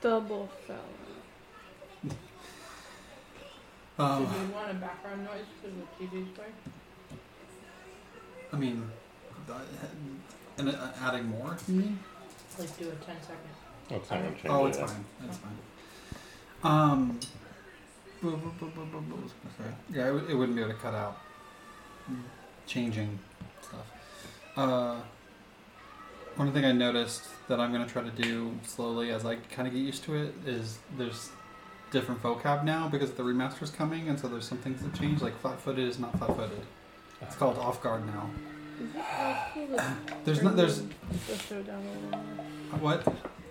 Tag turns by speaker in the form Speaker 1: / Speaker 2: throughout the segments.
Speaker 1: Double fella.
Speaker 2: Um,
Speaker 3: Did you want a background noise because the TV's playing?
Speaker 2: I mean, uh, and uh, adding more. You mean?
Speaker 3: Like do a 10 second.
Speaker 4: That's not gonna change
Speaker 2: Oh, it's
Speaker 4: it.
Speaker 2: fine. It's fine. Um, bu- bu- bu- bu- bu- bu- was I gonna say? yeah, it, wou- it wouldn't be able to cut out changing stuff. Uh, one thing I noticed that I'm gonna try to do slowly as I kind of get used to it is there's different vocab now because the remaster's coming, and so there's some things that change. Like flat-footed is not flat-footed. It's called off guard now.
Speaker 1: Is it possible to
Speaker 2: There's no,
Speaker 1: turn
Speaker 2: there's
Speaker 1: the show down a little more?
Speaker 2: what?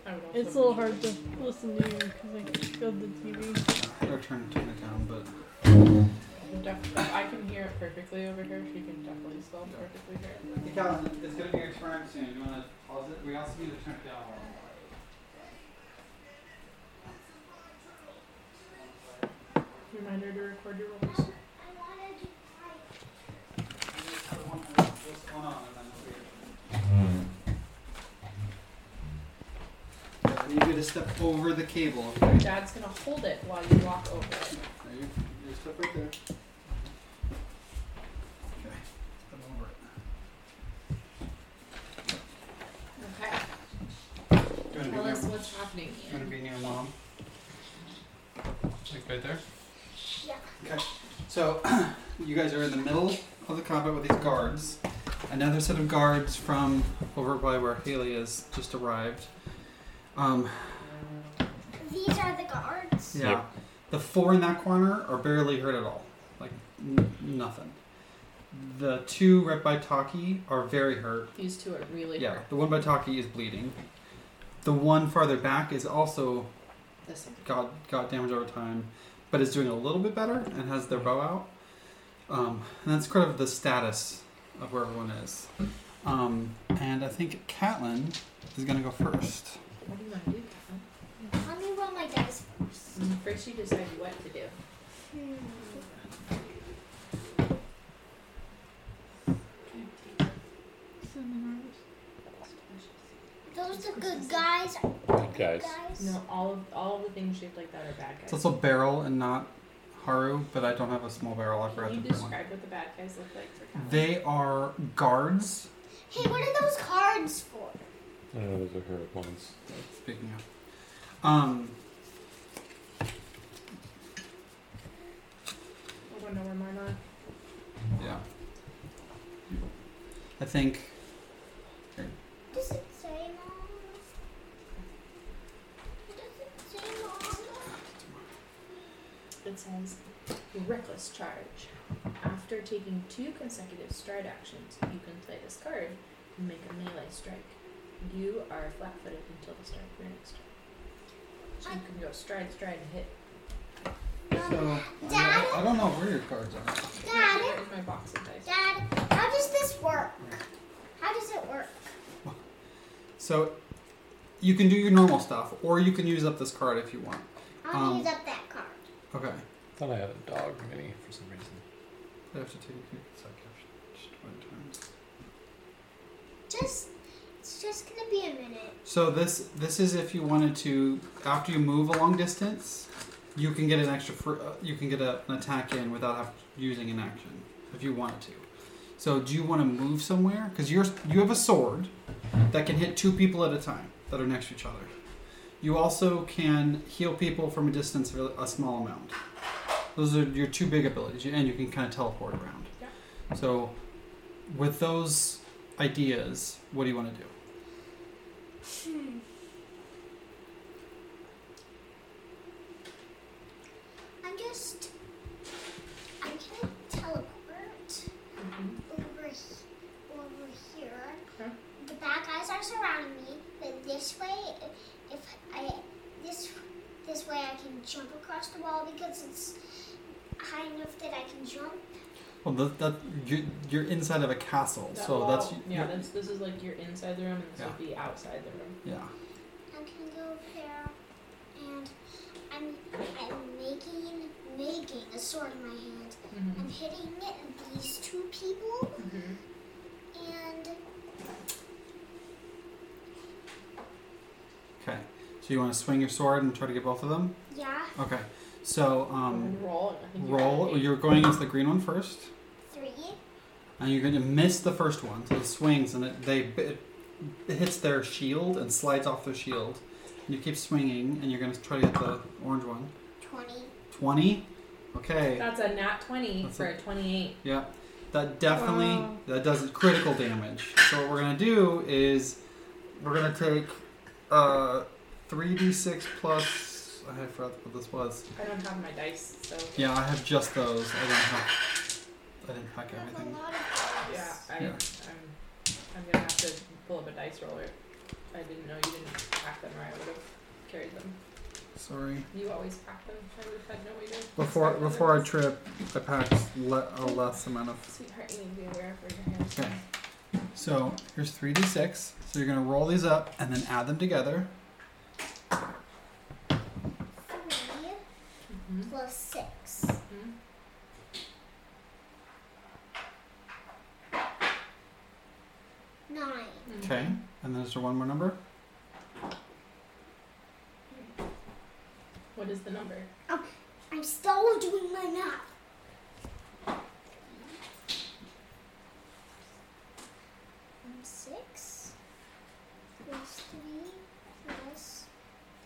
Speaker 3: I would also
Speaker 1: It's a little hard to listen to you because I can feel the TV.
Speaker 2: I turn turn it down, but
Speaker 3: Def- I can hear it perfectly over here. She can definitely still perfectly hear it.
Speaker 2: Hey, Calvin, it's going to be your turn soon. You want to pause it? We also need to turn it down.
Speaker 3: Reminder to record your rolls.
Speaker 2: I need you to step over the cable, okay?
Speaker 3: Dad's gonna hold it while you walk over it.
Speaker 2: There you, you step right there. Okay, step over it.
Speaker 3: Okay.
Speaker 2: You want to
Speaker 3: Tell
Speaker 2: be near,
Speaker 3: us what's happening
Speaker 2: you
Speaker 3: here.
Speaker 2: want to be near mom? Like right there?
Speaker 5: Yeah.
Speaker 2: Okay, so you guys are in the middle of the combat with these guards. Another set of guards from over by where Haley is just arrived. Um,
Speaker 5: These are the guards.
Speaker 2: yeah, the four in that corner are barely hurt at all, like n- nothing. The two right by Taki are very hurt.
Speaker 3: These two are really
Speaker 2: Yeah,
Speaker 3: hurt.
Speaker 2: the one by Taki is bleeding. The one farther back is also
Speaker 3: This one.
Speaker 2: got got damage over time, but is doing a little bit better and has their bow out. Um, and that's kind of the status of where everyone is. Um, and I think Catelyn is going to go first.
Speaker 3: What do you want to do, Kevin?
Speaker 2: Hmm.
Speaker 5: Let me roll my dice first.
Speaker 3: I'm afraid she decided what to do.
Speaker 5: Hmm. Those are good guys.
Speaker 4: Good guys.
Speaker 5: Guys.
Speaker 3: No, all of, all of the things shaped like that are bad guys.
Speaker 2: It's also barrel and not Haru, but I don't have a small barrel. I forgot
Speaker 3: Can
Speaker 2: to
Speaker 3: you
Speaker 2: bring one.
Speaker 3: describe what the bad guys look like for Kevin?
Speaker 2: They are guards.
Speaker 5: Hey, what are those cards for?
Speaker 4: I know those are hurt ones.
Speaker 2: Speaking of, um,
Speaker 3: I don't know where mine are.
Speaker 2: yeah, I think
Speaker 5: Does it say mom? Does it say mom?
Speaker 3: It says, Reckless Charge. After taking two consecutive stride actions, you can play this card and make a melee strike. You are flat footed until the start of your next turn. So you can go stride, stride, and hit.
Speaker 2: so. I don't- I don't know where your cards are.
Speaker 5: Dad,
Speaker 3: Where's my box of dice?
Speaker 5: Dad, how does this work? How does it work?
Speaker 2: So you can do your normal stuff, or you can use up this card if you want.
Speaker 5: I'll
Speaker 2: Um,
Speaker 5: use up that card.
Speaker 2: Okay.
Speaker 4: I thought I had a dog mini for some reason.
Speaker 2: I have to take it's like I have to- just one turn.
Speaker 5: Just, it's just gonna be a minute.
Speaker 2: So this this is if you wanted to after you move a long distance, you can get an extra fr- uh, you can get a, an attack in without have, using an action if you wanted to. So do you want to move somewhere? Because you're you have a sword that can hit two people at a time that are next to each other. You also can heal people from a distance of a small amount. Those are your two big abilities, and you can kind of teleport around.
Speaker 3: Yeah.
Speaker 2: So, with those ideas, what do you want to do?
Speaker 5: Hmm. I'm just. I'm gonna teleport
Speaker 3: Mm-hmm.
Speaker 5: over, he- over here.
Speaker 3: Okay.
Speaker 5: The bad guys are surrounding me, but this way, if I this this way, I can jump across the wall because it's high enough that I can jump.
Speaker 2: Well, that, that you, you're inside of a castle, so that's
Speaker 3: yeah. That's this is like you're inside the room, and this would be outside the room.
Speaker 2: yeah.
Speaker 5: I can go over there, and I'm I'm making making a sword in my hand. I'm
Speaker 3: Mm-hmm.
Speaker 5: hitting these two people.
Speaker 3: Mm-hmm.
Speaker 5: And
Speaker 2: Okay, So you want to swing your sword and try to get both of them?
Speaker 5: Yeah,
Speaker 2: Okay. So
Speaker 3: And
Speaker 2: um,
Speaker 3: roll. I think you
Speaker 2: roll.
Speaker 3: gotta
Speaker 2: You're going into the green one first,
Speaker 5: three.
Speaker 2: and you're going to miss the first one. So it swings and it they it, it hits their shield and slides off their shield. And you keep swinging, and you're going to try to get the orange one.
Speaker 5: 20.
Speaker 2: Twenty. Okay.
Speaker 3: make- That's a nat 20
Speaker 2: That's
Speaker 3: for
Speaker 2: a-
Speaker 3: a 28.
Speaker 2: Yeah, that definitely
Speaker 1: Wow.
Speaker 2: that does critical damage. So what we're gonna do is we're gonna take uh three d six plus. I forgot what this was.
Speaker 3: I don't have my dice, so.
Speaker 2: Yeah, I have just those. I didn't have. I didn't pack
Speaker 5: I have a
Speaker 2: everything.
Speaker 5: lot of
Speaker 3: Yeah,
Speaker 5: those.
Speaker 3: I,
Speaker 2: Yeah.
Speaker 3: I'm, I'm gonna have to pull up a dice roller. I didn't know you didn't pack them, or I would have carried them.
Speaker 2: Sorry.
Speaker 3: You always pack them. I would have had no way to.
Speaker 2: Before
Speaker 3: expect
Speaker 2: before I
Speaker 3: otherwise.
Speaker 2: trip, I packed le- a less amount of.
Speaker 3: Sweetheart, you need to be aware of where your hands
Speaker 2: Okay.
Speaker 3: are.
Speaker 2: So here's three d six. So you're gonna roll these up and then add them together.
Speaker 5: Three
Speaker 3: Mhm.
Speaker 5: plus six.
Speaker 3: Mhm.
Speaker 5: Nine.
Speaker 3: Mhm.
Speaker 2: Okay. And then is there one more number?
Speaker 3: What is the number?
Speaker 5: I'm still doing my math. Um, Six plus three plus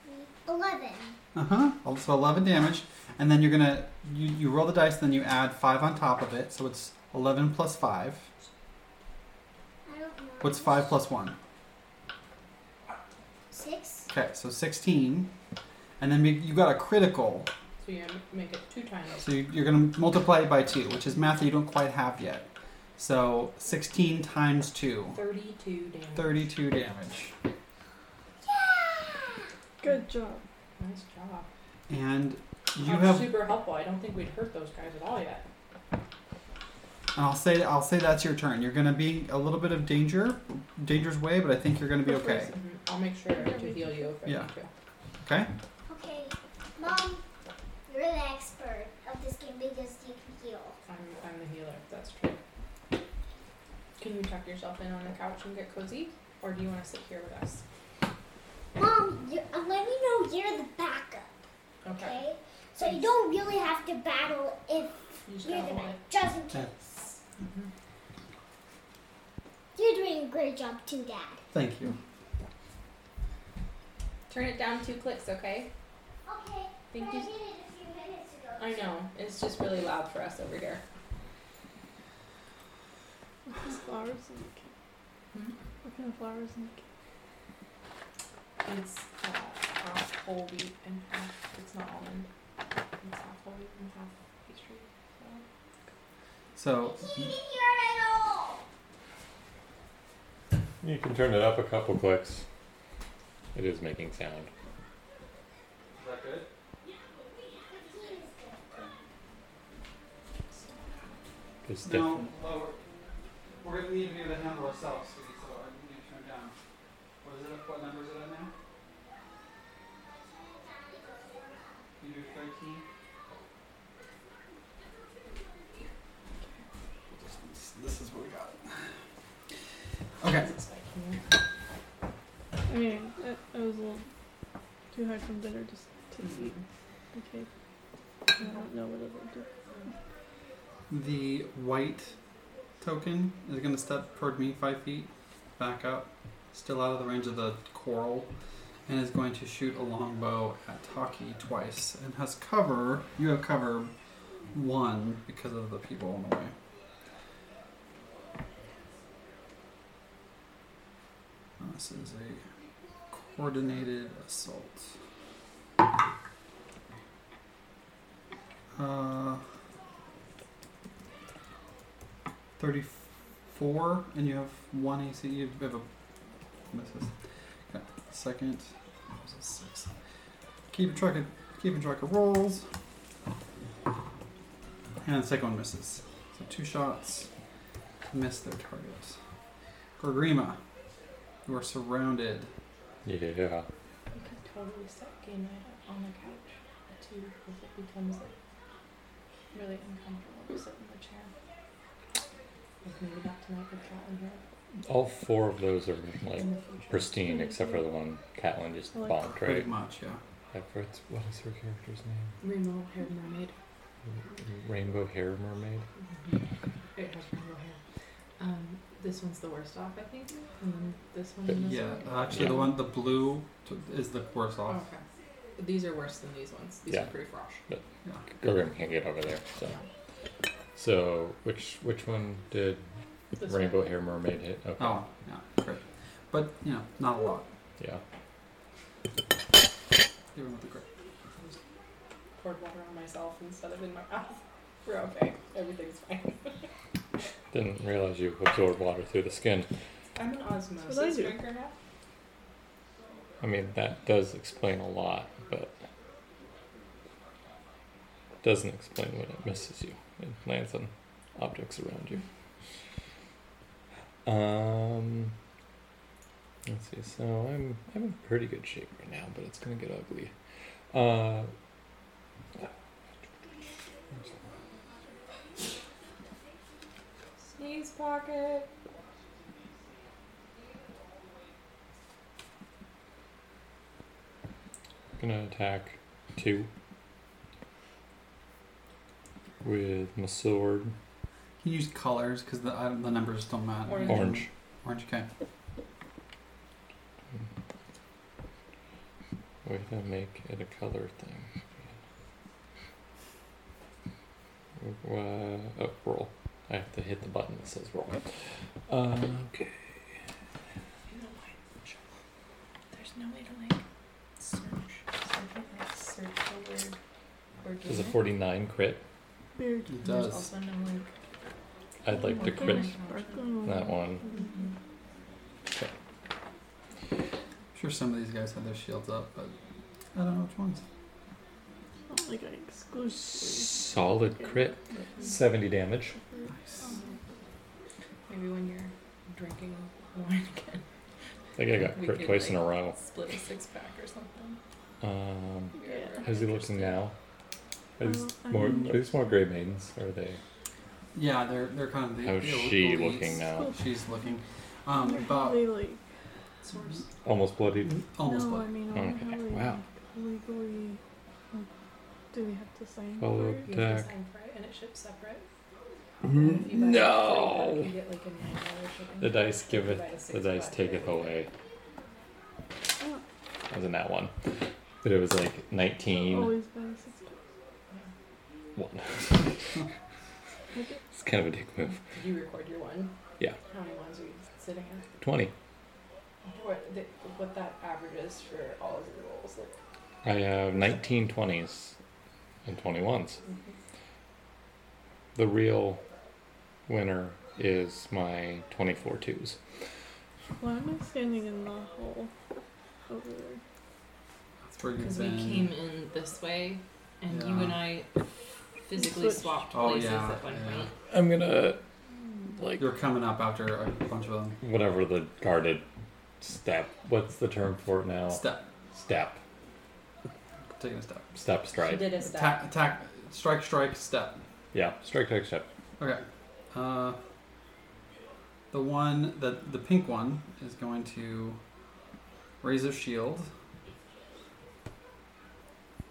Speaker 5: three. Eleven.
Speaker 2: Uh huh. So 11 damage, and then you're gonna you, you roll the dice, then you add five on top of it, so it's 11 plus five.
Speaker 5: I don't know.
Speaker 2: What's five plus one?
Speaker 5: Six.
Speaker 2: Okay, so 16, and then you- you got a critical,
Speaker 3: So you're gonna make it two times.
Speaker 2: so you, you're gonna multiply it by two, which is math that you don't quite have yet. So 16 times two,
Speaker 3: Thirty-two damage.
Speaker 2: 32 damage,
Speaker 1: Good job.
Speaker 3: Nice job.
Speaker 2: and you
Speaker 3: That's
Speaker 2: have.
Speaker 3: super helpful. I don't think we'd hurt those guys at all yet.
Speaker 2: And I'll say I'll say that's your turn. You're gonna be a little bit of danger, danger's way, but I think you're gonna be okay.
Speaker 3: Mhm. I'll make sure to heal you if I
Speaker 2: Yeah.
Speaker 3: need to.
Speaker 2: Okay.
Speaker 5: Okay, mom, you're the expert of this game because you can heal.
Speaker 3: I'm, I'm the healer. That's true. Can you tuck yourself in on the couch and get cozy, or do you want to sit here with us?
Speaker 5: Mom, you, uh, let me know you're the backup,
Speaker 3: Okay.
Speaker 5: okay? So you don't really have to battle if
Speaker 3: You just
Speaker 5: you're
Speaker 3: gotta
Speaker 5: the
Speaker 3: hold it.
Speaker 5: backup, just in
Speaker 2: Okay.
Speaker 5: case. You're doing a great job too, Dad.
Speaker 2: Thank you.
Speaker 3: Turn it down two clicks, okay?
Speaker 5: Okay,
Speaker 3: Thank you.
Speaker 5: it a few minutes ago.
Speaker 3: I know it's just really loud for us over here.
Speaker 1: What kind of flowers in the
Speaker 3: Hmm?
Speaker 1: cake? What kind of flowers in the cake?
Speaker 3: It's uh, half whole wheat and half. It's not almond. It's half whole wheat and half pastry. So.
Speaker 2: So
Speaker 5: He didn't hear it at all.
Speaker 4: You can turn it up a couple clicks. It is making sound.
Speaker 2: Is that good?
Speaker 4: It's
Speaker 2: No,
Speaker 4: different.
Speaker 2: lower. We're gonna need to be able to handle ourselves, sweetie, so I need to turn it down. What is it, what number is it at now? You do thirteen? This is what we got. Okay,
Speaker 3: It's spiking you.
Speaker 1: I mean, I, I was a little too high from dinner just to
Speaker 3: Mm-hmm.
Speaker 1: eat the cake. And I don't know what it will do.
Speaker 3: hmm.
Speaker 2: the white token is gonna step toward me five feet, back up, still out of the range of the coral, and is going to shoot a longbow at Taki twice, and has cover. You have cover one because of the people on the way. Uh, This is a coordinated assault. Uh, 34, and you have one AC. You have a misses. Okay. Second, that was a six. Keep track of keeping track of rolls. And the second one misses. So two shots miss their target. Gorgrima, you are surrounded.
Speaker 4: Yeah.
Speaker 3: We could totally set game night up on the couch too if it becomes like really uncomfortable to sit in the chair. Like maybe not tonight with Cat in here.
Speaker 4: All four of those are like
Speaker 6: in the future.
Speaker 4: pristine except for the one Catelyn just
Speaker 1: I like
Speaker 4: bombed,
Speaker 2: pretty
Speaker 4: right?
Speaker 2: much. Yeah.
Speaker 4: I forget- what is her character's name?
Speaker 3: Rainbow hair mermaid.
Speaker 4: Rainbow Hair Mermaid.
Speaker 3: It has rainbow hair. Um, this one's the worst off, I think. And then this one. And this
Speaker 2: Yeah. uh,
Speaker 3: One.
Speaker 2: Actually, the
Speaker 4: Yeah.
Speaker 2: one the blue t- is the worst
Speaker 3: Oh,
Speaker 2: off.
Speaker 3: okay. These are worse than these ones. These
Speaker 4: Yeah.
Speaker 3: are pretty frosh.
Speaker 4: Gorgrim can't get over there. So, so which which one did
Speaker 3: This
Speaker 4: Rainbow
Speaker 3: one.
Speaker 4: Hair Mermaid hit? Okay.
Speaker 2: Oh, yeah, great. But you know, not a lot.
Speaker 4: Yeah.
Speaker 2: Even with the great.
Speaker 3: Poured water on myself instead of in my mouth. We're okay. Everything's fine.
Speaker 4: Didn't realize you absorb water through the skin.
Speaker 3: I'm an
Speaker 1: That's what I
Speaker 3: osmosis
Speaker 1: do.
Speaker 3: drinker now.
Speaker 4: I mean, that does explain a lot, but doesn't explain when it misses you and lands on objects around you. Um, let's see. So I'm I'm in pretty good shape right now, but it's gonna get ugly. Uh,
Speaker 3: Sneeze pocket.
Speaker 4: gonna attack two with my sword,
Speaker 2: You use colors because the I don't- the numbers don't matter.
Speaker 3: Orange.
Speaker 4: orange.
Speaker 2: Orange. Okay.
Speaker 4: Way to make it a color thing. Uh, oh, roll. I have to hit the button that says roll. Uh, okay.
Speaker 3: You know why? There's no way to like search. something like search the word. Or
Speaker 4: Does a 49 crit?
Speaker 1: Beard.
Speaker 2: It
Speaker 3: There's
Speaker 2: does.
Speaker 3: also no like.
Speaker 4: I'd like to
Speaker 3: Organic
Speaker 4: crit
Speaker 3: option.
Speaker 1: Sparkle.
Speaker 4: that one.
Speaker 3: Mhm.
Speaker 2: I'm sure some of these guys have their shields up, but I don't know which ones.
Speaker 1: Oh my god, exclusively.
Speaker 4: Solid crit. 70 damage.
Speaker 2: Nice.
Speaker 3: Maybe when you're drinking wine again,
Speaker 4: I think I got
Speaker 3: We
Speaker 4: crit
Speaker 3: could,
Speaker 4: twice
Speaker 3: like-
Speaker 4: in a row.
Speaker 3: split a six pack or something.
Speaker 4: Um,
Speaker 1: Yeah.
Speaker 4: how's he looking now? Are these,
Speaker 1: Uh,
Speaker 4: more,
Speaker 2: I'm-
Speaker 4: are these more Grey Maidens? Or are they?
Speaker 2: Yeah, they're they're kind of the.
Speaker 4: How's
Speaker 2: the
Speaker 4: she
Speaker 2: elite.
Speaker 4: looking now?
Speaker 2: She's looking.
Speaker 1: I'm
Speaker 2: Um, about
Speaker 1: legally-
Speaker 3: Source.
Speaker 4: Almost bloodied?
Speaker 2: almost.
Speaker 1: no,
Speaker 2: like
Speaker 1: I mean,
Speaker 4: Okay,
Speaker 1: legally,
Speaker 4: wow.
Speaker 1: legally, like, do we have to sign
Speaker 4: Follow
Speaker 1: for it?
Speaker 3: You have to
Speaker 4: attack.
Speaker 3: sign for it, and it ships separate. And if you buy a free pack,
Speaker 4: No!
Speaker 3: you get, like, a $9 shipping
Speaker 4: The dice
Speaker 3: charge. If you
Speaker 4: giveth,
Speaker 3: buy a
Speaker 4: the
Speaker 3: six
Speaker 4: dice
Speaker 3: pack,
Speaker 4: taketh
Speaker 3: you get
Speaker 4: away. I was in that one. But it was like 19.
Speaker 1: Always buy a six pack.
Speaker 4: One.
Speaker 1: Okay.
Speaker 4: It's kind of a dick move.
Speaker 3: Did you record your one?
Speaker 4: Yeah.
Speaker 3: How many ones are you sitting at?
Speaker 4: 20.
Speaker 3: What, the, what that averages for all of your rolls. Like,
Speaker 4: I have 19 20s and 21s.
Speaker 2: Mm-hmm.
Speaker 4: The real winner is my 24 twos.
Speaker 1: Why am I standing in the hole over there?
Speaker 2: That's where you've
Speaker 3: Because we
Speaker 2: been.
Speaker 3: came in this way, and you
Speaker 2: Yeah.
Speaker 3: and I physically
Speaker 1: Switched.
Speaker 3: swapped
Speaker 2: Oh,
Speaker 3: places
Speaker 2: yeah,
Speaker 3: at one
Speaker 2: yeah.
Speaker 3: point.
Speaker 4: I'm gonna, like,
Speaker 2: You're coming up after a bunch of them.
Speaker 4: whatever the guarded step. What's the term for it now?
Speaker 2: Step,
Speaker 4: Step.
Speaker 2: taking a step.
Speaker 4: Step
Speaker 3: She
Speaker 4: strike.
Speaker 3: did a step.
Speaker 2: Attack, attack, strike, strike, step.
Speaker 4: Yeah, strike, strike, step.
Speaker 2: Okay. Uh, the one, the, the pink one, is going to raise their shield.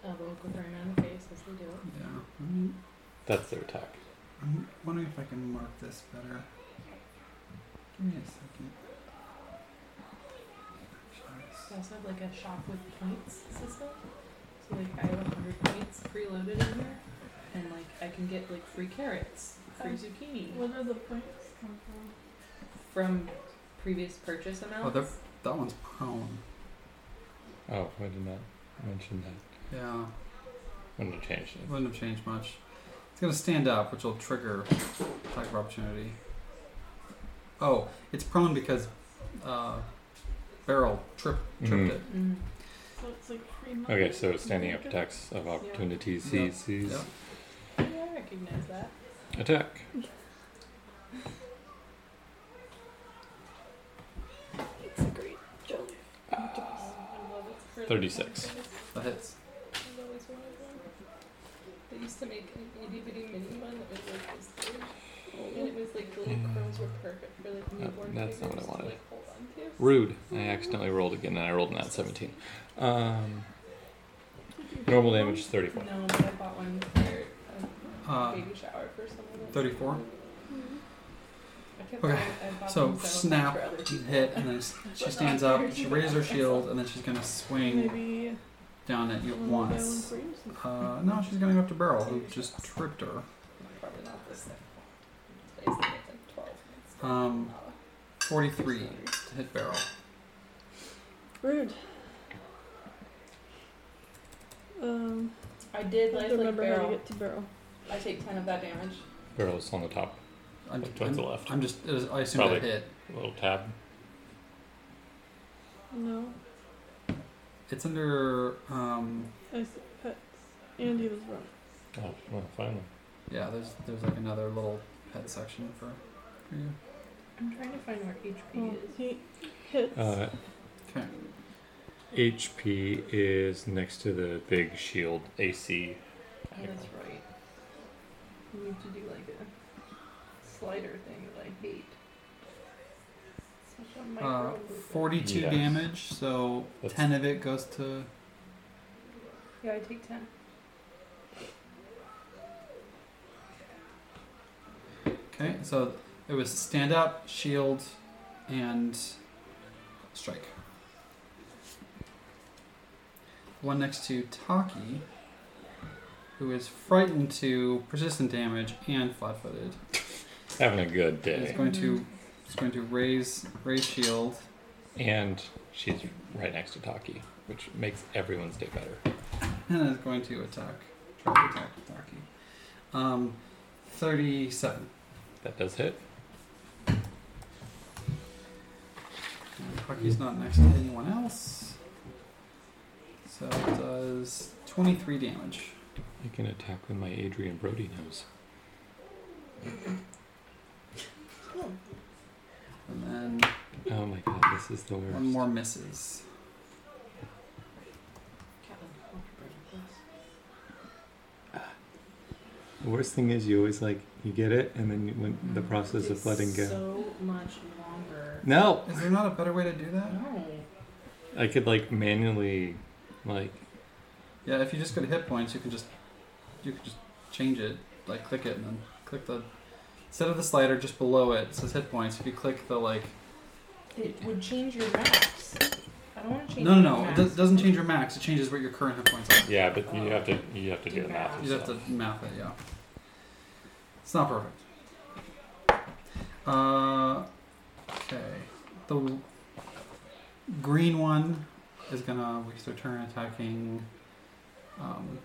Speaker 3: Elbow Uncle Brian uh, on the face as we do it.
Speaker 2: Yeah. I'm,
Speaker 4: That's their attack.
Speaker 2: I'm wondering if I can mark this better. Give me a second.
Speaker 3: We also have like a shop with points system. So like I have 100 points preloaded in here, and like I can get like free carrots, free
Speaker 1: Um,
Speaker 3: zucchini
Speaker 1: What are the points come from?
Speaker 3: from previous purchase amounts.
Speaker 2: Oh, they're- That one's prone.
Speaker 4: Oh, I did not mention that.
Speaker 2: Yeah.
Speaker 4: Wouldn't have changed it.
Speaker 2: Wouldn't have changed much. It's gonna stand up, which will trigger attack of opportunity. Oh, it's prone because uh, Beryl trip, tripped
Speaker 4: Mm.
Speaker 2: it.
Speaker 3: Mm.
Speaker 1: So it's like free money.
Speaker 4: Okay, so standing up attacks of opportunities.
Speaker 2: Yeah.
Speaker 4: He sees
Speaker 2: Yeah.
Speaker 3: Yeah, I recognize that.
Speaker 4: attack.
Speaker 1: It's a great joke.
Speaker 3: I love it for the
Speaker 4: 36.
Speaker 3: fact
Speaker 2: That hits.
Speaker 3: that I've always wanted one. They used to make an itty bitty mini one that was like this big, and it was like the little
Speaker 4: Yeah.
Speaker 3: curls were perfect for like newborn
Speaker 4: Mm. that's not what I
Speaker 3: fingers to,
Speaker 4: wanted.
Speaker 3: Like, hold on to.
Speaker 4: Rude. I accidentally rolled again, and I rolled an at 17. Um, normal damage is 34.
Speaker 3: No, but I bought one for a
Speaker 2: Uh,
Speaker 3: baby shower for someone.
Speaker 2: 34.
Speaker 3: I kept
Speaker 2: Okay,
Speaker 3: buying- I bought
Speaker 2: so
Speaker 3: them for
Speaker 2: snap.
Speaker 3: other people.
Speaker 2: Hit, and then s- she stands up, she raises her shield, and then she's gonna swing
Speaker 1: Maybe
Speaker 2: down at you
Speaker 1: one by one
Speaker 2: once.
Speaker 1: for you. since-
Speaker 2: Uh, no, she's gonna go up to Beryl, who just tripped her.
Speaker 3: Probably not this thing. Today's the day, like 12 minutes.
Speaker 2: Um,
Speaker 3: Not a-
Speaker 2: 43 to hit Beryl.
Speaker 1: Rude. Um,
Speaker 3: I
Speaker 1: I
Speaker 3: did
Speaker 1: have
Speaker 3: like,
Speaker 1: to
Speaker 3: like
Speaker 1: remember how to
Speaker 3: barrel.
Speaker 1: get to barrel.
Speaker 3: I take 10 of that damage.
Speaker 4: Barrel's on the top,
Speaker 2: I'm,
Speaker 4: like towards the
Speaker 2: I'm-
Speaker 4: left.
Speaker 2: I'm just, it was- I assume that
Speaker 4: Probably.
Speaker 2: hit.
Speaker 4: Little tab.
Speaker 1: No,
Speaker 2: It's under, um,
Speaker 1: I s- pets. Andy was wrong.
Speaker 4: Oh, well, finally.
Speaker 2: yeah, there's there's like another little pet section for, for you.
Speaker 3: I'm trying to find where HP
Speaker 1: Well,
Speaker 3: is.
Speaker 1: Oh, he hits.
Speaker 4: Uh,
Speaker 2: Okay.
Speaker 4: HP is next to the big shield AC.
Speaker 3: Oh, that's right. We need to do like a slider thing that I hate. Such a
Speaker 2: Uh,
Speaker 3: micro. movement.
Speaker 2: 42
Speaker 4: Yeah.
Speaker 2: damage, so
Speaker 4: That's-
Speaker 2: 10 of it goes to.
Speaker 3: Yeah, I take 10.
Speaker 2: Okay, so it was stand up, shield, and strike. One next to Taki, who is frightened to persistent damage and flat footed.
Speaker 4: Having a good
Speaker 2: Is
Speaker 4: day.
Speaker 2: going to is going to raise raise shield.
Speaker 4: And she's right next to Taki, which makes everyone's day better.
Speaker 2: And is going to attack. Try to attack Taki. Um, 37.
Speaker 4: That does hit.
Speaker 2: And Taki's not next to anyone else. So it does 23 damage.
Speaker 4: I can attack with my Adrian Brody nose.
Speaker 2: And then
Speaker 4: Oh my god, this is the worst.
Speaker 2: one more misses.
Speaker 4: The worst thing is you always like you get it, and then you, when the
Speaker 3: Mm,
Speaker 4: process of
Speaker 6: Takes
Speaker 4: letting go.
Speaker 6: So much longer.
Speaker 4: no,
Speaker 2: Is there not a better way to do that?
Speaker 6: No.
Speaker 4: I could like manually, like
Speaker 2: Yeah, if you just go to hit points, you can just you can just change it, like click it and then click the instead of the slider just below it, it says hit points. If you click the like
Speaker 3: It would change your max. I don't want to change
Speaker 2: no no
Speaker 3: your
Speaker 2: no, it
Speaker 3: max.
Speaker 2: does, doesn't change your max. It changes what your current hit points are.
Speaker 4: yeah, but you have to you have to do the math.
Speaker 2: You have to math it. Yeah, it's not perfect. Uh, okay, the green one is gonna waste their turn attacking. Um,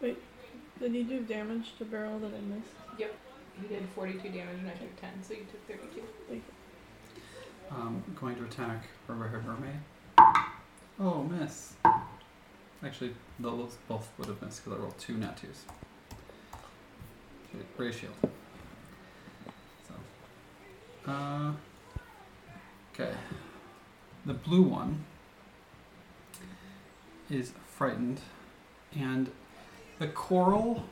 Speaker 1: Did he do damage to barrel that I missed?
Speaker 3: You did 42 damage and I took 10, so you took 32.
Speaker 1: Like,
Speaker 2: Um, going to attack River Hood Mermaid. Oh, miss. Actually, those both would have missed because I rolled two nat twos. Okay, Ray shield. So, uh, okay. The blue one is frightened, and the coral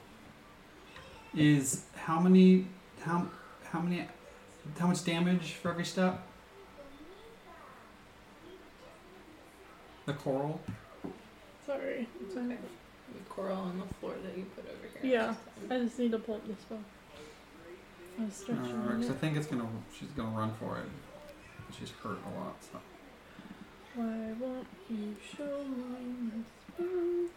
Speaker 2: is how many how how many how much damage for every step? The coral.
Speaker 1: sorry.
Speaker 3: It's okay. The coral on the floor that you put over here.
Speaker 1: Yeah. I just need to pull up the spell. I was stretching
Speaker 2: Uh, 'cause I
Speaker 1: it.
Speaker 2: think it's gonna. She's gonna run for it. She's hurt a lot. So.
Speaker 1: Why won't you show me your spell?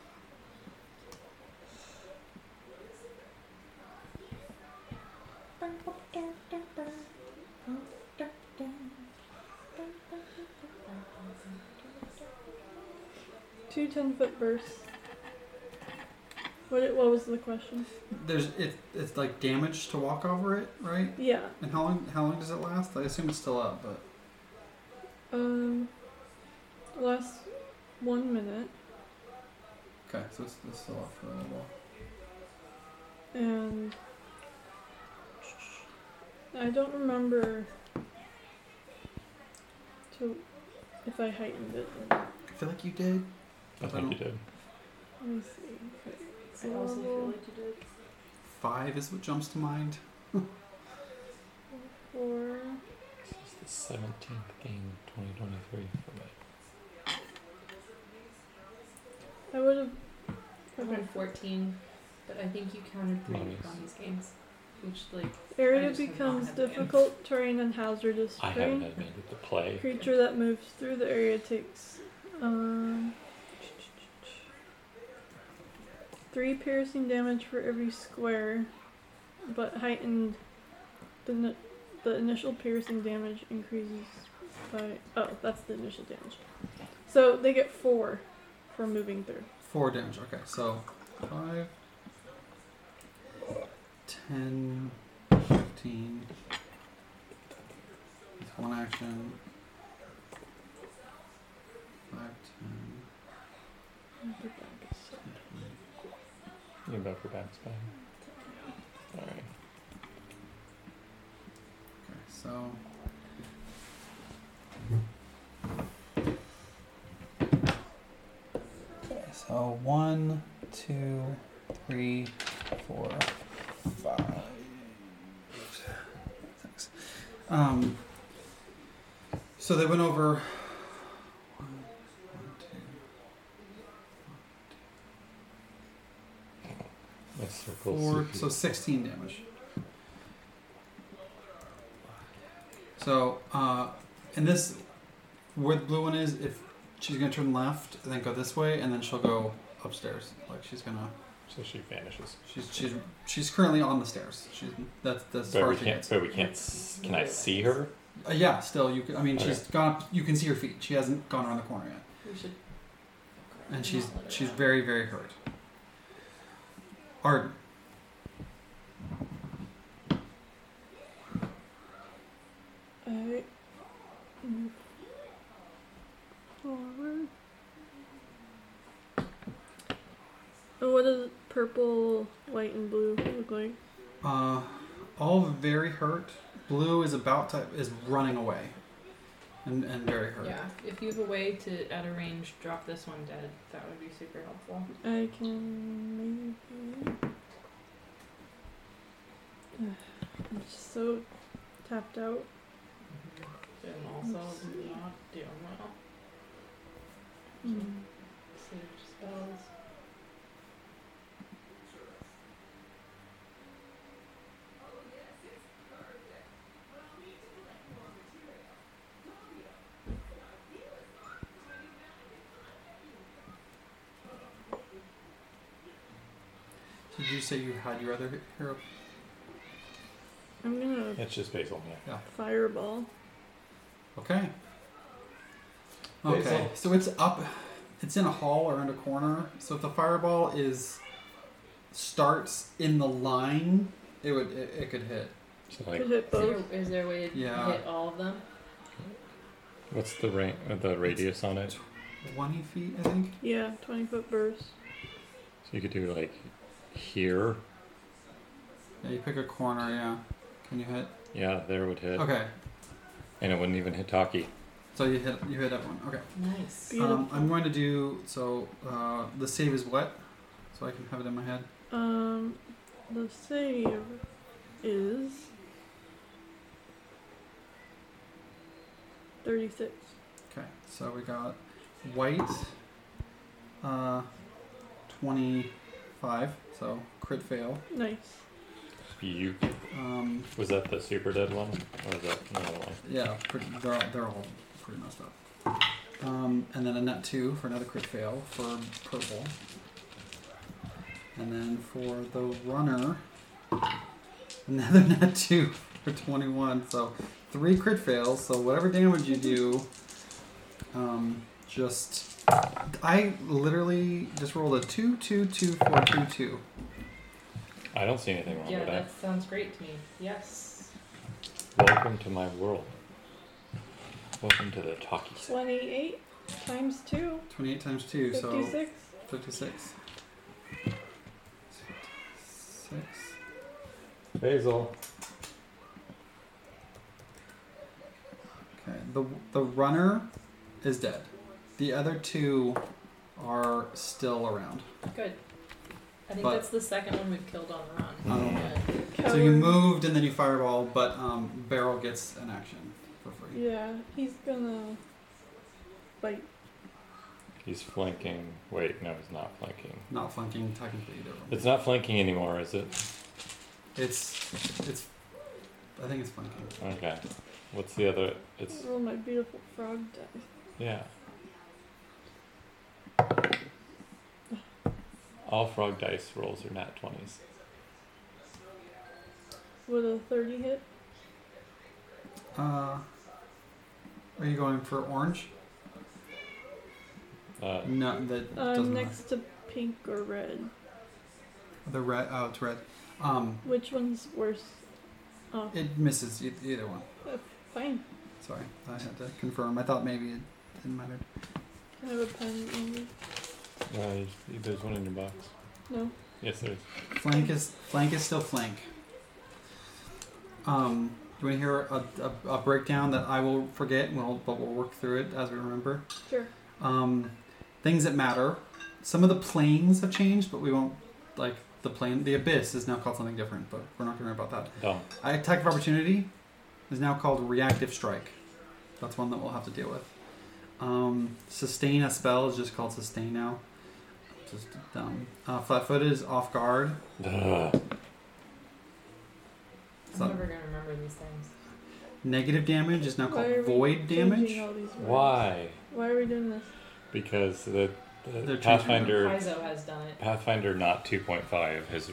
Speaker 1: Two ten foot bursts. What, it, what was the question?
Speaker 2: There's it. It's like damage to walk over it, right?
Speaker 1: Yeah.
Speaker 2: And how long? How long does it last? I assume it's still up, but
Speaker 1: Um. Last one minute,
Speaker 2: okay. So it's, it's still up for a little. while.
Speaker 1: and I don't remember to if I heightened it. Or not.
Speaker 2: I feel like you did.
Speaker 4: I think you did.
Speaker 1: Let me see.
Speaker 3: I also feel like you did.
Speaker 2: Five is what jumps to mind.
Speaker 1: for
Speaker 4: This is the seventeenth game, twenty twenty three for me.
Speaker 1: I would have
Speaker 3: I
Speaker 1: okay.
Speaker 3: rolled 14, but I think you counted three
Speaker 4: Nice.
Speaker 3: on these games, which like I
Speaker 1: Area
Speaker 3: just have not
Speaker 1: becomes
Speaker 3: had the
Speaker 1: difficult terrain and hazardous
Speaker 4: I haven't
Speaker 1: terrain.
Speaker 4: had an to play.
Speaker 1: Creature that moves through the area takes um, three piercing damage for every square, but heightened. The, ni- the initial piercing damage increases by oh, that's the initial damage. So they get four for moving through.
Speaker 2: Four damage. Okay, so five, ten, fifteen. It's one action. Five, ten, fifteen.
Speaker 4: You're about for back spine. Alright.
Speaker 2: Okay, so. So one, two, three, four, five, six. Um, so they went over. One, one, two,
Speaker 4: My circles.
Speaker 2: four,
Speaker 4: if you-
Speaker 2: so 16 damage. So, uh, and this, where the blue one is, if she's gonna turn left and then go this way, and then she'll go upstairs. Like she's gonna,
Speaker 4: So she vanishes.
Speaker 2: she's she's she's currently on the stairs. She's that's that's as
Speaker 4: But
Speaker 2: far
Speaker 4: we
Speaker 2: as she
Speaker 4: can't
Speaker 2: gets.
Speaker 4: but we can't s- can I see her?
Speaker 2: Uh, yeah, still you. Can, I mean, she's
Speaker 4: Okay.
Speaker 2: gone. Up, you can see her feet. She hasn't gone around the corner yet,
Speaker 3: we should.
Speaker 2: and she's
Speaker 3: Not let her
Speaker 2: she's
Speaker 3: out.
Speaker 2: very very hurt. Arden.
Speaker 1: I move forward. And what does purple, white, and blue look like?
Speaker 2: Uh, all very hurt. Blue is about to is running away, and and very hurt.
Speaker 3: Yeah, if you have a way to at a range drop this one dead, that would be super helpful.
Speaker 1: I can maybe. I'm just so tapped out.
Speaker 3: And also not doing well. Hmm.
Speaker 1: Mm-hmm.
Speaker 3: Save spells.
Speaker 2: Did you say you had your other hero?
Speaker 1: I'm gonna
Speaker 4: It's just basil, yeah.
Speaker 1: fireball.
Speaker 2: Okay. Okay.
Speaker 4: Basil.
Speaker 2: So it's up. It's in a hall around a corner. So if the fireball is starts in the line, it would it, it could hit.
Speaker 4: So
Speaker 1: Could
Speaker 4: like
Speaker 1: hit
Speaker 3: Is
Speaker 1: both.
Speaker 3: there, is there a way to
Speaker 2: Yeah.
Speaker 3: hit all of them?
Speaker 4: what's the rank uh, the radius on it?
Speaker 2: Twenty feet, I think.
Speaker 1: Yeah, 20 foot burst.
Speaker 4: So you could do like here.
Speaker 2: Yeah, you pick a corner. Yeah. Can you hit?
Speaker 4: Yeah, there would hit.
Speaker 2: Okay.
Speaker 4: And it wouldn't even hit Taki.
Speaker 2: So you hit you hit everyone. Okay.
Speaker 3: Nice.
Speaker 2: Um,
Speaker 1: Beautiful.
Speaker 2: I'm going to do so. Uh, the save is what, so I can have it in my head.
Speaker 1: Um, the save is thirty-six.
Speaker 2: Okay, so we got white, uh, twenty-five. So crit fail.
Speaker 1: Nice.
Speaker 4: You
Speaker 2: Um,
Speaker 4: was that the super dead one? Or was that another one?
Speaker 2: yeah, pretty, they're all, they're all pretty messed up. Um, and then a net two for another crit fail for purple. And then for the runner, another net two for twenty-one. So three crit fails. So whatever damage you do, um, just I literally just rolled a two, two, two, four, two, two.
Speaker 4: I don't see anything wrong
Speaker 3: Yeah,
Speaker 4: with that.
Speaker 3: that sounds great to me. Yes.
Speaker 4: Welcome to my world. Welcome to the talkies.
Speaker 1: Twenty-eight times two.
Speaker 2: Twenty-eight times two. So
Speaker 1: Fifty-six.
Speaker 2: 56. 56.
Speaker 4: Basil.
Speaker 2: Okay. The the runner is dead. The other two are still around.
Speaker 3: Good. I think
Speaker 2: But-
Speaker 4: Hmm.
Speaker 3: that's the second one we've killed on the run.
Speaker 2: Oh.
Speaker 3: Yeah.
Speaker 1: Coward.
Speaker 2: So you moved and then you fireball, but um, Barrel gets an action for free.
Speaker 1: Yeah, he's gonna bite.
Speaker 4: He's flanking. Wait, no, he's not flanking.
Speaker 2: Not flanking technically either. of 'em.
Speaker 4: It's not flanking anymore, is it?
Speaker 2: It's it's. I think it's flanking.
Speaker 4: Okay. What's the other? It's
Speaker 1: Roll my beautiful frog dice.
Speaker 4: yeah. All frog dice rolls are nat twenties.
Speaker 1: Would a 30 hit?
Speaker 2: Uh, are you going for orange?
Speaker 4: Uh,
Speaker 2: No, that
Speaker 1: I'm
Speaker 2: doesn't
Speaker 1: next to pink or red.
Speaker 2: matter. The red. Oh, it's red. Um,
Speaker 1: Which one's worse? Oh,
Speaker 2: it misses e- either one.
Speaker 1: uh, fine.
Speaker 2: Sorry, I had to confirm. I thought maybe it didn't matter.
Speaker 1: Can I have a pen? Andy?
Speaker 4: uh, there's one in your box.
Speaker 1: No.
Speaker 4: Yes, there is.
Speaker 2: Flank is flank is still flank. Um, do you want to hear a, a, a breakdown that I will forget? Well, but we'll work through it as we remember.
Speaker 1: Sure.
Speaker 2: um, things that matter. Some of the planes have changed, but we won't like the plane. The abyss is now called something different, but we're not going to worry about
Speaker 4: Dumb.
Speaker 2: that. Attack of opportunity is now called reactive strike. That's one that we'll have to deal with. Um, sustain a spell is just called sustain now. Just dumb. Uh, Flat-footed is off guard.
Speaker 4: Ugh.
Speaker 2: So-
Speaker 3: I'm never gonna remember these things.
Speaker 2: Negative damage is now
Speaker 1: Why are
Speaker 2: called
Speaker 1: we
Speaker 2: void
Speaker 1: changing
Speaker 2: damage.
Speaker 1: all these words?
Speaker 4: Why?
Speaker 1: Why are we doing this?
Speaker 4: Because the, the
Speaker 2: They're
Speaker 4: Pathfinder
Speaker 3: Paizo has done it.
Speaker 4: Pathfinder not 2.5 has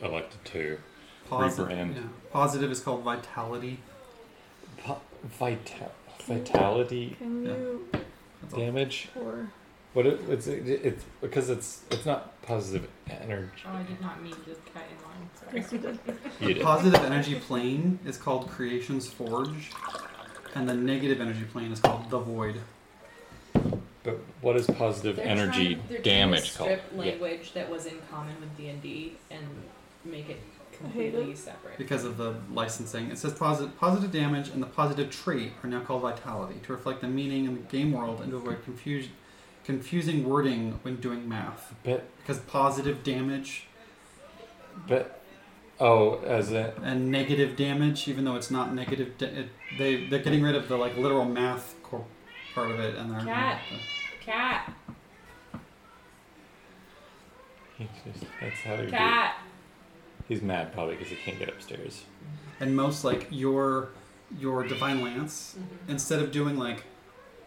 Speaker 4: elected to
Speaker 2: Positive,
Speaker 4: Rebrand.
Speaker 2: yeah. Positive is called vitality.
Speaker 4: Pa- vita- vitality
Speaker 1: Can
Speaker 2: Yeah.
Speaker 1: you
Speaker 2: That's all.
Speaker 4: damage.
Speaker 1: pour?
Speaker 4: What it, it's it, it's because it's it's not positive energy.
Speaker 3: Oh, I did not mean to cut in line. Sorry.
Speaker 1: Yes, you did.
Speaker 4: You did.
Speaker 2: positive energy plane is called Creation's Forge, and the negative energy plane is called the Void.
Speaker 4: But what is positive
Speaker 3: They're
Speaker 4: energy
Speaker 3: trying- they're trying to
Speaker 4: damage called?
Speaker 3: strip
Speaker 4: Yeah.
Speaker 3: language that was in common with D and D and make it
Speaker 1: hate
Speaker 3: completely separate.
Speaker 2: Because of the licensing, it says positive, positive damage and the positive trait are now called Vitality to reflect the meaning in the game world and to avoid confuse, confusing wording when doing math.
Speaker 4: But
Speaker 2: Because positive damage
Speaker 4: but oh, as in
Speaker 2: and negative damage, even though it's not negative, da- it, they they're getting rid of the like literal math cor- part of it, and they're
Speaker 3: Cat. Cat,
Speaker 4: he just that's how he. do-
Speaker 3: cat.
Speaker 4: He's mad probably because he can't get upstairs.
Speaker 2: and most like your your divine lance instead of doing like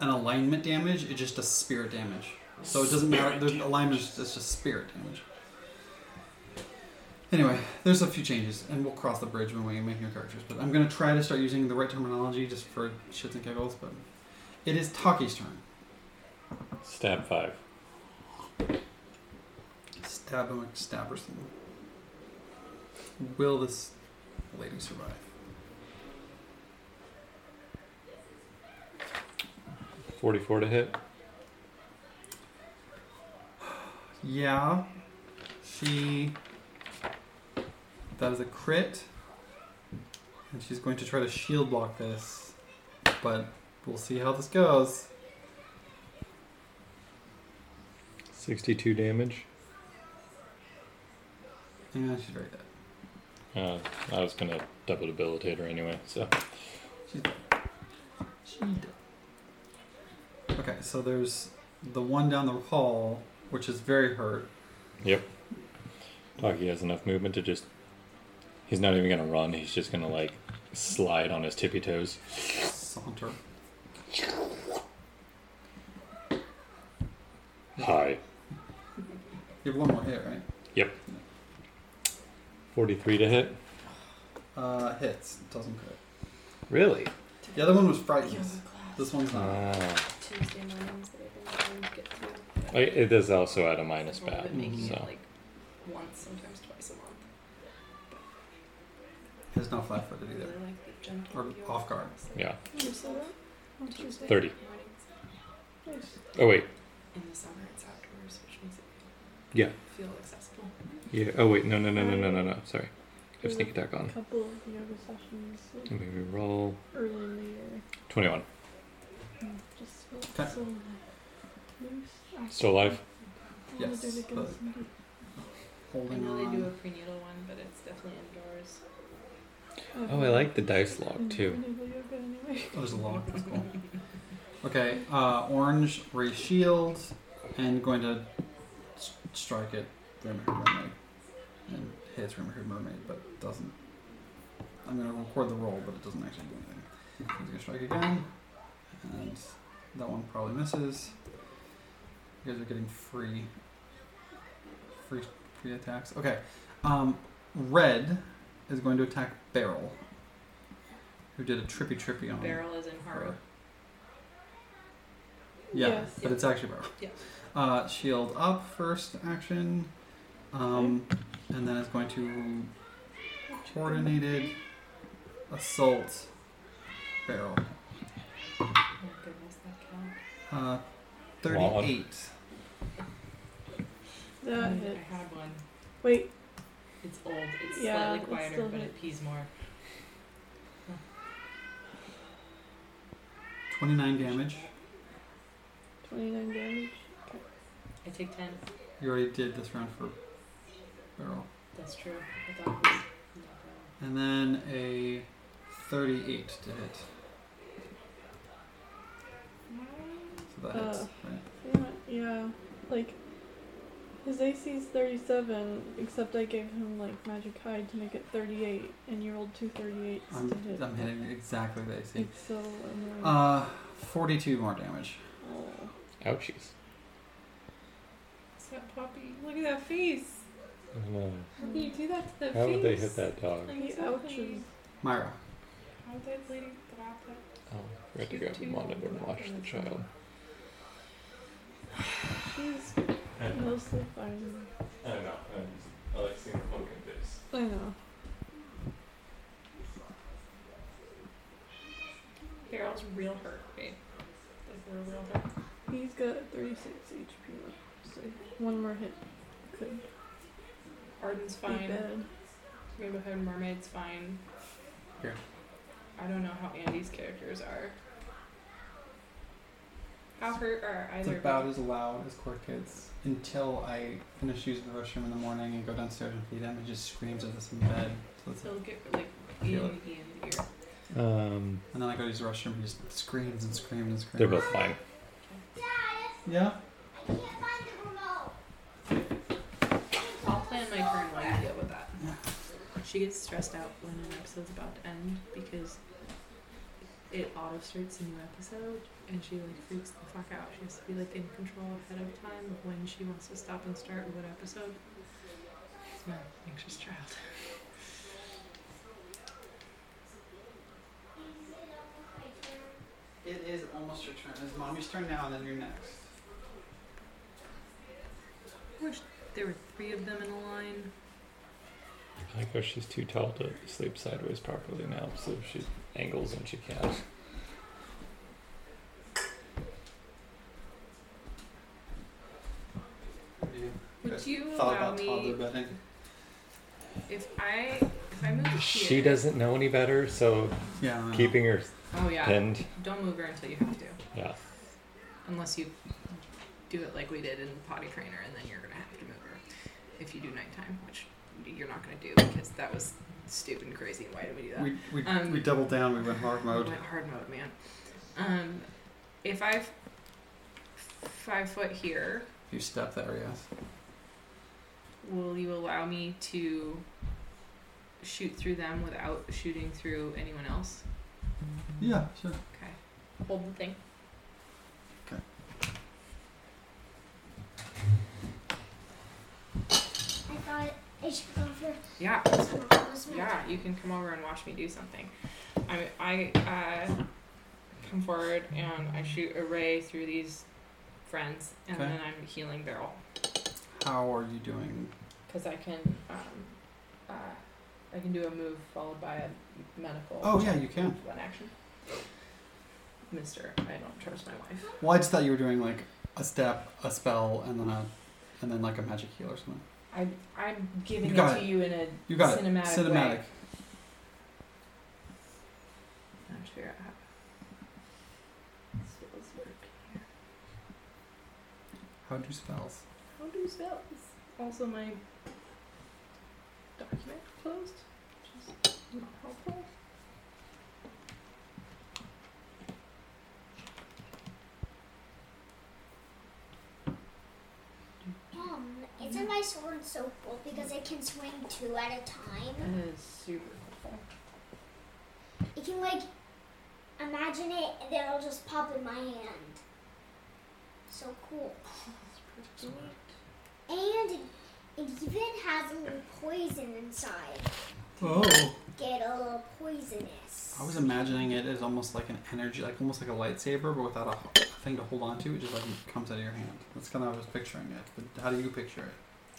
Speaker 2: an alignment damage, it just does spirit damage. So it doesn't matter. There's alignment is it's just spirit damage. Anyway, there's a few changes, and we'll cross the bridge when we make new characters. But I'm gonna try to start using the right terminology just for shits and giggles. But it is Taki's turn.
Speaker 4: Stab five.
Speaker 2: Stab him, like stab or something. Will this lady survive?
Speaker 4: Forty-four to hit.
Speaker 2: Yeah. She. That is a crit. And she's going to try to shield block this. But we'll see how this goes.
Speaker 4: Sixty-two damage.
Speaker 2: Yeah, she's very dead.
Speaker 4: Uh, I was gonna double debilitate her anyway, so
Speaker 2: She Okay, so there's the one down the hall, which is very hurt.
Speaker 4: Taki has enough movement to just. He's not even gonna run. He's just gonna like slide on his tippy toes.
Speaker 2: Saunter.
Speaker 4: Hi.
Speaker 2: You have one more hit, right?
Speaker 4: Forty-three to hit.
Speaker 2: Uh, hits. Doesn't crit.
Speaker 4: Really?
Speaker 2: The other one was frightened. This one's not.
Speaker 3: Uh,
Speaker 4: Ah.
Speaker 6: Tuesday mornings that I've been trying to get through.
Speaker 4: I- It is also at a minus
Speaker 6: I've only
Speaker 4: bat.
Speaker 6: been making
Speaker 4: so.
Speaker 6: it like once, sometimes twice a month.
Speaker 2: It's not flat footed either.
Speaker 6: They're like the jump
Speaker 2: Or
Speaker 6: that you
Speaker 2: off guard.
Speaker 6: always
Speaker 4: Yeah.
Speaker 6: do so
Speaker 1: Oh,
Speaker 6: on Tuesday
Speaker 4: 30.
Speaker 6: mornings.
Speaker 1: nice.
Speaker 4: Oh wait.
Speaker 6: In the summer, it's outdoors, which makes it
Speaker 4: Yeah.
Speaker 6: feel accessible.
Speaker 4: Yeah. Oh wait. No. No. No. No. No. No. No. Sorry. I have sneak
Speaker 1: Do
Speaker 4: attack on.
Speaker 1: a couple of yoga sessions like,
Speaker 4: Let me roll.
Speaker 1: early in the year.
Speaker 4: Twenty-one.
Speaker 1: Mm, Just so,
Speaker 2: Okay.
Speaker 1: so loose. I
Speaker 4: Still alive.
Speaker 1: wanna do
Speaker 2: Yes,
Speaker 1: it again
Speaker 2: but-
Speaker 1: someday.
Speaker 3: I
Speaker 2: holding
Speaker 3: know they do a
Speaker 2: on.
Speaker 3: prenatal one, but it's definitely indoors.
Speaker 4: Oh, I like the dice log
Speaker 1: Mm,
Speaker 4: too.
Speaker 1: prenatal yoga anyway.
Speaker 2: Oh, there's a lock. That's cool. Okay, uh, orange raise shield and going to s- strike at Grimmer Mermaid. And hits Grimmer Mermaid, but doesn't. I'm going to record the roll, but it doesn't actually do anything. He's going to strike again. And that one probably misses. You guys are getting free. Free, free attacks. Okay. Um, red is going to attack Barrel, who did a trippy trippy on
Speaker 3: Barrel is in
Speaker 2: her.
Speaker 3: Haru.
Speaker 2: Yeah,
Speaker 1: Yes.
Speaker 2: but it's actually Barrow.
Speaker 3: Yeah.
Speaker 2: Uh, shield up first action, um, and then it's going to coordinated assault barrel.
Speaker 3: Oh goodness, that count.
Speaker 2: Uh, Thirty-eight.
Speaker 1: That
Speaker 3: Mm,
Speaker 1: hit.
Speaker 3: I had one.
Speaker 1: Wait,
Speaker 3: It's old. It's
Speaker 1: Yeah,
Speaker 3: slightly
Speaker 1: it's
Speaker 3: quieter,
Speaker 1: still
Speaker 3: but
Speaker 1: good.
Speaker 3: it pees more.
Speaker 2: Twenty-nine damage.
Speaker 1: 29 damage.
Speaker 3: I take ten.
Speaker 2: You already did this round for barrel,
Speaker 3: That's true. I thought it was not that
Speaker 2: and then a thirty-eight to hit.
Speaker 3: one.
Speaker 2: So that hits.
Speaker 1: Oh.
Speaker 2: Right.
Speaker 1: Yeah, yeah, like his AC is 37, except I gave him like magic hide to make it 38, and you rolled two 38s to
Speaker 2: I'm,
Speaker 1: hit.
Speaker 2: I'm hitting exactly the AC.
Speaker 1: It's so annoying.
Speaker 2: Uh, forty-two more damage.
Speaker 1: Oh.
Speaker 4: Ouchies.
Speaker 3: What's that puppy? Look at that face.
Speaker 4: I know.
Speaker 3: How do you do that to that
Speaker 4: Uh, How
Speaker 3: face?
Speaker 4: would they hit that dog?
Speaker 1: He ouches.
Speaker 2: Myra.
Speaker 3: How did that lady drop that?
Speaker 4: Oh, we had to grab the monitor and watch the child.
Speaker 1: She's mostly fine.
Speaker 7: I don't know. I'm just, I like seeing the pumpkin face.
Speaker 1: I know.
Speaker 3: Barrel's real hurt, babe. Like, we're real hurt.
Speaker 1: He's got 36 HP left, so one more hit could
Speaker 3: Arden's
Speaker 1: be
Speaker 3: fine.
Speaker 1: bad.
Speaker 3: Rainbow Hood Mermaid's fine.
Speaker 2: Here.
Speaker 3: I don't know how Andy's characters are. How hurt are
Speaker 2: It's
Speaker 3: either of
Speaker 2: about
Speaker 3: you?
Speaker 2: as loud as Court Kids until I finish using the restroom in the morning and go downstairs and feed him. He just screams at us in bed. So it's-
Speaker 3: So it'll get like in
Speaker 2: Feel
Speaker 3: Ian ear.
Speaker 4: Um,
Speaker 2: and then I go to use the restroom. He just screams and screams and screams.
Speaker 4: they're both fine.
Speaker 2: Yeah.
Speaker 5: I can't find the remote.
Speaker 3: I'll plan my turn while you deal with that. She gets stressed out when an episode's about to end because it auto starts a new episode and she like freaks the fuck out. She has to be like in control ahead of time of when she wants to stop and start what episode. It's my anxious child.
Speaker 2: It is almost your turn. It's mommy's turn now, and then you're next.
Speaker 3: I wish there were three of them in a line.
Speaker 4: I like how she's too tall to sleep sideways properly now, so she angles when she can.
Speaker 3: Would you
Speaker 2: thought
Speaker 3: allow
Speaker 2: about toddler
Speaker 3: me
Speaker 2: bedding?
Speaker 3: if I if I move here?
Speaker 4: She doesn't know any better, so
Speaker 2: Yeah. I know.
Speaker 4: keeping her
Speaker 3: Oh yeah.
Speaker 4: pinned.
Speaker 3: Don't move her until you have to.
Speaker 4: Yeah.
Speaker 3: Unless you do it like we did in Potty Trainer, and then you're gonna have to move her if you do nighttime, which you're not gonna do because that was stupid and crazy. Why did we do that?
Speaker 2: We, we,
Speaker 3: Um,
Speaker 2: we doubled down. We went hard
Speaker 3: We
Speaker 2: mode.
Speaker 3: went hard mode, man. Um, if I f- five foot here,
Speaker 2: You step there, yes.
Speaker 3: will you allow me to shoot through them without shooting through anyone else?
Speaker 2: Yeah, sure.
Speaker 3: Okay. Hold the thing.
Speaker 5: I thought I should go over
Speaker 3: Yeah.
Speaker 5: some of those notes.
Speaker 3: Yeah, you can come over and watch me do something. I I uh, come forward and I shoot a ray through these friends, and
Speaker 2: Okay.
Speaker 3: then I'm healing barrel
Speaker 2: How are you doing?
Speaker 3: because I can um, uh, I can do a move followed by a medical.
Speaker 2: Oh, yeah, you can.
Speaker 3: One action. Mister, I don't trust my wife.
Speaker 2: Well, I just thought you were doing like a step, a spell, and then a, and then like a magic heal or something.
Speaker 3: I I'm giving
Speaker 2: You
Speaker 3: it
Speaker 2: got
Speaker 3: to you in a
Speaker 2: You got
Speaker 3: cinematic,
Speaker 2: it. Cinematic.
Speaker 3: way. I'm just figure out how. This feels weird.
Speaker 2: How do spells?
Speaker 3: How do spells? Also, my
Speaker 1: closed. Just not helpful.
Speaker 5: Um, isn't my sword so cool because it can swing two at a time?
Speaker 3: That is super helpful.
Speaker 5: It can like imagine it and then it'll just pop in my hand. So cool. And it, it even has a little poison inside.
Speaker 2: Oh.
Speaker 5: Get a little poisonous.
Speaker 2: I was imagining it as almost like an energy, like almost like a lightsaber, but without a h- thing to hold on to. It just like comes out of your hand. That's kind of how I was picturing it. But how do you picture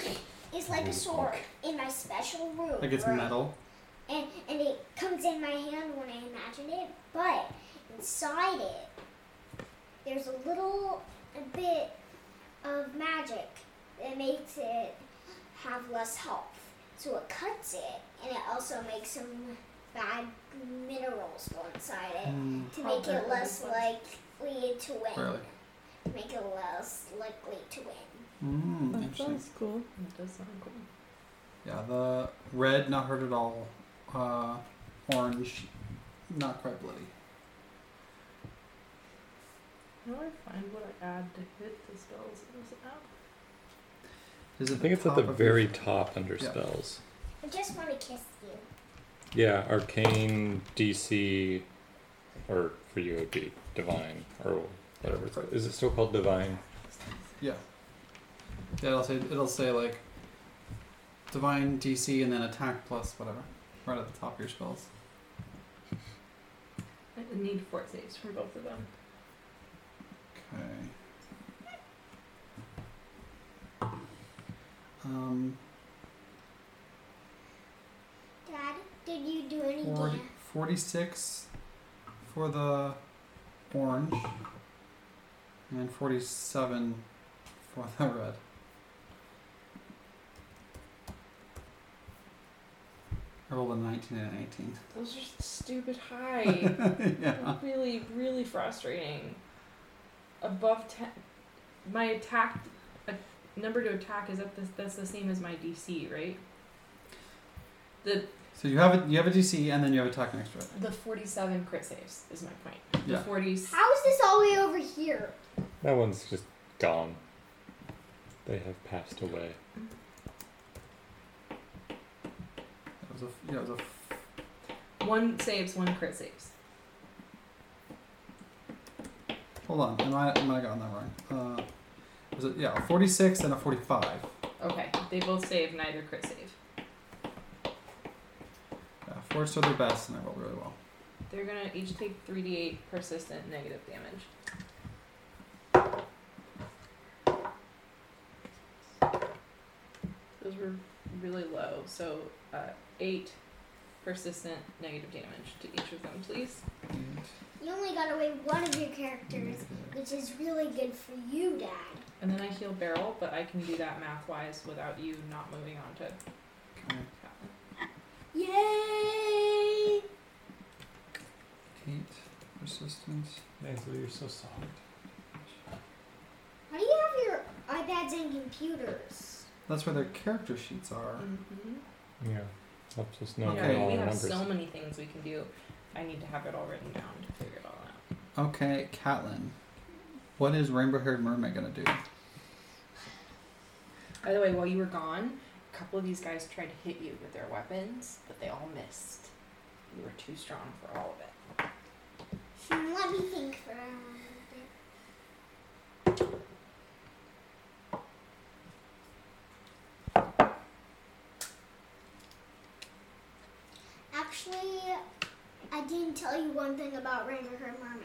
Speaker 2: it?
Speaker 5: It's like a sword in my special room.
Speaker 2: Like it's
Speaker 5: where-
Speaker 2: metal.
Speaker 5: And, and it comes in my hand when I imagine it, but inside it, there's a little bit of magic that makes it have less health. So it cuts it, and it also makes some bad minerals go inside it
Speaker 2: Hmm.
Speaker 5: to make it less likely to win.
Speaker 2: Really?
Speaker 5: To make it less likely to win.
Speaker 2: Mm,
Speaker 1: That
Speaker 2: interesting.
Speaker 1: sounds cool.
Speaker 3: It does sound cool.
Speaker 2: Yeah, the red, not hurt at all. Uh, orange, not quite bloody.
Speaker 3: How do I find what I add to hit the spells in this app?
Speaker 2: Is it
Speaker 4: I think it's at the
Speaker 2: top of
Speaker 4: very
Speaker 2: your-
Speaker 4: top under
Speaker 2: Yeah.
Speaker 4: spells.
Speaker 5: I just want to kiss you.
Speaker 4: Yeah, arcane DC, or for you it would be divine or whatever. It's, is it still called divine?
Speaker 2: Yeah. Yeah, it'll say it'll say like divine DC and then attack plus whatever, right at the top of your spells.
Speaker 3: I need fort saves from both of them.
Speaker 2: Okay. Um,
Speaker 5: Dad, did you do any
Speaker 2: 40,
Speaker 5: dance?
Speaker 2: 46 for the orange and 47 for the red. I rolled a 19 and an
Speaker 3: Those are stupid high.
Speaker 2: 18. yeah.
Speaker 3: really, really frustrating. Above ten, my attack a number to attack is at this. That's the same as my DC, right? The
Speaker 2: So you have a, you have a DC and then you have attack next to it.
Speaker 3: the forty-seven crit saves is my point. The
Speaker 2: Yeah.
Speaker 3: forties.
Speaker 5: How is this all the way over here?
Speaker 4: That one's just gone. They have passed away.
Speaker 2: That was a, yeah, it was a
Speaker 3: One saves, one crit saves.
Speaker 2: Hold on, am I, am I gotten that wrong? Uh, was it yeah, a 46 and a 45?
Speaker 3: Okay, they both save, neither crit save.
Speaker 2: Yeah, fours are their best, and I rolled really well.
Speaker 3: They're gonna each take three d eight persistent negative damage. Those were really low, so uh, eight persistent negative damage to each of them, please.
Speaker 5: You only got away one of your characters, which is really good for you, Dad.
Speaker 3: And then I heal Barrel, but I can do that math wise without you not moving on to
Speaker 2: Okay.
Speaker 3: Catherine.
Speaker 5: Yay!
Speaker 2: Eight resistance.
Speaker 7: Nancy, you're so soft.
Speaker 5: Why do you have your iPads and computers?
Speaker 2: That's where their character sheets are.
Speaker 5: Mm-hmm.
Speaker 4: Yeah. Helps us know
Speaker 2: Okay.
Speaker 4: what
Speaker 3: Yeah,
Speaker 4: all
Speaker 3: we
Speaker 4: our
Speaker 3: have
Speaker 4: numbers.
Speaker 3: so many things we can do. I need to have it all written down to figure it all out.
Speaker 2: Okay, Catelyn. What is Rainbow Haired Mermaid gonna do?
Speaker 3: By the way, while you were gone, a couple of these guys tried to hit you with their weapons, but they all missed. You were too strong for all of it.
Speaker 5: Hmm, let me think for a minute. Actually, I didn't tell you one thing about Rainbow Her Mermaid.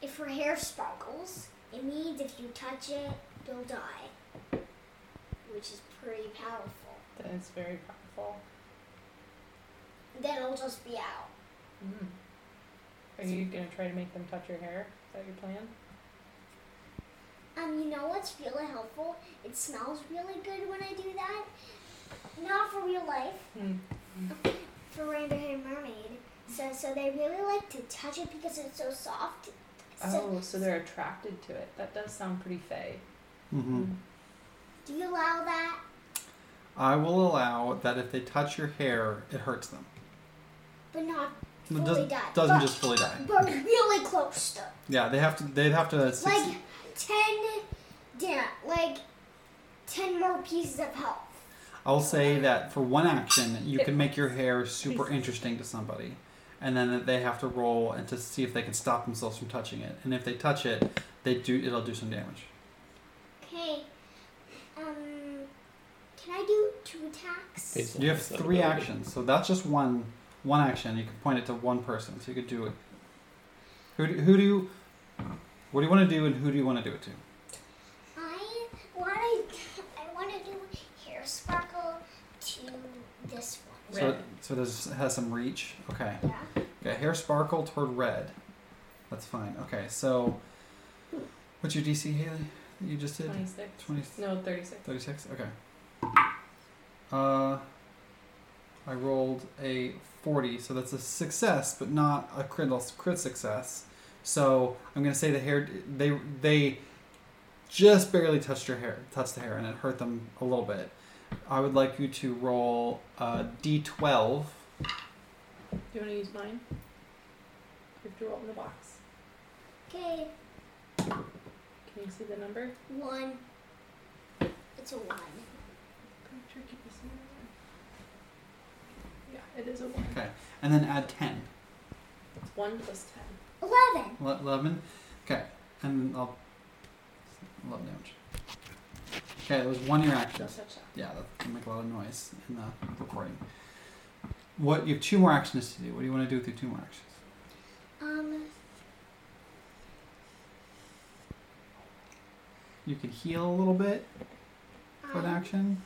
Speaker 5: If her hair sparkles, it means if you touch it, you'll die. Which is pretty powerful.
Speaker 3: That is very powerful.
Speaker 5: Then it'll just be out.
Speaker 3: Mm. Are you gonna try to make them touch your hair? Is that your plan?
Speaker 5: Um, you know what's really helpful? It smells really good when I do that. Not for real life,
Speaker 3: Hmm.
Speaker 5: for Rainbow Hair Mermaid. So, so they really like to touch it because it's so soft. So,
Speaker 3: Oh, so they're attracted to
Speaker 2: Hmm.
Speaker 3: it. That does sound pretty fey.
Speaker 2: Mm-hmm.
Speaker 5: do you allow that?
Speaker 2: I will allow that if they touch your hair, it hurts them.
Speaker 5: but not
Speaker 2: It
Speaker 5: Fully
Speaker 2: doesn't,
Speaker 5: died.
Speaker 2: doesn't
Speaker 5: But-
Speaker 2: just fully die.
Speaker 5: but really close though.
Speaker 2: Yeah, they have to. They'd have to. succeed.
Speaker 5: like 10 yeah like 10 more pieces of health
Speaker 2: I'll say that for one action, you
Speaker 3: It
Speaker 2: can make your hair super interesting to somebody, and then they have to roll and to see if they can stop themselves from touching it. And if they touch it, they do. It'll do some damage.
Speaker 5: okay um can i do two attacks
Speaker 4: Basil
Speaker 2: You have
Speaker 4: has that
Speaker 2: three
Speaker 4: ability.
Speaker 2: actions, so that's just one one action. You can point it to one person, so you could do it. Who do, who do you? What do you want to do, and who do you want to do it to?
Speaker 5: i want to i want to do hair sparkle to this one
Speaker 2: So,
Speaker 3: Red.
Speaker 2: so this has some reach. Okay.
Speaker 5: yeah
Speaker 2: Okay, hair sparkle toward red. That's fine. Okay, so what's your DC, Haley? that You just did
Speaker 3: 26.
Speaker 2: 20,
Speaker 3: No, 36.
Speaker 2: 36? Okay. Uh, I rolled a 40, so that's a success, but not a crit, crit success. So I'm gonna say the hair they they just barely touched your hair, touched the hair, and it hurt them a little bit. I would like you to roll uh, a D12.
Speaker 3: Do you want to use mine? You have to roll in the box.
Speaker 5: okay
Speaker 3: Can you see the number?
Speaker 5: one it's a one
Speaker 3: Yeah, it is a 1.
Speaker 2: Okay, and then add 10.
Speaker 3: It's 1 plus 10.
Speaker 5: 11
Speaker 2: Le- 11. Okay, and I'll. 11 damage. Okay, it was one of your
Speaker 3: Don't
Speaker 2: actions.
Speaker 3: touch that.
Speaker 2: Yeah, that can make a lot of noise in the recording. What you have two more actions to do. What do you want to do with your two more actions?
Speaker 5: um
Speaker 2: You can heal a little bit for an
Speaker 5: I-
Speaker 2: action.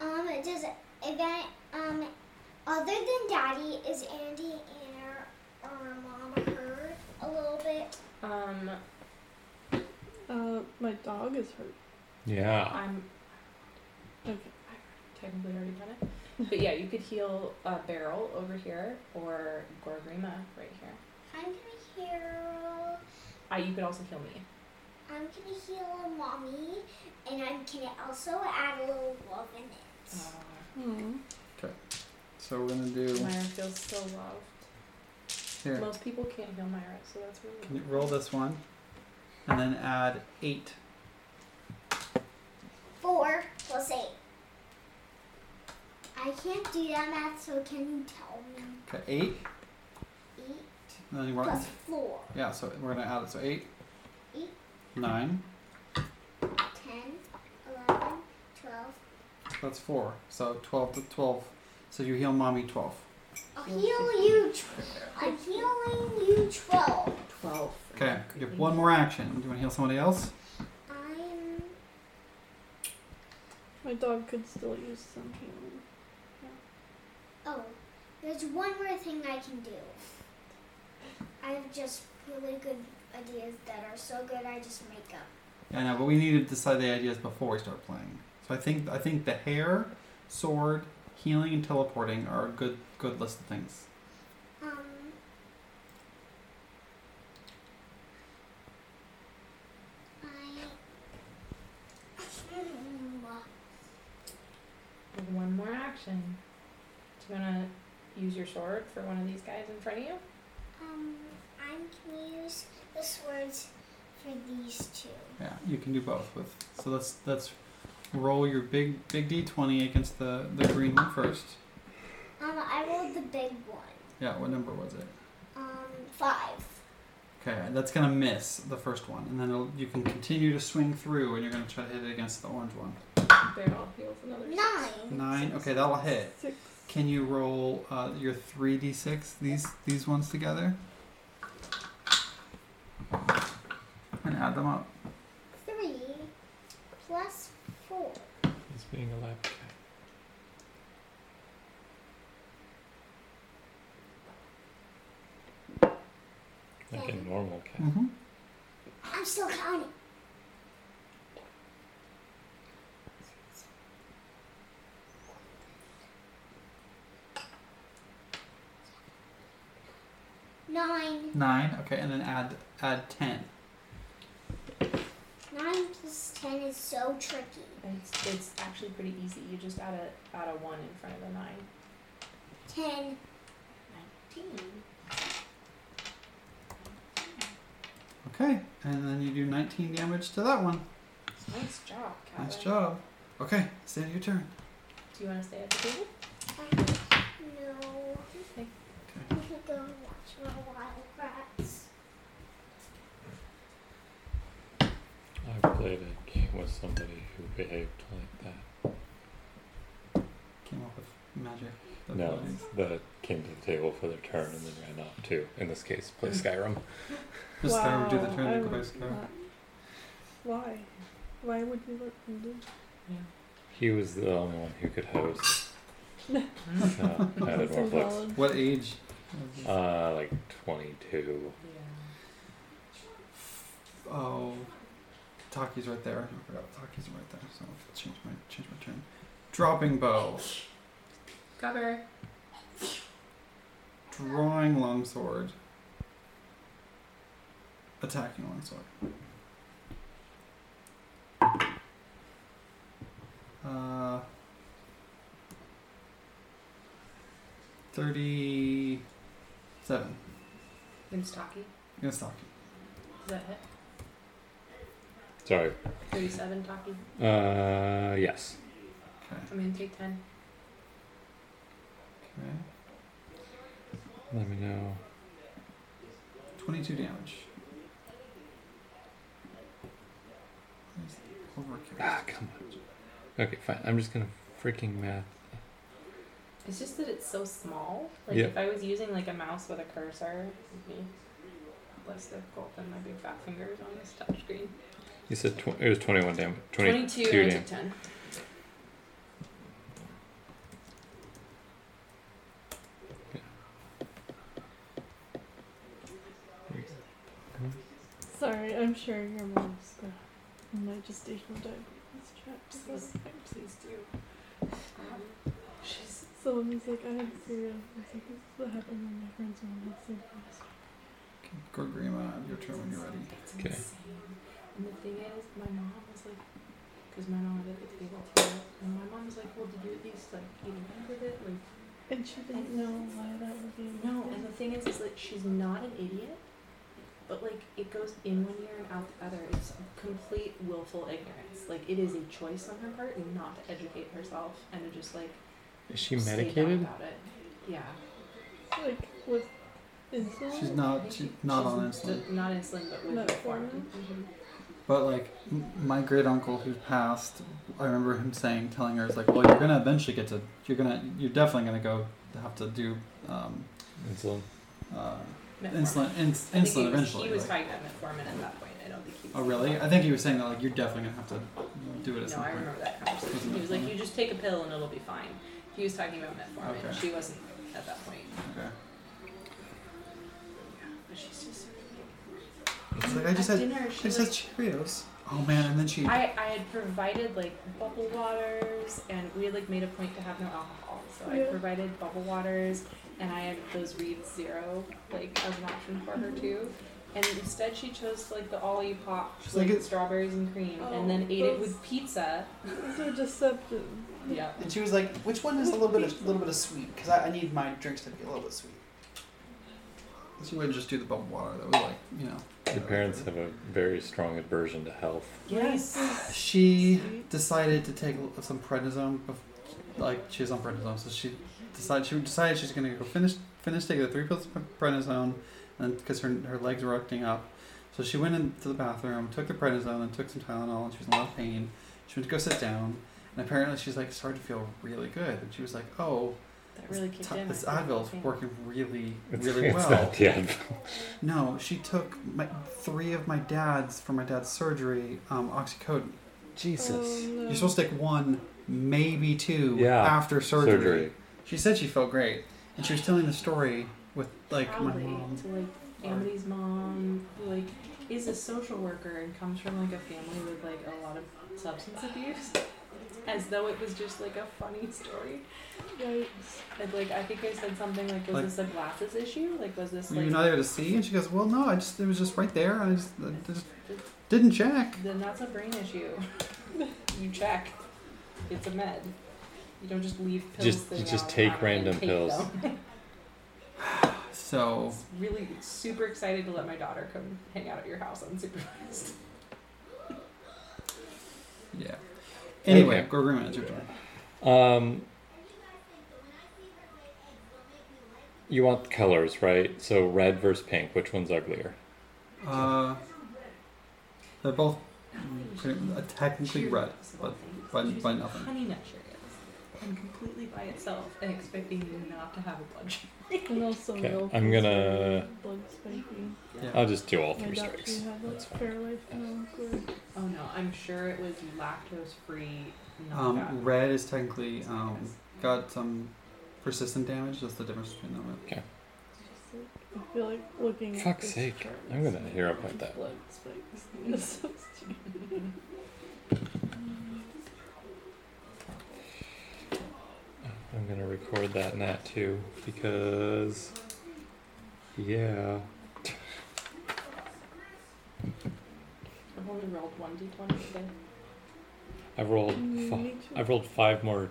Speaker 5: Um, does event um, other than Daddy, is Andy and her or Mom hurt a little bit?
Speaker 3: Um,
Speaker 1: Uh, my dog is hurt.
Speaker 4: Yeah.
Speaker 3: I'm
Speaker 1: Okay.
Speaker 3: technically already done it. But yeah, you could heal a barrel over here or Gorgrima right here.
Speaker 5: I'm gonna heal.
Speaker 3: Uh, you could also heal me.
Speaker 5: I'm gonna heal Mommy, and I'm gonna also add a little love in it.
Speaker 3: Uh,
Speaker 1: Hmm.
Speaker 2: So we're gonna do
Speaker 3: Myra feels so loved.
Speaker 2: here.
Speaker 3: Most people can't heal Myra, so that's really
Speaker 2: Can you roll this one, and then add eight.
Speaker 5: Four plus eight. I can't do that math, so can you tell me?
Speaker 2: Okay, eight.
Speaker 5: Eight
Speaker 2: And then you roll.
Speaker 5: plus four,
Speaker 2: Yeah, so we're gonna add it. So eight.
Speaker 5: Eight.
Speaker 2: Nine.
Speaker 5: ten, eleven, twelve.
Speaker 2: That's four. So twelve to twelve. So you heal mommy twelve.
Speaker 5: I'll heal you. Tw- I'm healing you twelve.
Speaker 3: 12.
Speaker 2: Okay, you have one more action. Do you want to heal somebody else?
Speaker 5: I'm.
Speaker 1: My dog could still use some healing.
Speaker 5: Oh, there's one more thing I can do. I have just really good ideas that are so good I just make up.
Speaker 2: I know, but we need to decide the ideas before we start playing. So I think I think the hair, sword, healing, and teleporting are a good good list of things.
Speaker 5: Um. I.
Speaker 3: With one more action. Do you want to use your sword for one of these guys in front of you?
Speaker 5: Um, I'm gonna use the swords for these two.
Speaker 2: Yeah, you can do both with. So let's let's roll your big big D twenty against the the green one first.
Speaker 5: Um, I rolled the big one.
Speaker 2: Yeah, what number was it?
Speaker 5: Um, five.
Speaker 2: Okay, that's gonna miss the first one, and then it'll, you can continue to swing through, and you're gonna try to hit it against the orange one.
Speaker 3: Barrel heals another. six.
Speaker 5: Nine.
Speaker 2: Nine. Okay, that'll hit.
Speaker 1: Six.
Speaker 2: Can you roll uh, your three D six these these ones together? And add them up.
Speaker 5: Three plus four.
Speaker 4: He's being alive. cat. Like a normal cat.
Speaker 2: Mm-hmm.
Speaker 5: I'm still counting. Nine.
Speaker 2: Nine. Okay, and then add add ten.
Speaker 5: Nine This ten is so tricky.
Speaker 3: It's, it's actually pretty easy. You just add a add a one in front of a nine.
Speaker 5: Ten.
Speaker 3: Nineteen.
Speaker 2: Okay, and then you do 19 damage to that one.
Speaker 3: Nice job, Calvin.
Speaker 2: Nice job. Okay, it's the end of your turn.
Speaker 3: Do you want to stay at the table?
Speaker 5: I- No.
Speaker 3: Okay.
Speaker 5: We could go and watch my wild rats.
Speaker 4: I've played a game with somebody who behaved like that.
Speaker 2: Came up with magic.
Speaker 4: No, that came to the table for their turn and then ran off too. In this case, play Skyrim.
Speaker 2: Just wow, do the
Speaker 1: Wow,
Speaker 2: turn
Speaker 1: I
Speaker 2: and go
Speaker 1: would
Speaker 2: by Skyrim.
Speaker 1: not- Why? Why would you let them do
Speaker 4: He was the only one who could host. uh, so I added
Speaker 1: That's so
Speaker 4: more flex.
Speaker 1: valid.
Speaker 2: What age?
Speaker 4: Uh, like 22.
Speaker 3: Yeah.
Speaker 2: Oh, Taki's right there. I forgot Taki's right there, so I'll change my change my turn. Dropping bow,
Speaker 3: Cover.
Speaker 2: drawing longsword, attacking longsword. Uh, thirty-seven
Speaker 3: It's Taki.
Speaker 2: against Taki.
Speaker 3: Is that hit?
Speaker 4: Sorry.
Speaker 3: Thirty-seven Taki.
Speaker 4: Uh, yes.
Speaker 2: Okay.
Speaker 3: I mean, take ten.
Speaker 2: Okay.
Speaker 4: Let me know.
Speaker 2: 22 damage. Where's the overkill?
Speaker 4: Ah, come on. Okay, fine. I'm just gonna freaking math.
Speaker 3: It's just that it's so small. Like
Speaker 4: Yeah.
Speaker 3: if I was using like a mouse with a cursor, it'd be less difficult than my big fat fingers on this touchscreen.
Speaker 4: You said tw- it was 21 damage.
Speaker 3: Twenty-two,
Speaker 4: 22
Speaker 3: and I
Speaker 4: damage.
Speaker 3: took ten.
Speaker 1: Sorry, I'm sure your mom's uh, might just take from dive. Let's chat.
Speaker 3: Please, please do. Um, she's
Speaker 1: So when he's like, I had cereal, I was like, this is what happened when my friends were had cereal.
Speaker 2: Okay, Gorgrima, your turn when you're ready.
Speaker 3: It's
Speaker 4: Okay.
Speaker 3: insane. And the thing is, my mom was like, because my mom was at the table too, and my mom was like, well, did you at least like eat a bit of it? Like,
Speaker 1: And she didn't know why that would be.
Speaker 3: no. And the thing is, is that she's not an idiot, but like it goes in one ear and out the other. It's complete willful ignorance. Like it is a choice on her part not to educate herself and to just like
Speaker 4: Is she
Speaker 3: stay down
Speaker 4: medicated?
Speaker 3: about it. Yeah.
Speaker 1: Like, with insulin?
Speaker 2: She's
Speaker 3: I
Speaker 2: not
Speaker 3: think
Speaker 2: she's
Speaker 3: she-
Speaker 2: not
Speaker 3: she's
Speaker 2: on
Speaker 3: d-
Speaker 2: insulin.
Speaker 3: Not insulin, but with
Speaker 1: Metformin?
Speaker 3: Mhm.
Speaker 2: But like m- my great uncle who passed, I remember him saying, telling her, "It's like, well, you're gonna eventually get to, you're gonna, you're definitely gonna go have to do um,
Speaker 4: Insulin.
Speaker 2: uh,
Speaker 3: Metformin.
Speaker 2: insulin, ins,
Speaker 3: I think he was-
Speaker 2: insulin eventually."
Speaker 3: He was
Speaker 2: like-
Speaker 3: talking about metformin at that point. I don't think he was.
Speaker 2: oh really? I think he was saying that like you're definitely gonna have to do it at
Speaker 3: No,
Speaker 2: some
Speaker 3: I
Speaker 2: point.
Speaker 3: remember that conversation. He was like, you just take a pill and it'll be fine. He was talking about metformin.
Speaker 2: Okay.
Speaker 3: She wasn't at that point.
Speaker 2: Okay.
Speaker 3: But she's just sort of like,
Speaker 2: It's like I just had,
Speaker 3: dinner,
Speaker 2: I
Speaker 3: she
Speaker 2: just
Speaker 3: like,
Speaker 2: had Cheerios. Oh man, and then she.
Speaker 3: I, I had provided like bubble waters and we had like made a point to have no alcohol. So I
Speaker 1: Yeah.
Speaker 3: provided bubble waters and I had those read zero like as an option for
Speaker 1: Mm-hmm.
Speaker 3: her too. And instead she chose like the all you pop
Speaker 2: She's
Speaker 3: like
Speaker 2: like, it-
Speaker 3: strawberries and cream
Speaker 1: Oh,
Speaker 3: and then ate it
Speaker 1: those-
Speaker 3: with pizza.
Speaker 1: These are deception.
Speaker 3: Yeah.
Speaker 8: And she was like, "Which one is a little bit of, little bit of sweet? Because I, I need my drinks to be a little bit sweet."
Speaker 2: She wouldn't just do the bubble water. That was like, you know.
Speaker 4: Your parents have a very strong aversion to health.
Speaker 3: Yes.
Speaker 2: She
Speaker 1: Sweet.
Speaker 2: decided to take some prednisone. Bef- like she was on prednisone, so she decided she decided she's gonna go finish finish taking the three pills of prednisone, and because her her legs were acting up, so she went into the bathroom, took the prednisone, and took some Tylenol, and she was in a lot of pain. She went to go sit down, and apparently she's like started to feel really good, and she was like, oh,
Speaker 3: That really
Speaker 2: this,
Speaker 3: kicked
Speaker 2: Ty-
Speaker 3: in.
Speaker 2: this
Speaker 3: I think.
Speaker 2: Advil's
Speaker 3: Okay.
Speaker 2: working really
Speaker 4: It's,
Speaker 2: really
Speaker 4: it's
Speaker 2: well.
Speaker 4: not the Advil.
Speaker 2: No, she took my three of my dad's for my dad's surgery, um, oxycodone.
Speaker 1: Oh, no.
Speaker 2: You're supposed to take one, maybe two,
Speaker 4: Yeah.
Speaker 2: after surgery.
Speaker 4: Surgery.
Speaker 2: She said she felt great, and she was telling the story with like
Speaker 3: Probably
Speaker 2: my mom.
Speaker 3: to like Amity's mom, who like is a social worker and comes from like a family with like a lot of substance abuse, as though it was just like a funny story.
Speaker 1: Yikes.
Speaker 3: And like I think I said something like, was
Speaker 2: Like-
Speaker 3: this a glasses issue? Like was this
Speaker 2: Were you
Speaker 3: like
Speaker 2: not able to see? And she goes, "Well, no, I just it was just right there, and I just, I just
Speaker 3: Just
Speaker 2: Didn't check.
Speaker 3: Then that's a brain issue. you check. It's a med. You don't just leave pills.
Speaker 4: Just-
Speaker 3: sitting
Speaker 4: you just
Speaker 3: out
Speaker 4: take
Speaker 3: and
Speaker 4: random
Speaker 3: take
Speaker 4: pills.
Speaker 3: them.
Speaker 2: So
Speaker 3: really super excited to let my daughter come hang out at your house unsupervised.
Speaker 2: yeah. Anyway,
Speaker 4: Okay.
Speaker 2: Gorgrim, it's your turn.
Speaker 4: Um, you want the colors, right? So red versus pink. Which one's uglier?
Speaker 2: Uh, they're both pretty, uh, technically red, but by, by nothing.
Speaker 3: Honey nut Cheerios. I'm completely by itself and expecting you not to have a bunch.
Speaker 1: And also
Speaker 4: Okay,
Speaker 1: milk
Speaker 4: I'm
Speaker 1: is
Speaker 4: gonna-
Speaker 1: very blood spiky.
Speaker 2: Yeah.
Speaker 4: I'll just do all
Speaker 1: My
Speaker 4: three
Speaker 1: doctor
Speaker 4: strikes.
Speaker 1: had
Speaker 4: That's
Speaker 1: like
Speaker 4: fine.
Speaker 1: paralyzed milk or
Speaker 3: Oh no, I'm sure it was lactose free. Not that.
Speaker 2: Um, red is technically um, got some persistent damage. That's the difference between them. right?
Speaker 1: just like I feel like looking at
Speaker 4: Fuck's
Speaker 1: this
Speaker 4: sake,
Speaker 1: chart
Speaker 4: I'm
Speaker 1: is
Speaker 4: gonna hear up with that.
Speaker 1: blood spikes. It's so stupid.
Speaker 4: I'm gonna record that nat too because, yeah.
Speaker 3: I've only rolled one d20 today.
Speaker 4: I rolled
Speaker 1: Mm,
Speaker 4: fi-
Speaker 1: me too.
Speaker 4: I've rolled five more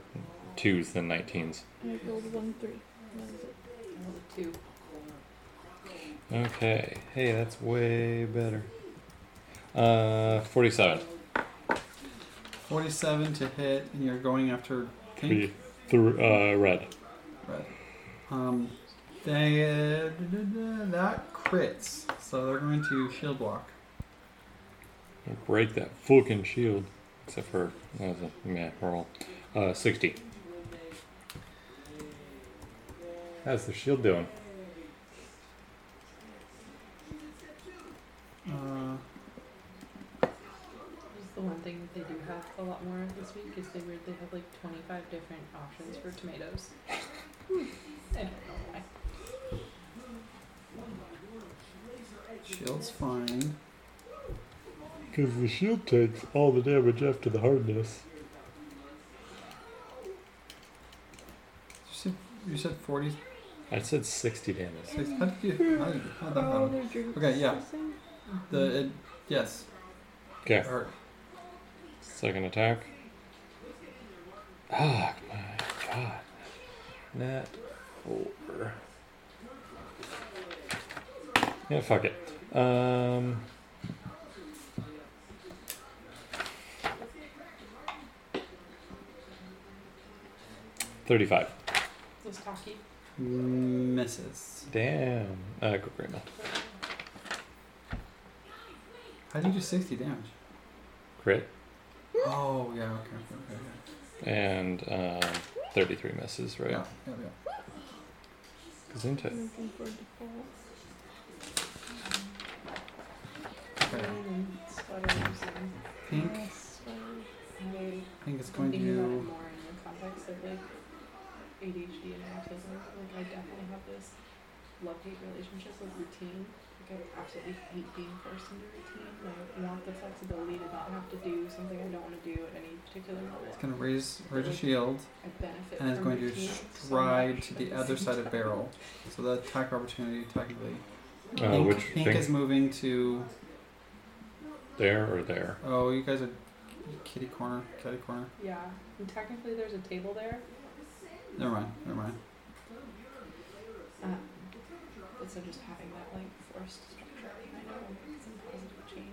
Speaker 4: twos than 19s.
Speaker 1: I rolled one three. That was it.
Speaker 3: I rolled a two.
Speaker 4: Okay. Hey, that's way better. Uh, 47.
Speaker 2: Forty-seven to hit, and you're going after pink.
Speaker 4: Three, thr- uh, red.
Speaker 2: Right. Um, they, uh, that crits, so they're going to shield block.
Speaker 4: Break that fucking shield. Except for that was a meh roll. Uh, sixty. How's the shield doing?
Speaker 2: Uh,
Speaker 3: This is the one thing that they do have a lot more of this week is they were they have like 25 different options for tomatoes. Hmm. I don't know why.
Speaker 2: shield's fine.
Speaker 4: Because the shield takes all the damage after the hardness.
Speaker 2: You said, you said 46.
Speaker 4: I said sixty damage.
Speaker 2: How did you, how did you, how'd that
Speaker 1: Are all
Speaker 2: happen?
Speaker 1: their drinks
Speaker 2: um, Okay, yeah.
Speaker 1: the same?
Speaker 2: The, it, yes.
Speaker 4: Okay.
Speaker 2: Or,
Speaker 4: Second attack. Ah, my god. Net four. Yeah, fuck it. Um. Thirty-five.
Speaker 3: Was talkie.
Speaker 2: misses.
Speaker 4: Damn. Uh, Grima.
Speaker 2: How do you do 60 damage?
Speaker 4: Crit
Speaker 2: Oh, yeah, okay, okay, okay. okay.
Speaker 4: and um, thirty-three misses, right?
Speaker 2: Yeah, yeah, yeah.
Speaker 4: Gesundheit.
Speaker 1: Looking for default.
Speaker 2: Okay. Pink,
Speaker 1: Yes, sorry.
Speaker 3: I
Speaker 2: pink is
Speaker 3: I'm
Speaker 2: going
Speaker 3: thinking about it
Speaker 2: to.
Speaker 3: more in the context of like ADHD and autism. Like I definitely have this love hate relationship with routine. Like I absolutely hate being forced into routine. Like I want the flexibility to not have to do something I don't want to do at any particular
Speaker 2: It's
Speaker 3: moment.
Speaker 2: going to raise, raise a shield,
Speaker 3: I benefit
Speaker 2: and it's
Speaker 3: from
Speaker 2: going to
Speaker 3: routine so
Speaker 2: stride
Speaker 3: much,
Speaker 2: to
Speaker 3: but
Speaker 2: the
Speaker 3: at
Speaker 2: other
Speaker 3: same
Speaker 2: side of
Speaker 3: time-
Speaker 2: barrel. So the attack opportunity technically.
Speaker 4: Uh,
Speaker 2: pink,
Speaker 4: which
Speaker 2: pink
Speaker 4: thing?
Speaker 2: is moving to
Speaker 4: There or there?
Speaker 2: Oh, you guys are kitty corner, kitty corner.
Speaker 3: Yeah, and technically there's a table there.
Speaker 2: Never mind, never mind.
Speaker 3: Um, but so just having that like forced structure, I know some positive change.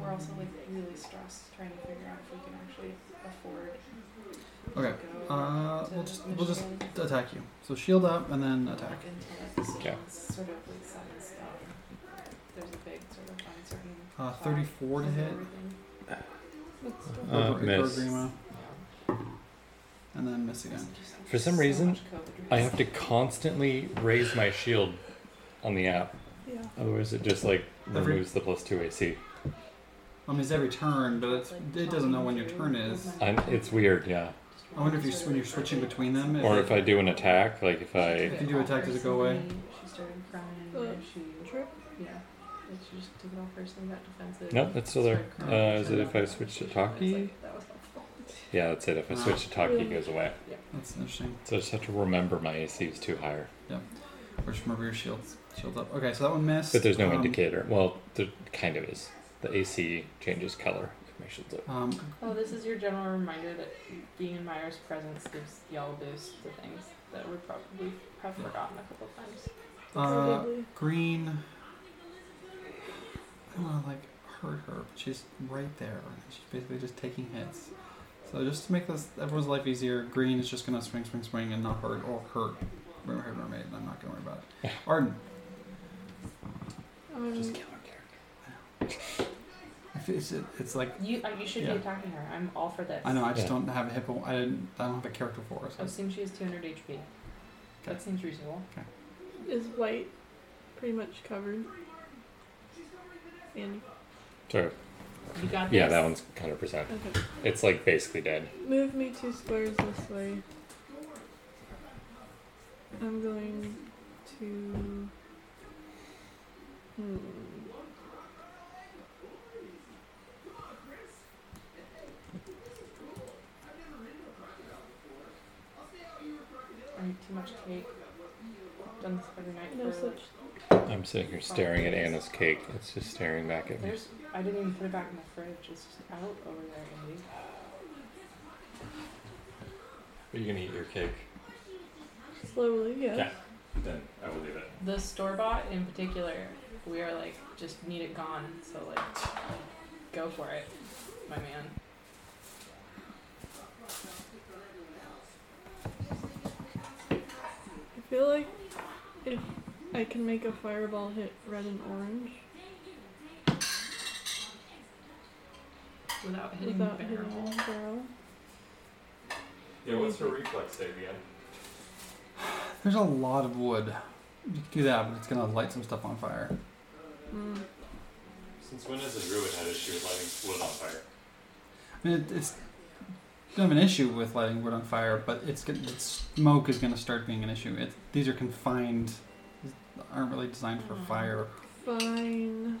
Speaker 3: We're also like really stressed trying to figure out if we can actually afford to
Speaker 2: Okay,
Speaker 3: go
Speaker 2: uh,
Speaker 3: to
Speaker 2: we'll just we'll just
Speaker 3: Michigan.
Speaker 2: attack you. So shield up and then
Speaker 3: Not
Speaker 2: attack.
Speaker 3: until that decision's
Speaker 4: Okay.
Speaker 3: Sort of like set in stone. There's a big sort of uncertain.
Speaker 2: Uh,
Speaker 3: cloud
Speaker 2: thirty-four to
Speaker 3: over
Speaker 2: hit.
Speaker 3: everything.
Speaker 1: That's
Speaker 4: Uh,
Speaker 1: still
Speaker 2: over- over
Speaker 4: miss.
Speaker 2: Grima,
Speaker 3: Yeah.
Speaker 2: and then miss again.
Speaker 3: Just like
Speaker 4: For some
Speaker 3: so
Speaker 4: reason,
Speaker 3: much COVID
Speaker 4: I have to constantly raise my shield on the app,
Speaker 1: yeah.
Speaker 4: otherwise it just like
Speaker 2: Every-
Speaker 4: removes the plus two AC.
Speaker 2: I mean, Um, it's every turn, but it's, it doesn't know when your turn is.
Speaker 4: i it's weird, yeah.
Speaker 3: Just
Speaker 2: I wonder if you
Speaker 3: sort
Speaker 2: s-
Speaker 3: of
Speaker 2: when you're
Speaker 3: like-
Speaker 2: switching between them.
Speaker 4: Or
Speaker 2: it-
Speaker 4: if I do an attack, like if I
Speaker 2: can do attack, does it go away?
Speaker 3: She started crying.
Speaker 1: Uh,
Speaker 3: and she
Speaker 1: Trip.
Speaker 3: Yeah. Like she just took it off personally, got defensive.
Speaker 4: nope, it's still there.
Speaker 3: started
Speaker 4: Uh,
Speaker 3: crying,
Speaker 4: is
Speaker 3: turned
Speaker 4: it if
Speaker 3: off
Speaker 4: I
Speaker 3: the
Speaker 4: switch to
Speaker 3: notification. I was
Speaker 4: Taki?
Speaker 3: like, That was helpful.
Speaker 4: Yeah, that's it. If I switch to Taki, it goes away.
Speaker 2: That's interesting.
Speaker 4: So I just have to remember my AC is too higher.
Speaker 2: Or just remember your shields, shield up. Okay, so that one missed.
Speaker 4: But there's no
Speaker 2: um,
Speaker 4: indicator. Well, there kind of is. the AC changes color. It makes it look-
Speaker 2: Um,
Speaker 3: Well, Oh, this is your general reminder that being in Myra's presence gives y'all boost to things that we probably have forgotten a couple times.
Speaker 2: uh,
Speaker 1: Probably.
Speaker 2: green. I don't want to like hurt her, but she's right there. She's basically just taking hits. So just to make this everyone's life easier, green is just gonna swing, swing, swing, and not hurt or hurt mermaid, mermaid. And I'm not gonna worry about it. Arden,
Speaker 1: Um,
Speaker 2: just kill her character. It's, it's like
Speaker 3: You uh, you should
Speaker 2: Yeah.
Speaker 3: be attacking her. I'm all for this.
Speaker 2: I know I just
Speaker 4: Yeah.
Speaker 2: don't have a hippo. I didn't. I don't have a character for her. So
Speaker 3: Assume she has 200 HP. That seems reasonable.
Speaker 1: is white pretty much covered. And
Speaker 4: So
Speaker 3: You got this.
Speaker 4: yeah, that one's hundred percent.
Speaker 1: okay,
Speaker 4: It's like basically dead.
Speaker 1: move me two squares this way. I'm going to. Hmm.
Speaker 3: I eat too much cake. Done this every night
Speaker 1: No
Speaker 3: for.
Speaker 1: such.
Speaker 4: I'm sitting here staring at Anna's cake. It's just staring back at me.
Speaker 3: There's. I didn't even put it back in the fridge. It's just out over there, Andy.
Speaker 9: Are you gonna eat your cake?
Speaker 1: Slowly, yes.
Speaker 9: Yeah. Then I will leave it.
Speaker 3: The store bought in particular, we are like just need it gone. So like, go for it, my man.
Speaker 1: I feel like if I can make a fireball hit red and orange
Speaker 3: Without hitting
Speaker 1: without
Speaker 3: the Mm-hmm. barrel.
Speaker 1: hitting the barrel,
Speaker 9: Yeah, what's her reflex save again?
Speaker 2: There's a lot of wood. You can do that, but it's gonna light some stuff on fire.
Speaker 1: mm,
Speaker 9: Since when has a druid had issue with lighting wood on fire?
Speaker 2: I mean, it, it's don't have an issue with lighting wood on fire, but it's gonna, the smoke is gonna start being an issue. It, these are confined, aren't really designed for
Speaker 3: Mhm.
Speaker 2: fire.
Speaker 1: fine.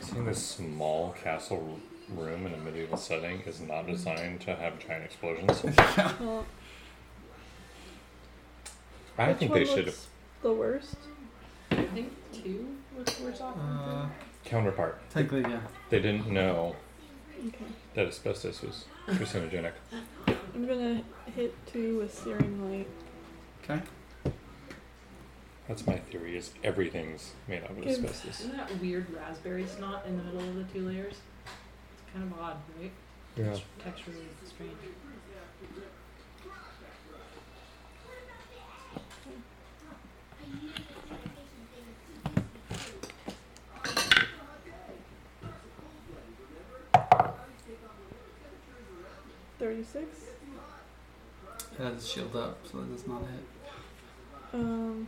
Speaker 4: Seeing this small castle r- room in a medieval setting is not designed to have giant explosions.
Speaker 1: Well,
Speaker 4: I
Speaker 1: which
Speaker 4: think
Speaker 1: one
Speaker 4: they should
Speaker 1: looks The worst.
Speaker 3: I think two was worse off. than
Speaker 2: Uh,
Speaker 3: three.
Speaker 4: counterpart.
Speaker 2: technically, yeah.
Speaker 4: They didn't know
Speaker 1: Okay.
Speaker 4: that asbestos was carcinogenic.
Speaker 1: I'm gonna hit two with searing light.
Speaker 2: Okay.
Speaker 4: That's my theory. Is everything's made out of
Speaker 1: Give-
Speaker 4: asbestos?
Speaker 3: Isn't that weird raspberry snot in the middle of the two layers? It's kind of odd, right?
Speaker 4: Yeah.
Speaker 3: Texturally strange.
Speaker 1: Thirty-six.
Speaker 2: It has its shield up, so that does not hit.
Speaker 1: Um,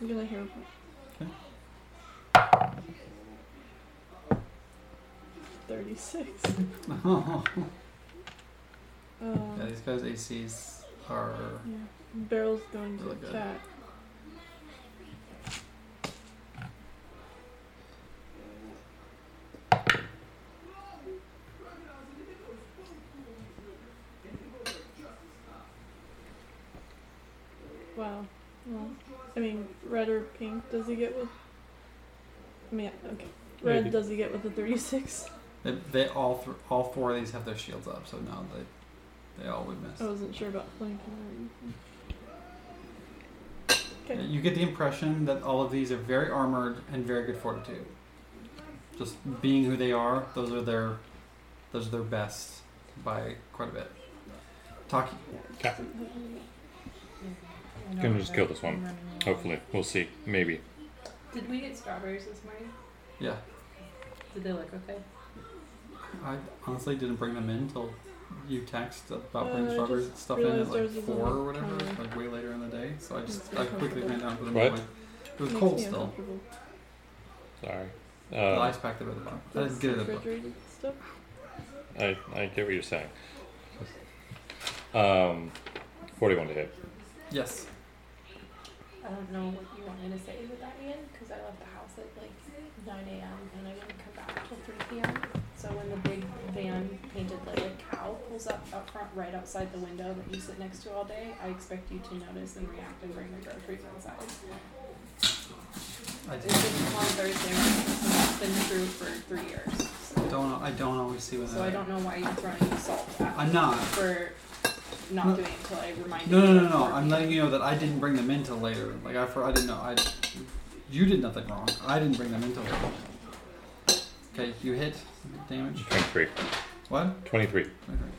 Speaker 1: I'm gonna hero point.
Speaker 2: Okay.
Speaker 1: Thirty-six.
Speaker 2: yeah,
Speaker 1: Um,
Speaker 2: these guys' ACs are.
Speaker 1: yeah. Barrel's going to
Speaker 2: Really good.
Speaker 1: attack. Wow. Well, I mean, red or pink does he get with? I mean, okay. Red
Speaker 2: Maybe.
Speaker 1: does he get with the 36?
Speaker 2: They, they all th- all four of these have their shields up, so no, they they all would miss.
Speaker 1: I wasn't sure about flanking or anything. Okay.
Speaker 2: You get the impression that all of these are very armored and very good fortitude. Just being who they are, those are their those are their best by quite a bit. Talking
Speaker 3: Yeah.
Speaker 4: Okay.
Speaker 3: I know
Speaker 4: Gonna
Speaker 3: I'm
Speaker 4: just
Speaker 3: right.
Speaker 4: kill this one,
Speaker 3: I'm running low.
Speaker 4: Hopefully, we'll see. Maybe.
Speaker 3: Did we get strawberries this morning?
Speaker 2: Yeah.
Speaker 3: Did they look okay?
Speaker 2: I honestly didn't bring them in until you text about
Speaker 1: Uh,
Speaker 2: bringing
Speaker 1: I
Speaker 2: strawberries
Speaker 1: just
Speaker 2: and stuff in at
Speaker 1: realized
Speaker 2: like
Speaker 1: ours was
Speaker 2: four
Speaker 1: on
Speaker 2: or
Speaker 1: the
Speaker 2: whatever,
Speaker 1: counter.
Speaker 2: like way later in the day. So I just
Speaker 1: Makes
Speaker 2: I
Speaker 1: me
Speaker 2: quickly ran down to them.
Speaker 4: What?
Speaker 2: anyway. It was
Speaker 1: Makes
Speaker 2: cold
Speaker 1: me
Speaker 2: still.
Speaker 1: uncomfortable.
Speaker 4: Sorry.
Speaker 2: The
Speaker 4: Uh,
Speaker 2: ice pack that was at the bottom. I
Speaker 1: That's
Speaker 2: didn't get it at the bottom.
Speaker 1: refrigerated stuff.
Speaker 4: I I get what you're saying. Um, forty-one to hit.
Speaker 2: Yes.
Speaker 3: I don't know what you want me to say with that, Ian, because I left the house at like 9 a.m. and I didn't come back till 3 p.m. So when the big van painted like a cow pulls up out front right outside the window that you sit next to all day, I expect you to notice and react and bring the groceries inside.
Speaker 2: I
Speaker 3: It's just on Thursday. It's been true for three years. So,
Speaker 2: don't. I don't always see what.
Speaker 3: so I don't know why you're throwing salt at me
Speaker 2: I'm not.
Speaker 3: for not
Speaker 2: No.
Speaker 3: doing it until I remind
Speaker 2: No,
Speaker 3: you.
Speaker 2: no, no, no. I'm letting you know that I didn't bring them in till later. Like I, for, I didn't know. I, you did nothing wrong. I didn't bring them in till later. Okay, you hit damage.
Speaker 4: 23.
Speaker 2: What?
Speaker 4: 23.
Speaker 2: Okay.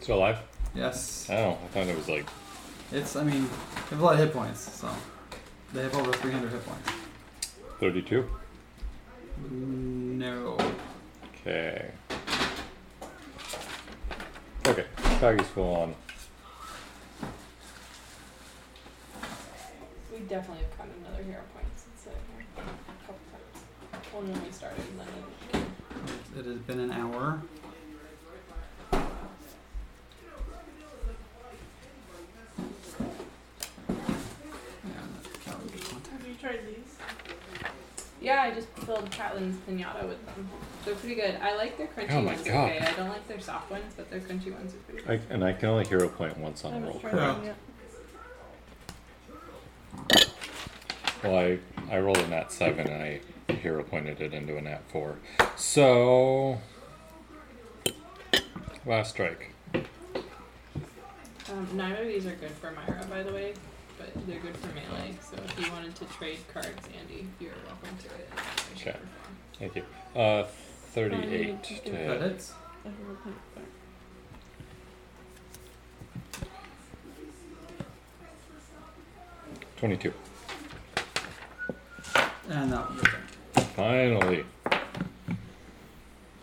Speaker 4: Still alive?
Speaker 2: Yes.
Speaker 4: Oh, I thought it was like.
Speaker 2: It's. I mean, they have a lot of hit points, so they have over 300 hit points.
Speaker 4: 32.
Speaker 2: No.
Speaker 4: Okay. Okay, Foggy's full on.
Speaker 3: We definitely have gotten another hero point since I a couple times. One when we started and then it came.
Speaker 2: It has been an hour. Yeah, that calendar contact.
Speaker 1: Have you tried these?
Speaker 3: Yeah, I just filled Catlin's pinata with them. They're pretty good. I like their crunchy
Speaker 4: Oh my
Speaker 3: ones
Speaker 4: God.
Speaker 3: okay. I don't like their soft ones, but their crunchy ones are pretty
Speaker 4: I,
Speaker 3: good.
Speaker 4: and I can only hero point once
Speaker 1: I
Speaker 4: on a roll,
Speaker 1: haven't tried
Speaker 4: correct?
Speaker 1: them yet.
Speaker 4: Well, I, I rolled a nat 7 and I hero pointed it into a nat 4. So. Last strike.
Speaker 3: Um, neither of these are good for Myra, by the way, but they're good for melee. So if you wanted to trade cards, Andy, you're welcome to it. in any way, shape,
Speaker 4: Okay.
Speaker 3: or form.
Speaker 4: Thank you. Uh, 38 to
Speaker 2: That
Speaker 4: hit.
Speaker 2: hits.
Speaker 1: I have a pink back.
Speaker 4: Twenty-two.
Speaker 2: And that one.
Speaker 4: Finally.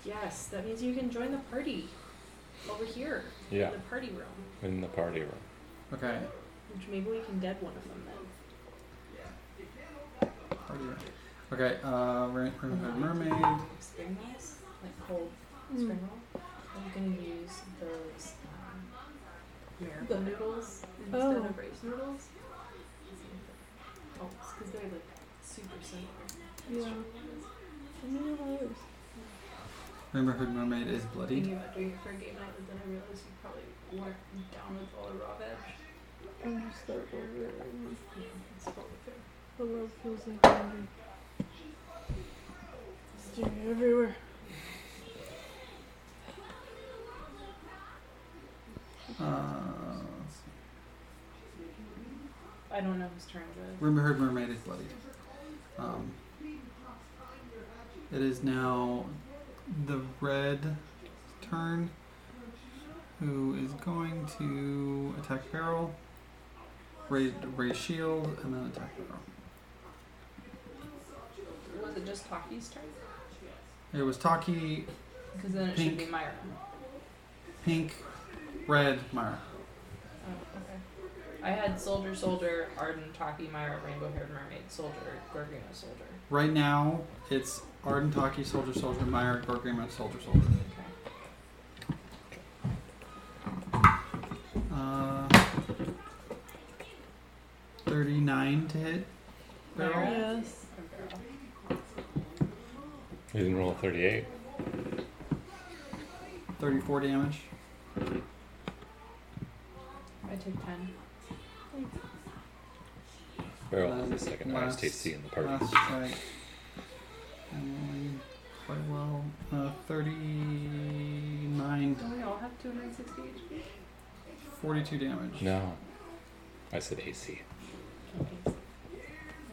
Speaker 3: Yes, that means you can join the party over here
Speaker 4: Yeah.
Speaker 3: in the party room,
Speaker 4: In the party room.
Speaker 2: Okay.
Speaker 3: which maybe we can dead one of them then.
Speaker 2: Party room. Okay, uh, Mer- Mer- Mer- Mermaid.
Speaker 6: Spring rolls? Like cold
Speaker 3: Hmm.
Speaker 1: Mm.
Speaker 6: spring roll? I'm gonna use those um, miracle noodles instead
Speaker 1: Oh.
Speaker 6: of rice noodles. Oh, because they're like super similar.
Speaker 1: Yeah. I mean, I lose.
Speaker 2: Remember Hood Mermaid is bloodied.
Speaker 3: Thinking about doing it for a game night, but then I realized you probably weren't down with all the raw veg.
Speaker 1: I'm gonna start over. and
Speaker 3: Yeah, it's probably fair.
Speaker 1: The world feels like Andy. It's doing it everywhere.
Speaker 2: Uh,
Speaker 3: I don't know whose turn it is.
Speaker 2: Remember Hood Mermaid is bloodied. Um, it is now the red turn, who is going to attack Barrel, raise, raise shield, and then attack Barrel.
Speaker 3: Was it just Taki's turn?
Speaker 2: It was Taki,
Speaker 3: Because then it should be Myra.
Speaker 2: Pink, Red, Mara.
Speaker 3: Oh, okay. I had Soldier, Soldier, Arden, Taki, Myra, Rainbow Haired Mermaid, Soldier, Gorgina, Soldier.
Speaker 2: Right now, it's Arden Taki, Soldier, Soldier, Meyer, Gorgrima, Soldier, Soldier.
Speaker 3: Okay.
Speaker 2: Uh, 39 to hit. Barrel.
Speaker 3: Myra?
Speaker 1: Yes.
Speaker 3: Or Beryl.
Speaker 4: You didn't roll a thirty-eight.
Speaker 2: 34 damage.
Speaker 3: I took 10.
Speaker 4: Barrel has
Speaker 2: Um,
Speaker 4: the second highest
Speaker 2: last-
Speaker 4: TC in the party.
Speaker 2: Last strike. And quite well. Uh, 39,
Speaker 3: Don't we all have 260 HP?
Speaker 2: 42 damage.
Speaker 4: No. I said AC.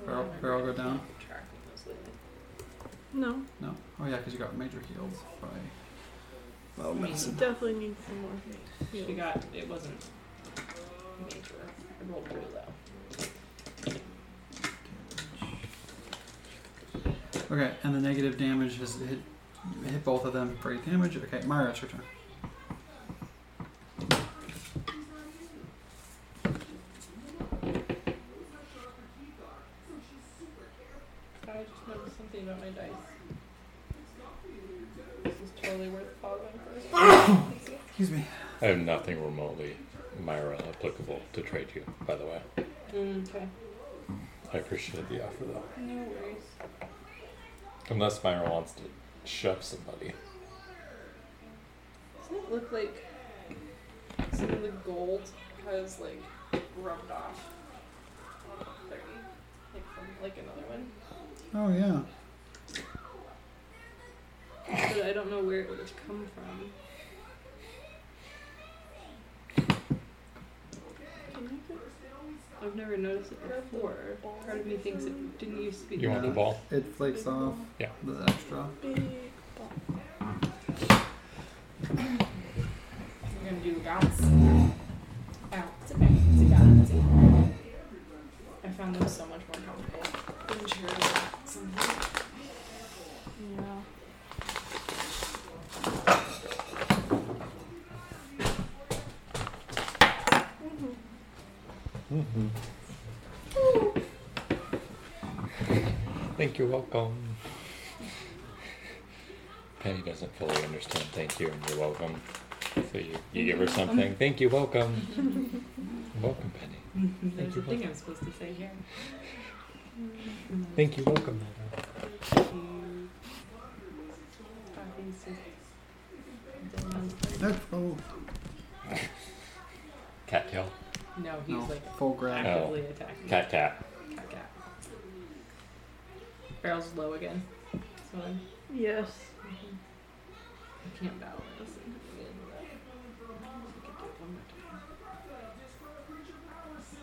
Speaker 2: Barrel, barrel go down.
Speaker 3: Track of those lately.
Speaker 1: No.
Speaker 2: No. Oh yeah, because you got major heals by. Well,
Speaker 3: Me.
Speaker 1: You
Speaker 2: medicine.
Speaker 1: definitely need some more.
Speaker 3: She got, it wasn't major. I rolled pretty low.
Speaker 2: Okay, and the negative damage has hit hit both of them for eight damage. Okay, Myra, it's your turn.
Speaker 3: I just noticed something about my dice. This is totally worth pausing for.
Speaker 2: Excuse me.
Speaker 4: I have nothing remotely Myra applicable to trade you, by the way.
Speaker 3: Mm, Okay.
Speaker 4: I appreciate the offer though.
Speaker 3: No worries.
Speaker 4: Unless Myra wants to shove somebody.
Speaker 3: Doesn't it look like some of the gold has like rubbed off? Thirty, like from like another one.
Speaker 2: Oh yeah.
Speaker 1: but I don't know where it would have come from. Connected? I've never noticed it before. Part of me thinks it didn't used to be.
Speaker 4: You want the
Speaker 1: there.
Speaker 4: ball?
Speaker 2: It flakes off
Speaker 4: Yeah.
Speaker 2: the extra.
Speaker 1: Big ball.
Speaker 6: We're gonna do bounce. Bounce, bounce, bounce. I found them so much more comfortable Mm-hmm. than chairs. Something.
Speaker 1: Yeah.
Speaker 4: Thank you, welcome. Penny doesn't fully understand thank you and you're welcome. So you, you give her something. Thank you, welcome. welcome, Penny.
Speaker 3: There's a thing I'm supposed to say here.
Speaker 4: Thank you, welcome. Nana.
Speaker 3: Cute. Coffee's just-
Speaker 2: That's full.
Speaker 4: Cat tail.
Speaker 3: No, he's
Speaker 2: No,
Speaker 3: like
Speaker 2: full grab.
Speaker 3: actively attacking.
Speaker 4: Cat tap.
Speaker 3: Cat, cat. Barrel's low again. So I
Speaker 1: Yes.
Speaker 3: I can't battle this. I can do it one more time.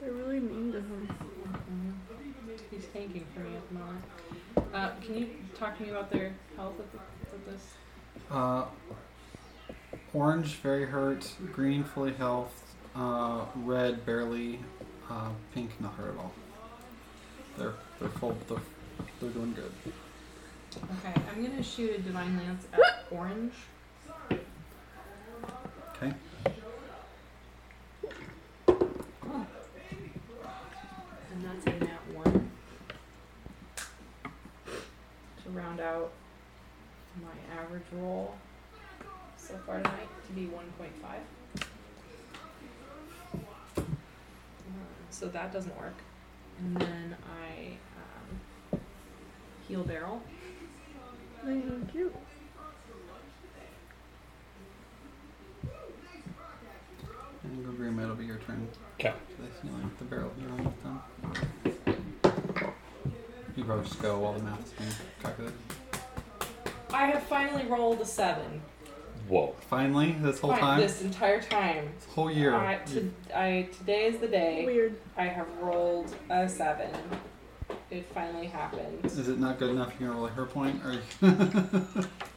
Speaker 1: They're really mean to him.
Speaker 3: Mm-hmm. He's tanking for me at the moment. Uh, can you talk to me about their health at, the, at this?
Speaker 2: Uh, orange very hurt. Green fully health. Uh, red barely. Uh, pink not hurt at all. They're they're full. They're, they're doing good.
Speaker 3: Okay, I'm gonna shoot a divine lance at orange.
Speaker 2: Okay.
Speaker 3: And that's a nat one. To round out my average roll so far tonight to be 1.5. Uh, So that doesn't work. And then I um, heal barrel.
Speaker 1: They're so cute.
Speaker 2: And go green. It'll be your turn.
Speaker 4: Okay.
Speaker 2: The healing. The barrel healing is done. You probably just go while the math is being calculated.
Speaker 3: I have finally rolled a seven.
Speaker 4: Whoa.
Speaker 2: Finally, this whole
Speaker 3: Fine,
Speaker 2: time, this
Speaker 3: This entire time.
Speaker 2: whole year,
Speaker 3: I, to, I, today is the day.
Speaker 1: Weird.
Speaker 3: I have rolled a seven. It finally happened.
Speaker 2: is it not good enough? You're gonna roll a hero point, or you-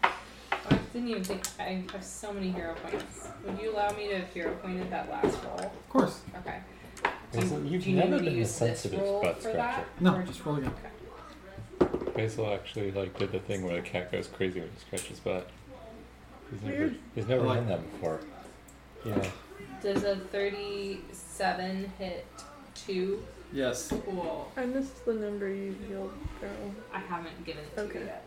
Speaker 3: I didn't even think I have so many hero points. Would you allow me to hero point at that last roll?
Speaker 2: of course,
Speaker 3: Okay.
Speaker 4: Listen,
Speaker 3: do
Speaker 4: you've
Speaker 3: you need
Speaker 4: never
Speaker 3: me to
Speaker 4: been a
Speaker 3: use this
Speaker 4: sensitive
Speaker 3: roll
Speaker 4: butt
Speaker 3: for that?
Speaker 4: scratcher.
Speaker 2: no,
Speaker 3: Or-
Speaker 2: just roll again.
Speaker 3: Okay.
Speaker 4: Basil actually like did the thing where the cat goes crazy when he scratches butt. He's never,
Speaker 1: Weird.
Speaker 4: he's never
Speaker 2: Like-
Speaker 4: done that before. Yeah.
Speaker 3: Does a thirty-seven hit two?
Speaker 2: Yes,
Speaker 3: Cool.
Speaker 1: I missed the number you healed, Carol.
Speaker 3: I haven't given it to
Speaker 1: Okay.
Speaker 3: you yet.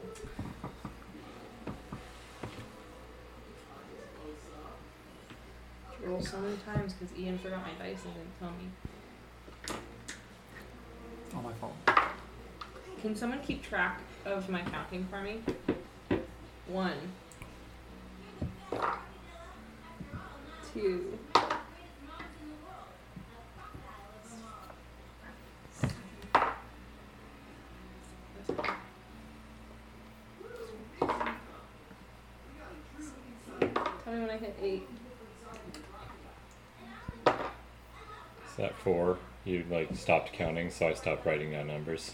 Speaker 3: Roll so many times because Ian forgot my dice and didn't tell me.
Speaker 2: all my fault.
Speaker 3: Can someone keep track of my counting for me? One, two, Tell me when I hit eight.
Speaker 4: So at four, you like stopped counting, so I stopped writing down numbers.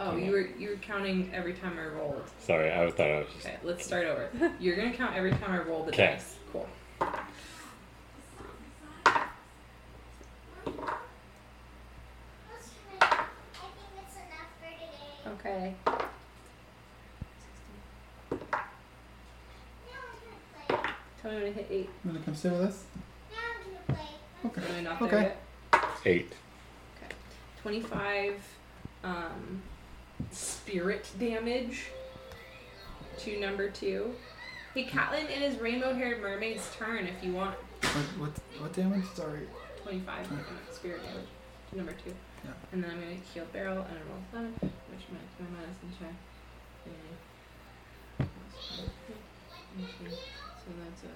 Speaker 3: Oh, you were you were counting every time I rolled.
Speaker 4: Sorry, I thought I was just
Speaker 3: Okay, let's start over. You're gonna count every time I roll the
Speaker 4: 'Kay.
Speaker 3: dice. Cool. Okay. Tell me when I hit eight.
Speaker 2: You wanna come sit with us?
Speaker 3: Am I not
Speaker 2: Okay.
Speaker 3: there yet?
Speaker 4: eight.
Speaker 3: Twenty-five um, spirit damage to number two. Hey, Catelyn, it is Rainbow-haired Mermaid's turn. If you want
Speaker 2: What, what, what damage? Sorry.
Speaker 3: twenty-five uh, spirit damage to number two,
Speaker 2: Yeah.
Speaker 3: and then I'm gonna heal Barrel and I roll seven, which my my medicine check. is- Okay, So that's a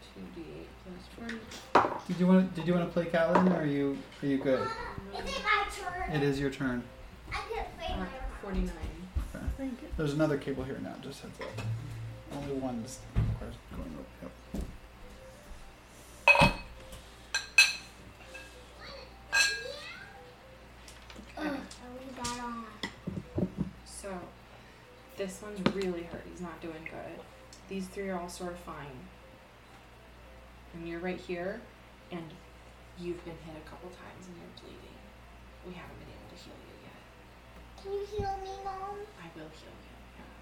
Speaker 3: two d eight plus twenty.
Speaker 2: Did you want? Did you want to play Catelyn, or are you are you good?
Speaker 5: Is it my turn?
Speaker 2: It is your turn.
Speaker 5: I could play
Speaker 3: Uh,
Speaker 5: my
Speaker 3: 49.
Speaker 1: Thank you.
Speaker 10: There's another cable here now. Just heads up. Only one is requires going up. Yep.
Speaker 5: Ugh, I'll leave that on.
Speaker 3: So, this one's really hurt. He's not doing good. These three are all sort of fine. And you're right here, and you've been hit a couple times and you're bleeding. We haven't been able to heal you yet.
Speaker 5: Can you heal me, Mom?
Speaker 3: I will heal you, yeah.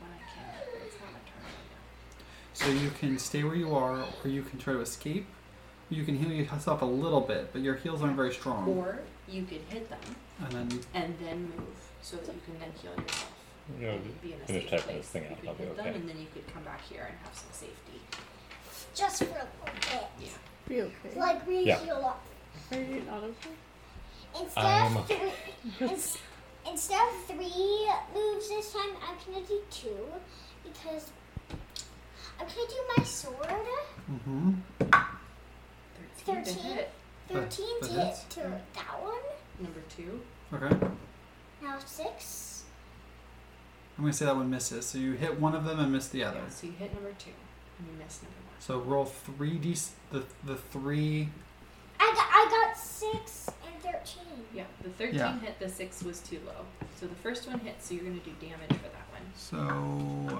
Speaker 3: When I can. but It's not my turn right now.
Speaker 2: So you can stay where you are, or you can try to escape. You can heal yourself a little bit, but your heals aren't very strong.
Speaker 3: Or you could hit them
Speaker 2: And then you
Speaker 3: and then move so that you can then heal yourself.
Speaker 4: You know,
Speaker 3: and be in a
Speaker 4: finish
Speaker 3: safe
Speaker 4: typing
Speaker 3: place.
Speaker 4: this thing out,
Speaker 3: You
Speaker 4: I'll
Speaker 3: could
Speaker 4: be
Speaker 3: hit them,
Speaker 4: okay.
Speaker 3: and then you could come back here and have some safety.
Speaker 5: Just for a little bit.
Speaker 3: Yeah.
Speaker 1: Be okay.
Speaker 5: Like we
Speaker 4: Yeah.
Speaker 5: heal up.
Speaker 1: Are you not okay?
Speaker 5: Instead
Speaker 4: I'm-
Speaker 5: of three, ins- instead of three moves this time, I'm gonna do two because I'm gonna do my sword.
Speaker 2: mm-hmm.
Speaker 3: Thirteen to
Speaker 5: 13?
Speaker 3: hit.
Speaker 5: Thirteen to
Speaker 2: that
Speaker 5: hit
Speaker 2: hits.
Speaker 5: to that one.
Speaker 3: Number two.
Speaker 2: Okay.
Speaker 5: Now six.
Speaker 2: I'm gonna say that one misses. So you hit one of them and miss the other.
Speaker 3: Yeah, so you hit number two and you miss number one.
Speaker 2: So roll three d the the three.
Speaker 5: I got I got six and thirteen.
Speaker 3: Yeah, the 13
Speaker 2: Yeah.
Speaker 3: hit, the 6 was too low. So the first one hit, so you're going to do damage for that one.
Speaker 2: So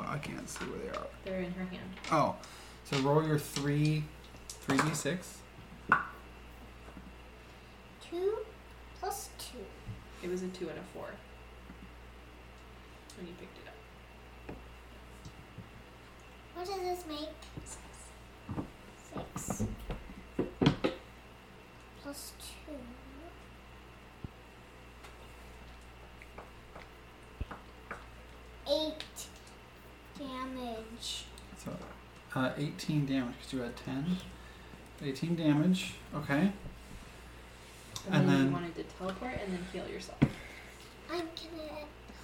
Speaker 2: I can't see where they are.
Speaker 3: They're in her hand.
Speaker 2: Oh, so roll your three, three d six.
Speaker 5: Two plus two.
Speaker 3: It was a 2 and a 4 when you picked it up.
Speaker 5: What does this make? Six. Plus two. Eight damage.
Speaker 2: So uh, 18 damage because you had 10. 18 damage. Okay.
Speaker 3: And, then,
Speaker 2: And then-
Speaker 3: Um, you wanted to teleport and then heal yourself.
Speaker 5: I'm gonna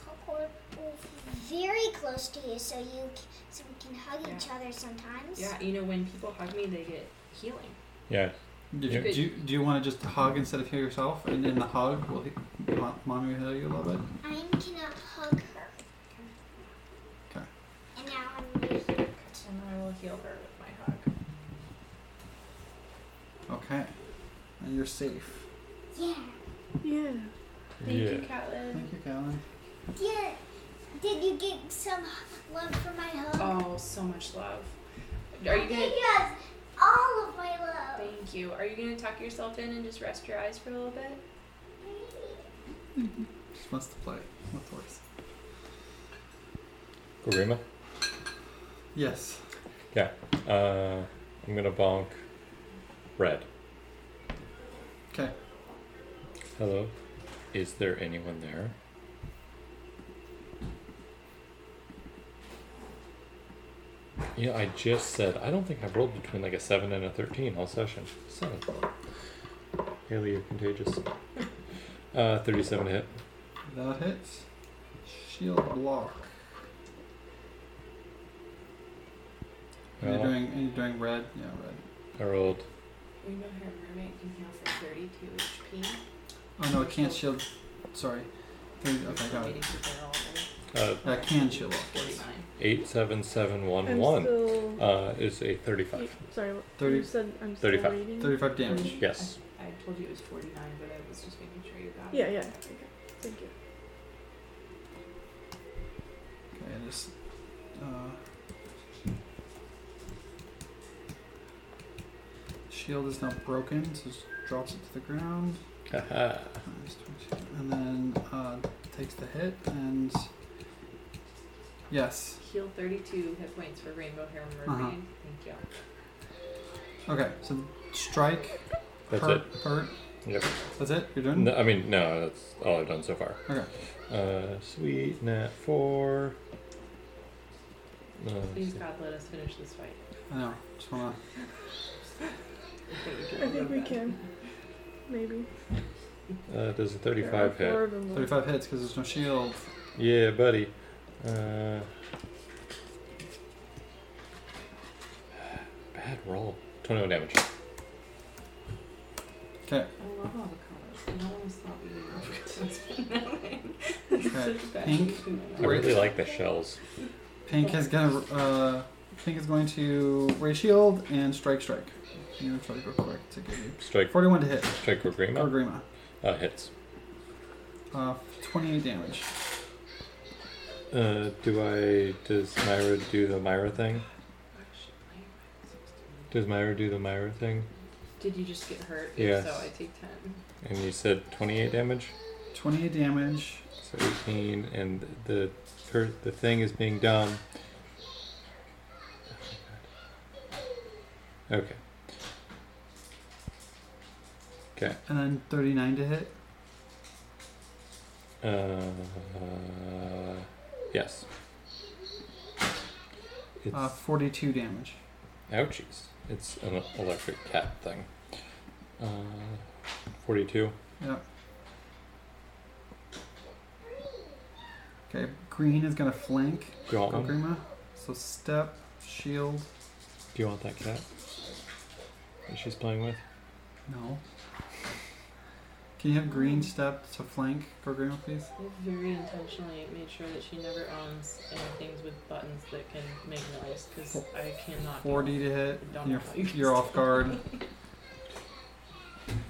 Speaker 5: teleport over very close to you so you c- so we can hug each other sometimes.
Speaker 3: Yeah, you know, when people hug me, they get healing.
Speaker 4: Yeah,
Speaker 2: Do you,
Speaker 4: Yeah.
Speaker 2: do you, do you want to just hug instead of heal yourself? And in the hug, will he, mo- mommy will heal you a little bit?
Speaker 5: I'm gonna hug her.
Speaker 2: Okay.
Speaker 5: And now I'm gonna hug
Speaker 3: And I will heal her with my hug.
Speaker 2: Okay. And you're safe.
Speaker 5: Yeah.
Speaker 1: Yeah.
Speaker 3: Thank
Speaker 4: yeah.
Speaker 3: you, Catelyn.
Speaker 2: Thank you, Callan.
Speaker 5: Yeah. Did you get some love for my hug?
Speaker 3: Oh, so much love. Are you going to.
Speaker 5: Yes, all of my love.
Speaker 3: Thank you. Are you going to tuck yourself in and just rest your eyes for a little bit?
Speaker 2: Just wants to play with toys.
Speaker 4: Kurima?
Speaker 2: Yes.
Speaker 4: Uh, I'm gonna bonk red.
Speaker 2: Okay.
Speaker 4: Hello. Is there anyone there? You know, I just said I don't think I've rolled between like a seven and a thirteen all session. Seven. Haley, you're contagious. Uh, thirty-seven hit.
Speaker 2: That hits. Shield block. And
Speaker 4: Well,
Speaker 2: you're doing and you're doing red. Yeah, red.
Speaker 4: I rolled.
Speaker 3: We know her mermaid can heal for 32 HP.
Speaker 2: Oh no, it can't shield. Sorry. Three- Okay, got it.
Speaker 3: Waiting for their all their
Speaker 4: Uh,
Speaker 2: Yeah, it can shield block. yes.
Speaker 3: 49.
Speaker 4: eight seven seven
Speaker 1: I'm
Speaker 4: one one.
Speaker 1: still.
Speaker 4: Uh, is a thirty-five.
Speaker 1: you- sorry, what-
Speaker 2: Thirty-
Speaker 1: you said I'm still
Speaker 4: 35.
Speaker 1: waiting.
Speaker 2: 35 damage.
Speaker 4: Yes.
Speaker 3: I told you it was 49, but I was just making sure you got
Speaker 1: Yeah,
Speaker 3: it.
Speaker 1: yeah. Okay. Thank you.
Speaker 2: Okay, I just. Uh, shield is now broken, so just drops it to the ground.
Speaker 4: Haha.
Speaker 2: Nice, 22. And then uh, takes the hit, and. Yes.
Speaker 3: Heal 32 hit points for Rainbow Hair Mermaid.
Speaker 2: Uh-huh.
Speaker 3: Thank you.
Speaker 2: Okay, so strike,
Speaker 4: That's
Speaker 2: hurt,
Speaker 4: it.
Speaker 2: hurt.
Speaker 4: Yep.
Speaker 2: That's it? You're done?
Speaker 4: No, I mean, no, that's all I've done so far.
Speaker 2: Okay.
Speaker 4: Uh, sweet, nat four. Uh, let's
Speaker 3: Please,
Speaker 4: see.
Speaker 3: God, let us finish this fight.
Speaker 2: I know. Just wanna.
Speaker 3: I think we
Speaker 1: I
Speaker 3: can.
Speaker 1: think we can. Maybe.
Speaker 4: uh, does a
Speaker 1: There are
Speaker 4: 35
Speaker 1: Four
Speaker 4: hit.
Speaker 1: of them left.
Speaker 2: 35 hits because there's no shield.
Speaker 4: Yeah, buddy. Uh, bad roll. 21 damage.
Speaker 2: Okay.
Speaker 3: I love avocados. I always thought we were going to
Speaker 2: Okay.
Speaker 3: Such bad
Speaker 2: Pink.
Speaker 3: food.
Speaker 4: I really like the shells.
Speaker 2: Pink is gonna. Uh, Pink is going to raise shield and strike, strike. You know, strike real quick to give you
Speaker 4: Strike,
Speaker 2: forty-one to hit
Speaker 4: strike with
Speaker 2: or
Speaker 4: Grima.
Speaker 2: Grima.
Speaker 4: Uh, hits.
Speaker 2: Uh, twenty-eight damage.
Speaker 4: Uh, do I? Does Myra do the Myra thing? Does Myra do the Myra thing?
Speaker 3: Did you just get hurt? If
Speaker 4: Yes.
Speaker 3: So I take ten.
Speaker 4: And you said 28 damage,
Speaker 2: Twenty-eight damage.
Speaker 4: so 18, and the per, the thing is being done. Okay.
Speaker 2: And then 39 to hit.
Speaker 4: Uh, yes. It's
Speaker 2: Uh, 42 damage.
Speaker 4: ouchies. It's an electric cat thing. Uh, 42.
Speaker 2: Yep. Okay, green is gonna flank
Speaker 4: Do you want one? Do
Speaker 2: Grima. So step, shield.
Speaker 4: you want that cat? That she's playing with.
Speaker 2: No. Can you have green step to flank Grima, please?
Speaker 3: I very intentionally made sure that she never owns any things with buttons that can make noise because I cannot.
Speaker 2: 40 to hit.
Speaker 3: Don't know
Speaker 2: You're,
Speaker 3: how you
Speaker 2: you're off guard.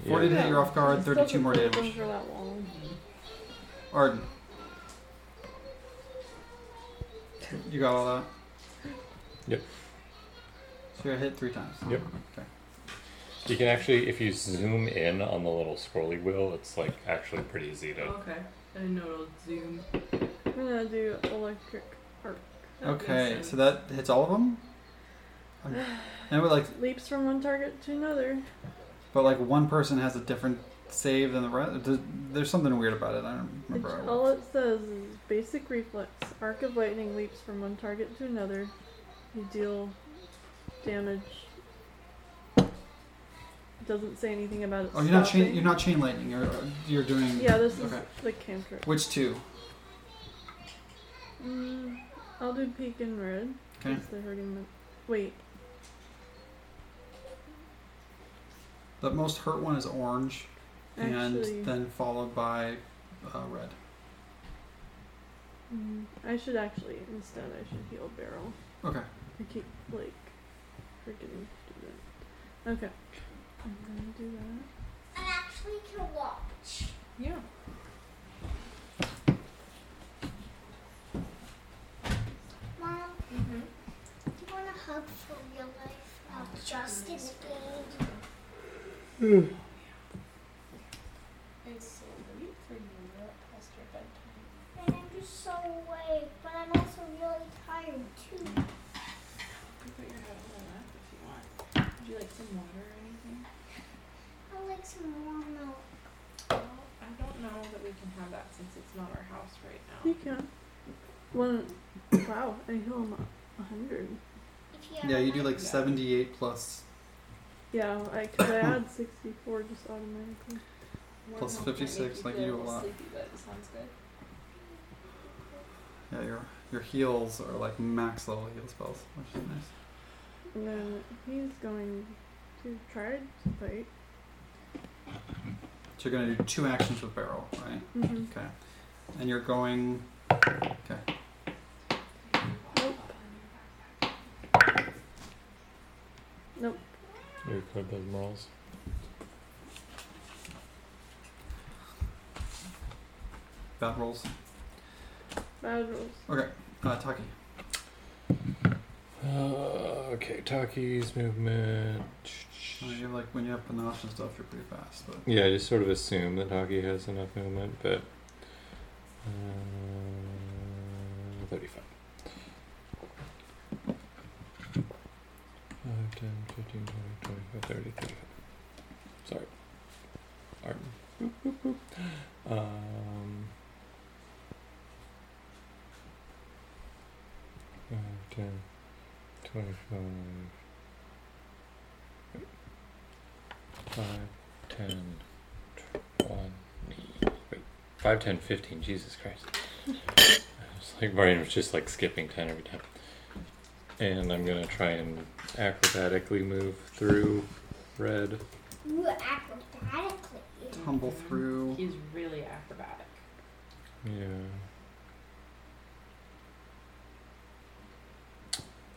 Speaker 2: 40 to
Speaker 4: Yeah.
Speaker 2: hit, you're off guard. 32 more
Speaker 1: Doesn't
Speaker 2: damage.
Speaker 1: go For that long.
Speaker 3: Mm-hmm.
Speaker 2: Arden. You got all that?
Speaker 4: Yep.
Speaker 2: So you're hit three times.
Speaker 4: Yep. You can actually, if you zoom in on the little scrolly wheel, it's like actually pretty easy to.
Speaker 3: Okay. I know it'll zoom.
Speaker 1: I'm gonna do electric arc.
Speaker 2: Okay, so that hits all of them. And we like,
Speaker 1: Leaps from one target to another.
Speaker 2: but like one person has a different save than the rest. Th- There's something weird about it. I don't remember. how it
Speaker 1: It's-
Speaker 2: works.
Speaker 1: all it says is basic reflex. Arc of lightning leaps from one target to another. You deal damage. It doesn't say anything about it.
Speaker 2: Oh, you're not chain.
Speaker 1: stopping.
Speaker 2: You're not chain lightning. You're you're doing.
Speaker 1: Yeah, this is
Speaker 2: Okay.
Speaker 1: the cantrip.
Speaker 2: Which two?
Speaker 1: Mm, I'll do pink and red.
Speaker 2: Okay.
Speaker 1: Since they're hurting the. Wait,
Speaker 2: The most hurt one is orange,
Speaker 1: actually,
Speaker 2: and then followed by uh, red.
Speaker 1: mm, I should actually instead I should heal barrel.
Speaker 2: Okay.
Speaker 1: I keep like forgetting to do that. Okay, I'm gonna do that.
Speaker 5: I actually can watch.
Speaker 3: Yeah.
Speaker 5: Mom,
Speaker 3: mm-hmm.
Speaker 5: do you want a hug for real life? Not just in the game. And I'm just so awake, but I'm also really tired too.
Speaker 3: Would you like some water or anything?
Speaker 5: I like some warm milk.
Speaker 3: I don't know that we can have that since it's not our house right now.
Speaker 1: You can. One. wow, I heal him a hundred.
Speaker 5: If you
Speaker 2: Yeah,
Speaker 5: ever
Speaker 2: you do
Speaker 5: want-
Speaker 2: like 78 plus
Speaker 1: Yeah, I cause I had sixty four just automatically.
Speaker 3: Warm
Speaker 2: Plus
Speaker 3: milk might make
Speaker 2: 56, like you
Speaker 3: feel
Speaker 2: do a lot.
Speaker 3: Sleepy, but it sounds good.
Speaker 2: Yeah, your your heals are like max level heal spells, which is nice.
Speaker 1: And then he's going to try to bite.
Speaker 2: So you're gonna do two actions with barrel, right?
Speaker 1: Mm-hmm.
Speaker 2: Okay. And you're going. Okay.
Speaker 4: Your club has morals.
Speaker 2: Bad rolls.
Speaker 1: Bad rolls.
Speaker 2: Uh, Taki.
Speaker 4: Uh, okay, Taki's movement.
Speaker 2: I mean, you have, like when you have panache and stuff, you're pretty fast. But
Speaker 4: Yeah, I just sort of assume that Taki has enough movement, but. Uh, 35. 5, 10, 15, 20, 25, 30, 35. Sorry. Arden. Boop, boop, boop. Um. five, 10, 25, five, 10, 20. Wait, 5, 10, 15. Jesus Christ. It's like Brian was just like skipping 10 every time. And I'm going to try and acrobatically move through red.
Speaker 5: Ooh, acrobatically.
Speaker 2: tumble through.
Speaker 3: He's really acrobatic.
Speaker 4: Yeah.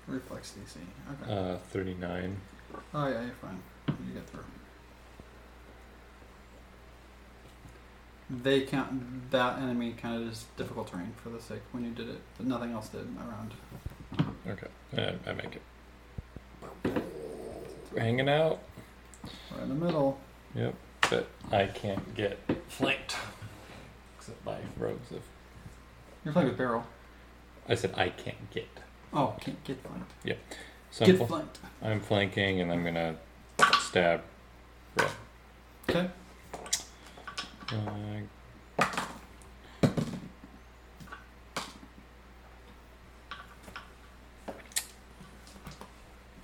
Speaker 2: Reflex DC. Okay.
Speaker 4: Uh, 39.
Speaker 2: oh yeah, you're fine. You get through. They count that enemy kind of just difficult terrain for the sake when you did it, but nothing else did around.
Speaker 4: Okay. I, Uh, I make it. Hanging out,
Speaker 2: We're in the middle.
Speaker 4: but I can't get flanked. Except by rows of.
Speaker 2: You're playing with barrel.
Speaker 4: I said I can't get.
Speaker 2: Oh, can't get flanked.
Speaker 4: So I'm,
Speaker 2: Get
Speaker 4: fl-
Speaker 2: flanked.
Speaker 4: I'm flanking and I'm gonna stab. Red.
Speaker 2: Okay.
Speaker 4: Uh,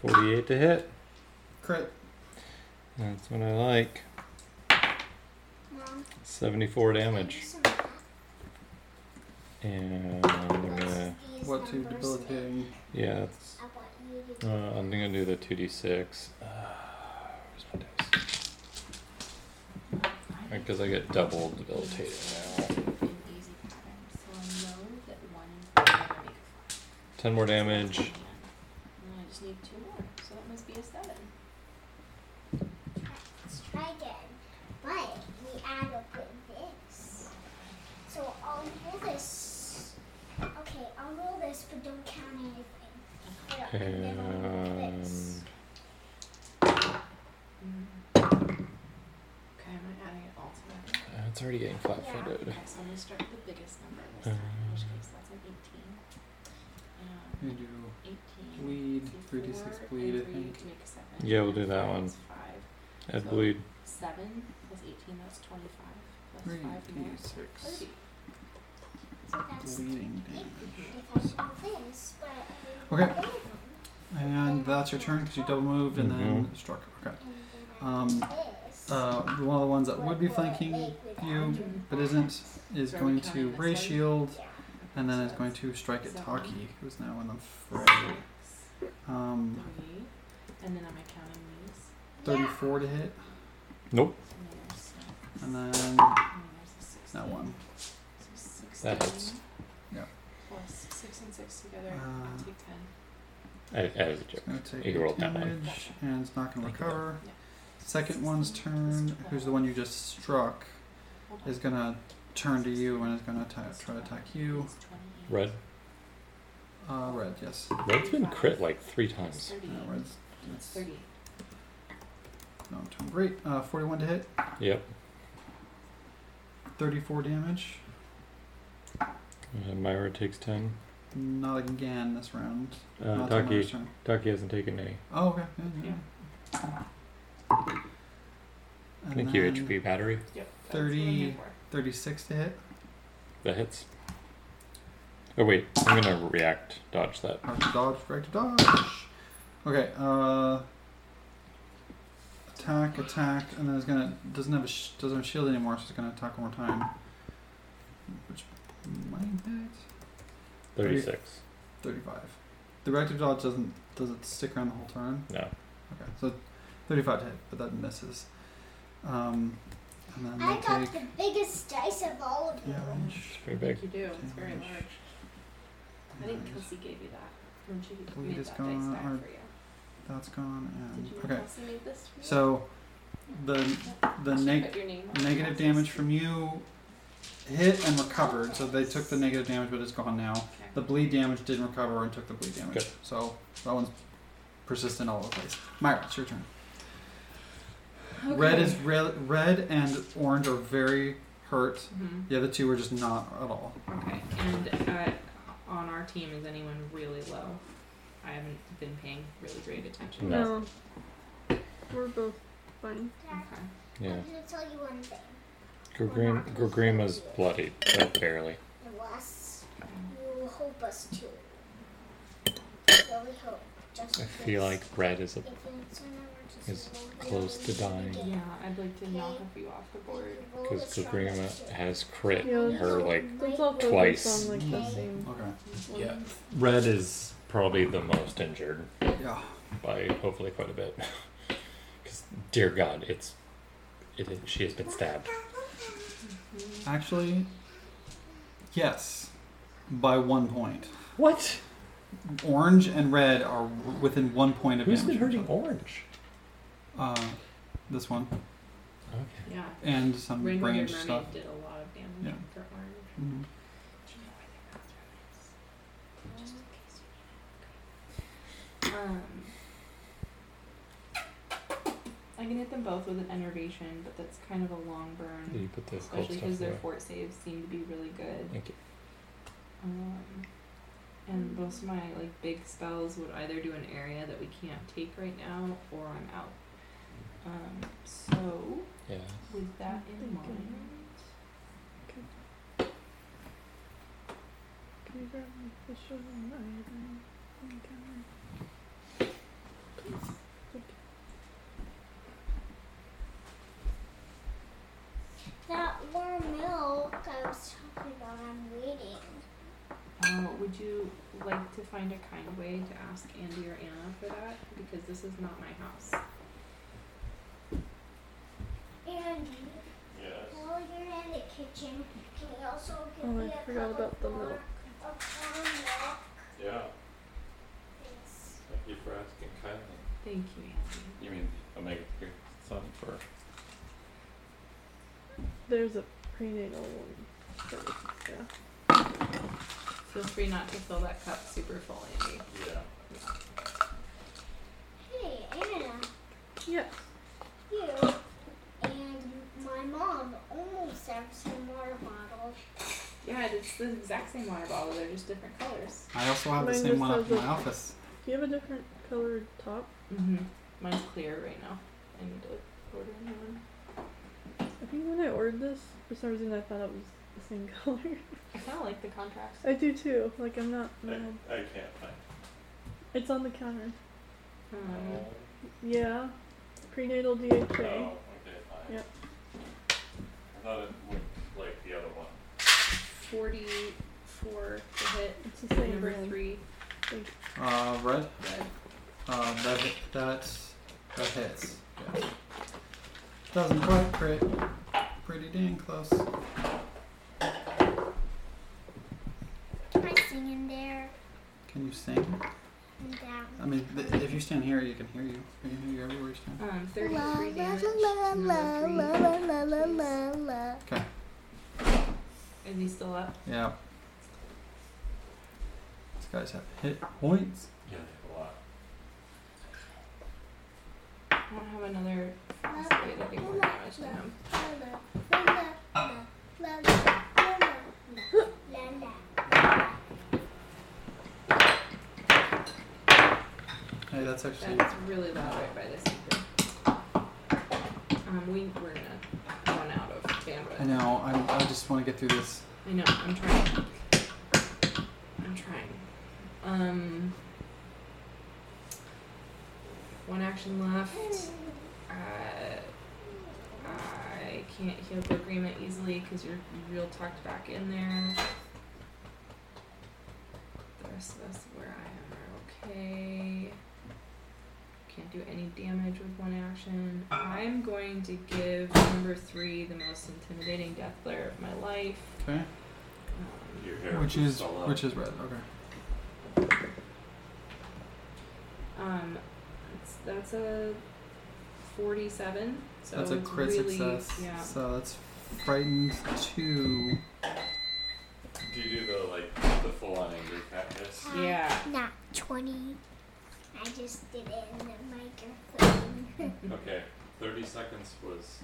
Speaker 4: Forty-eight to hit.
Speaker 2: Crit.
Speaker 4: That's what I like.
Speaker 5: Mom,
Speaker 4: Seventy-four
Speaker 5: can you
Speaker 4: damage,
Speaker 5: use some-
Speaker 4: and I'm
Speaker 5: what's
Speaker 4: gonna
Speaker 5: these
Speaker 2: What to
Speaker 5: numbers mean?
Speaker 2: debilitating?
Speaker 4: yeah. That's,
Speaker 5: I want you
Speaker 4: uh,
Speaker 5: to-
Speaker 4: I'm gonna do the two d six. Uh, Where's my dice? Because I get double debilitated now.
Speaker 6: An easy pattern, so I know that one is gonna make a flag.
Speaker 4: Ten more damage.
Speaker 6: And I just need two more, so that must be a seven.
Speaker 5: Let's try again. But we add up with this. So I'll roll this. Okay, I'll roll this, but don't count anything. Hold on, and then I'll roll this.
Speaker 4: And
Speaker 6: Mm. Okay, I'm not adding it all together.
Speaker 4: uh, it's already getting flat-footed.
Speaker 6: Okay, so I'm gonna start with the biggest number this time, in which case that's an eighteen. Um,
Speaker 2: You do.
Speaker 6: eighteen.
Speaker 2: Bleed,
Speaker 6: so
Speaker 2: 3d6
Speaker 6: four
Speaker 2: bleed,
Speaker 6: and
Speaker 2: I
Speaker 6: three
Speaker 2: think.
Speaker 6: to make a seven.
Speaker 4: Yeah, we'll do that
Speaker 6: Four
Speaker 4: one.
Speaker 6: is Five,
Speaker 4: Ed
Speaker 6: So-
Speaker 4: bleed.
Speaker 6: seven plus eighteen, that's twenty-five, plus five more,
Speaker 2: 3d6.
Speaker 6: thirty.
Speaker 5: So that's
Speaker 2: Bleeding
Speaker 5: it.
Speaker 2: damage.
Speaker 5: If I should roll this, but I
Speaker 2: Okay.
Speaker 5: didn't roll them,
Speaker 2: And that's your turn because you double moved and then struck. Okay.
Speaker 5: and then I
Speaker 2: Um,
Speaker 5: roll this.
Speaker 2: Uh, one of the ones that
Speaker 5: What
Speaker 2: would be
Speaker 5: will it
Speaker 2: flanking
Speaker 5: make without
Speaker 2: you
Speaker 5: doing
Speaker 2: but
Speaker 5: that?
Speaker 2: isn't is
Speaker 6: So are we
Speaker 2: going to
Speaker 6: counting this
Speaker 2: raise
Speaker 6: one?
Speaker 2: shield
Speaker 5: Yeah.
Speaker 2: and then
Speaker 6: So
Speaker 2: is going to strike at
Speaker 6: seven.
Speaker 2: Taki, who's now in the
Speaker 6: that's
Speaker 2: fray.
Speaker 6: Six,
Speaker 2: Um,
Speaker 6: three, and then am I counting these?
Speaker 2: 34 to hit,
Speaker 4: Nope.
Speaker 6: And then there's six,
Speaker 2: and then
Speaker 6: and then there's a sixteen.
Speaker 2: that one.
Speaker 6: So sixteen.
Speaker 4: That hits.
Speaker 2: Yeah.
Speaker 6: Plus six and six together, I'll
Speaker 2: Uh,
Speaker 6: take ten.
Speaker 4: I, I was a joke.
Speaker 2: it's going to take
Speaker 4: You rolled
Speaker 2: eight
Speaker 4: that one.
Speaker 2: damage, and it's not going to
Speaker 4: Thank you.
Speaker 2: recover.
Speaker 6: Yeah.
Speaker 2: Second one's turn, who's the one you just struck,
Speaker 6: Hold on.
Speaker 2: is going to turn to you and is going to try to attack you.
Speaker 6: It's 28.
Speaker 4: Red.
Speaker 2: Uh, red, yes.
Speaker 4: Red's been crit like three
Speaker 6: It's
Speaker 4: times.
Speaker 2: Uh,
Speaker 6: 38.
Speaker 2: red's
Speaker 6: It's
Speaker 2: that's
Speaker 6: 38.
Speaker 2: no turn. Great. Uh, 41 to hit,
Speaker 4: Yep.
Speaker 2: 34 damage.
Speaker 4: Uh, Myra takes ten.
Speaker 2: Not again this round.
Speaker 4: Uh,
Speaker 2: Not till next
Speaker 4: Taki.
Speaker 2: turn.
Speaker 4: Taki hasn't taken any.
Speaker 2: Oh, okay. Yeah. yeah. And
Speaker 4: Thank you,
Speaker 2: then
Speaker 4: HP battery.
Speaker 6: Yep. that's what I'm here
Speaker 2: 30,
Speaker 6: for.
Speaker 2: 36 to hit.
Speaker 4: That hits. Oh wait, I'm gonna react dodge that.
Speaker 2: Right to dodge, right to dodge. Okay, uh. Attack, attack, and then it's gonna. Doesn't have a, sh- doesn't have a shield anymore, so it's gonna attack one more time. Which might hit.
Speaker 4: Thirty six.
Speaker 2: 35. The reactive dodge doesn't. Does it stick around the whole turn?
Speaker 4: No.
Speaker 2: Okay, so 35 to hit, but that misses. Um, and then
Speaker 5: I
Speaker 2: they
Speaker 5: got
Speaker 2: take.
Speaker 5: the biggest dice of all of you.
Speaker 2: damage.
Speaker 4: It's pretty big.
Speaker 6: You do. It's very
Speaker 2: Damage.
Speaker 6: large. I think Kelsey gave you that when she
Speaker 2: Bleed
Speaker 6: made
Speaker 2: is
Speaker 6: that dice
Speaker 2: gone,
Speaker 6: back
Speaker 2: or-
Speaker 6: for you.
Speaker 2: That's gone.
Speaker 6: Did
Speaker 2: And
Speaker 6: you know
Speaker 2: um, okay,
Speaker 6: Kelsey made this for you?
Speaker 2: so the the
Speaker 6: She
Speaker 2: neg-
Speaker 6: put your name on
Speaker 2: negative
Speaker 6: Kelsey's.
Speaker 2: damage from you hit and recovered. So they took the negative damage, but it's gone now.
Speaker 6: Okay.
Speaker 2: The bleed damage didn't recover and took the bleed damage.
Speaker 4: Good.
Speaker 2: So that one's persistent all over the place. Myra, it's your turn. Red
Speaker 6: Okay.
Speaker 2: is re- red and orange are very hurt.
Speaker 3: Mhm.
Speaker 2: The other two are just not at all.
Speaker 3: Okay. And uh, on our team, is anyone really low? I haven't been paying really great attention.
Speaker 4: No.
Speaker 1: No. We're both fine.
Speaker 5: Dad,
Speaker 3: Okay.
Speaker 4: Yeah.
Speaker 5: I'm gonna tell you one thing.
Speaker 4: Gorgrim Gorgrima's bloody, but barely.
Speaker 5: Unless you help us too. Really hope. Just
Speaker 4: I feel like red is a
Speaker 5: If it's an emergency,
Speaker 4: is
Speaker 5: we'll be
Speaker 4: close
Speaker 5: able
Speaker 4: to dying.
Speaker 5: get
Speaker 3: Yeah,
Speaker 5: it.
Speaker 3: I'd like to knock
Speaker 5: Okay.
Speaker 3: a few off the board.
Speaker 5: Roll
Speaker 4: because
Speaker 5: the strongest
Speaker 4: Gorgrima
Speaker 5: two.
Speaker 4: has crit
Speaker 1: Yeah,
Speaker 4: her like
Speaker 1: Let's all focus
Speaker 4: Twice.
Speaker 1: on like the
Speaker 5: Okay.
Speaker 1: same.
Speaker 2: Okay.
Speaker 4: Yeah. Red is probably the most injured
Speaker 2: Yeah.
Speaker 4: by hopefully quite a bit. Because dear God, it's it. Is, she has been stabbed.
Speaker 2: Actually, Yes, by one point.
Speaker 11: What?
Speaker 2: Orange and red are w- within one point of
Speaker 11: Who's been
Speaker 2: damage. from
Speaker 11: hurting
Speaker 2: something.
Speaker 11: Orange?
Speaker 2: Uh, this one
Speaker 4: Okay.
Speaker 3: Yeah.
Speaker 2: and some
Speaker 3: Rainbow
Speaker 2: branch
Speaker 3: Mermaid
Speaker 2: Um, stuff.
Speaker 3: did a lot of damage
Speaker 2: Yeah.
Speaker 3: for Orange.
Speaker 2: Mhm.
Speaker 3: Do you know where their bathroom is? Just in case you need it. Okay. Um, I can hit them both with an enervation, but that's kind of a long burn.
Speaker 4: You put the cold
Speaker 3: Especially because
Speaker 4: stuff
Speaker 3: their
Speaker 4: away.
Speaker 3: fort saves seem to be really good.
Speaker 4: Thank you.
Speaker 3: Um, and most of my like big spells would either do an area that we can't take right now, or I'm out. Um, so
Speaker 4: Yeah.
Speaker 3: with that in
Speaker 1: Thank you.
Speaker 3: mind,
Speaker 1: Can you grab my official and I have Please. Thank you.
Speaker 5: That warm milk I was talking about, I'm waiting.
Speaker 3: uh, would you like to find a kind way to ask Andy or Anna for that? Because this is not my house.
Speaker 5: And
Speaker 7: Yes.
Speaker 5: while you're in the kitchen, can you also give
Speaker 1: Oh, I
Speaker 5: me a
Speaker 1: forgot
Speaker 5: cup
Speaker 1: about
Speaker 5: of
Speaker 1: the
Speaker 5: warm,
Speaker 1: milk.
Speaker 5: of warm milk?
Speaker 7: Yeah.
Speaker 5: Thanks.
Speaker 7: Thank you for asking kindly.
Speaker 3: Thank you, Andy.
Speaker 7: You mean Omega Three Sun for
Speaker 1: There's a prenatal one. that was- Yeah.
Speaker 3: Feel free not to fill that cup super full, Andy.
Speaker 7: yeah.
Speaker 5: Hey, Anna,
Speaker 1: Yes.
Speaker 5: you and my mom almost have some water bottle.
Speaker 3: Yeah, it's the exact same water bottle. They're just different colors.
Speaker 2: I also have the
Speaker 1: Mine
Speaker 2: same
Speaker 1: just
Speaker 2: one up
Speaker 1: has a-
Speaker 2: in my office.
Speaker 1: Do you have a different colored top?
Speaker 3: Mm-hmm. Mine's clear right now. I need to like, order a new one.
Speaker 1: I think when I ordered this, for some reason I thought it was the same color.
Speaker 3: I kind of like the contrast.
Speaker 1: I do too. Like I'm not
Speaker 7: I,
Speaker 1: mad.
Speaker 7: I can't find.
Speaker 1: It's on the counter.
Speaker 3: Um,
Speaker 1: Yeah. Prenatal DHA.
Speaker 7: Oh, okay, fine.
Speaker 1: Yep.
Speaker 7: I thought it looked like the other one.
Speaker 3: 44 to hit.
Speaker 1: It's the same
Speaker 3: Number
Speaker 1: brand.
Speaker 3: three.
Speaker 2: Uh, red.
Speaker 3: Red.
Speaker 2: Uh, that hit, that that hits. Yeah. Doesn't quite crit. Pretty dang close.
Speaker 5: Can I sing in there
Speaker 2: Can you sing?
Speaker 5: and down?
Speaker 2: I mean, th- if you stand here, you can hear you. We can hear you everywhere you stand.
Speaker 3: Um,
Speaker 5: La,
Speaker 3: 33
Speaker 5: la,
Speaker 3: damage.
Speaker 5: la, la,
Speaker 3: Number
Speaker 5: la,
Speaker 3: three.
Speaker 5: la, la, la, la, la.
Speaker 2: Okay.
Speaker 3: Is he still up?
Speaker 2: Yeah. These guys have hit points.
Speaker 7: Yeah, they have a lot.
Speaker 3: I don't have another display that do more damage than him.
Speaker 2: Hey, that's actually
Speaker 3: That's really loud right by this speaker. Um, we, we're gonna run out of bandwidth.
Speaker 2: I know. I, I just want to get through this.
Speaker 3: I know. I'm trying. I'm trying. Um, one action left. Uh, I can't heal the agreement easily because you're real tucked back in there. The rest of us where I am are okay. Can't do any damage with one action. I'm going to give number three the most intimidating death glare of my life.
Speaker 2: Okay.
Speaker 3: Um,
Speaker 7: Your hair
Speaker 2: Which is
Speaker 7: all up.
Speaker 2: which is red. Okay.
Speaker 3: Um, it's, that's a 47. So
Speaker 2: that's a
Speaker 3: it's
Speaker 2: crit
Speaker 3: really,
Speaker 2: success.
Speaker 3: Yeah.
Speaker 2: So that's frightened two.
Speaker 7: Do you do the like the full on angry cat hiss?
Speaker 3: Yeah.
Speaker 5: Not 20. I just did it in the microphone.
Speaker 7: Okay. Thirty seconds was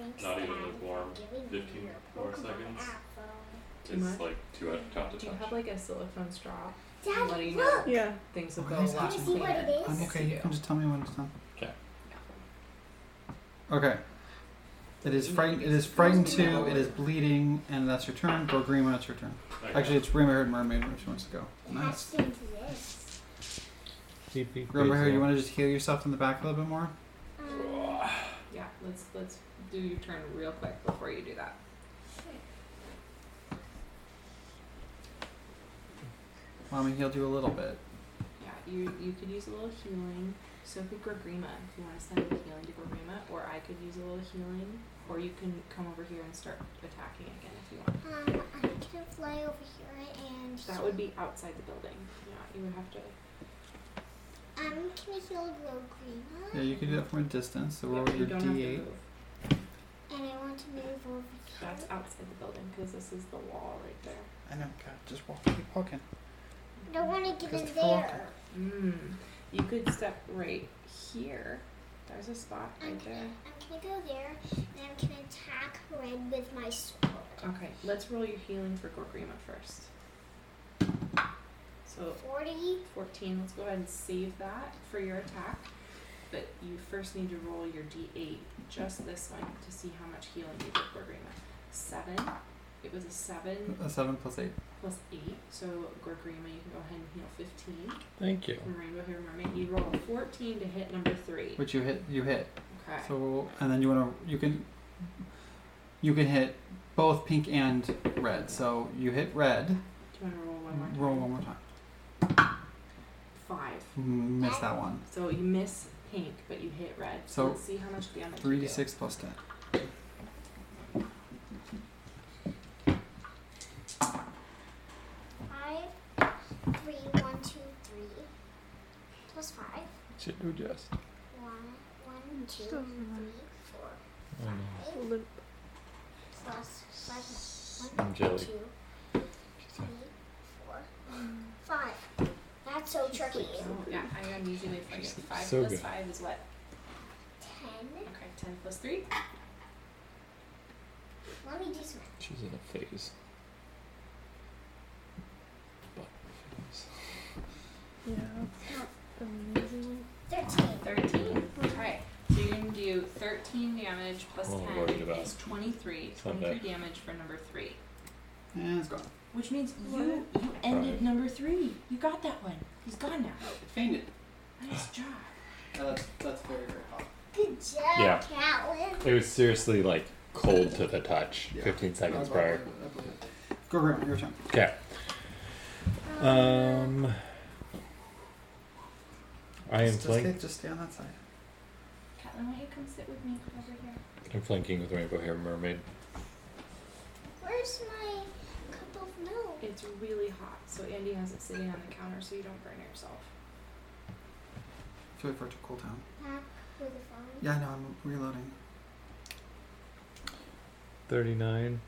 Speaker 5: Thanks,
Speaker 7: Not even
Speaker 5: Dad,
Speaker 7: with warm.
Speaker 5: for giving me
Speaker 7: 15
Speaker 5: your
Speaker 7: more
Speaker 5: Pokemon
Speaker 7: seconds.
Speaker 5: apple.
Speaker 3: Too much?
Speaker 7: it's like too out of top to
Speaker 3: Do you
Speaker 7: touch.
Speaker 3: have like a silicone straw?
Speaker 5: Dad,
Speaker 3: Letting you know.
Speaker 5: look!
Speaker 1: Yeah.
Speaker 3: Things will
Speaker 2: Okay,
Speaker 3: go a
Speaker 2: so
Speaker 3: lot
Speaker 5: Want to see what
Speaker 3: cleaner.
Speaker 5: it is?
Speaker 2: I'm
Speaker 3: Yes,
Speaker 2: okay.
Speaker 3: you
Speaker 2: You
Speaker 3: do.
Speaker 2: can just tell me when it's done.
Speaker 4: Okay.
Speaker 2: Okay. It is frightened. It is frightened two. It is bleeding, and that's your turn. Go Grima, it's your turn.
Speaker 7: Okay.
Speaker 2: Actually, it's Grima and Mermaid where she wants to go.
Speaker 5: It
Speaker 2: Nice.
Speaker 5: has to do this.
Speaker 4: Beep, beep,
Speaker 2: Remember
Speaker 4: beep,
Speaker 2: here, you
Speaker 4: beep.
Speaker 2: want to just heal yourself in the back a little bit more?
Speaker 5: Um,
Speaker 3: Yeah, let's let's do your turn real quick before you do that.
Speaker 2: Mommy healed you a little bit.
Speaker 3: Yeah, you you could use a little healing. So could Gorgrima if you want to send a healing to Gorgrima, or I could use a little healing. or you can come over here and start attacking again if you want.
Speaker 5: Um, I can fly over here and.
Speaker 3: That
Speaker 5: heal-
Speaker 3: would be outside the building. Yeah, you would have to.
Speaker 5: Um, can I heal Logrima?
Speaker 2: Yeah, you can do that from a distance. So roll
Speaker 3: yeah, you
Speaker 2: your
Speaker 3: don't have to
Speaker 2: d8.
Speaker 3: move.
Speaker 5: And I want to move over here.
Speaker 3: That's outside the building because this is the wall right there.
Speaker 12: I know, God, just walk, keep walking.
Speaker 5: I don't want to get
Speaker 12: Just
Speaker 5: in
Speaker 12: walk.
Speaker 5: there.
Speaker 3: Mm. You could step right here. There's a spot
Speaker 5: I'm
Speaker 3: right
Speaker 5: gonna,
Speaker 3: there.
Speaker 5: I'm gonna go there and I'm gonna attack Red with my sword.
Speaker 3: Okay, let's roll your healing for Gorgrima first. So
Speaker 5: 40.
Speaker 3: 14, let's go ahead and save that for your attack. But you first need to roll your d8, just this one, to see how much healing you did for Gorgrima. 7. It was a 7
Speaker 2: A 7 plus 8.
Speaker 3: plus 8, so Gorgrima, you can go ahead and heal 15.
Speaker 4: Thank you.
Speaker 3: From Rainbow Hero Mermaid, you roll a 14 to hit number 3.
Speaker 2: Which you hit. You hit.
Speaker 3: Okay.
Speaker 2: So roll- and then you wanna you can you can hit both pink and red. So you hit red.
Speaker 3: Do you want to roll one more time?
Speaker 2: Roll one more time.
Speaker 3: 5.
Speaker 2: Mm, Miss that one.
Speaker 3: So you miss pink, but you hit red. So,
Speaker 2: So,
Speaker 3: let's see how much damage.
Speaker 2: Three
Speaker 3: you
Speaker 2: d
Speaker 3: do.
Speaker 2: six plus ten.
Speaker 5: Five, three, one, two, three. Plus five.
Speaker 4: Should do just.
Speaker 5: One, one, two,
Speaker 1: Still alive.
Speaker 5: three, four,
Speaker 4: Oh, no.
Speaker 5: five.
Speaker 1: Limp.
Speaker 5: Plus five.
Speaker 4: I'm
Speaker 5: One,
Speaker 4: jelly.
Speaker 5: two, three, four, five. That's so tricky.
Speaker 3: So, yeah, I got an easy way for you. Five
Speaker 4: So
Speaker 3: plus
Speaker 4: good.
Speaker 3: five is what?
Speaker 5: Ten.
Speaker 3: Okay, ten plus three.
Speaker 5: Let me do some.
Speaker 4: She's in a phase. But phase.
Speaker 1: Yeah, it's not amazing.
Speaker 5: Thirteen.
Speaker 3: Thirteen. Okay, so you're gonna do thirteen damage plus
Speaker 4: Well, worried
Speaker 3: ten
Speaker 4: about
Speaker 3: is twenty-three.
Speaker 4: It's not
Speaker 3: Twenty-three damage for number three,
Speaker 2: And it's gone.
Speaker 3: which means you you ended
Speaker 4: Right.
Speaker 3: number three. You got that one. He's gone now.
Speaker 2: Fainted. Uh,
Speaker 3: Nice job.
Speaker 2: that's that's very very hot.
Speaker 5: Good job,
Speaker 4: Yeah.
Speaker 5: Catlin.
Speaker 4: It was seriously like cold to the touch.
Speaker 2: Yeah.
Speaker 4: 15 seconds prior.
Speaker 2: Go Grim, your turn.
Speaker 4: Okay. Um. I am
Speaker 2: Just, just,
Speaker 4: flank.
Speaker 2: stay, just stay on that side.
Speaker 3: Catelyn, why don't you come sit with me over here?
Speaker 4: I'm flanking with Rainbow Hair Mermaid.
Speaker 5: Where's my cup of milk?
Speaker 3: It's really hot, so Andy has it sitting on the counter so you don't burn yourself.
Speaker 2: Just wait for it to cool down.
Speaker 5: Back with the phone.
Speaker 2: Yeah, I know. I'm reloading.
Speaker 4: 39.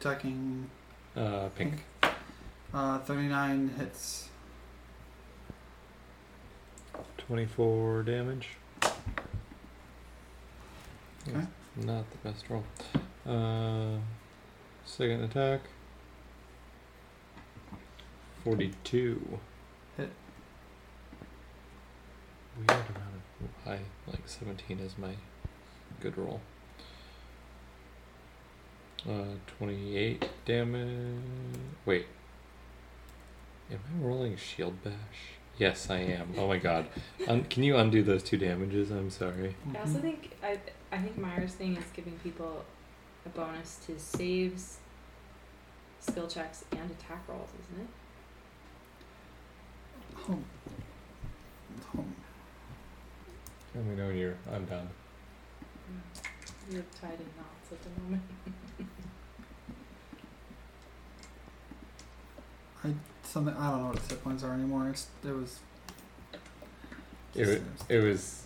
Speaker 2: Attacking.
Speaker 4: Uh, pink.
Speaker 2: Uh, thirty nine hits.
Speaker 4: 24 damage.
Speaker 2: Okay.
Speaker 4: That's Not the best roll. Uh, second attack. 42.
Speaker 2: Hit.
Speaker 4: Weird amount of high, like 17 is my good roll. Uh, 28 damage. Wait. Am I rolling shield bash? Yes, I am. Oh my god. Un- can you undo those two damages? I'm sorry.
Speaker 2: Mm-hmm.
Speaker 3: I also think I I think Myra's thing is giving people a bonus to saves, skill checks, and attack rolls, isn't it?
Speaker 2: Mm-hmm. Home. Home.
Speaker 4: Let me know when you're. I'm done.
Speaker 3: We are tied in knots at the moment.
Speaker 2: Something I don't know what its hit points are anymore. It's, it was.
Speaker 4: It was, it was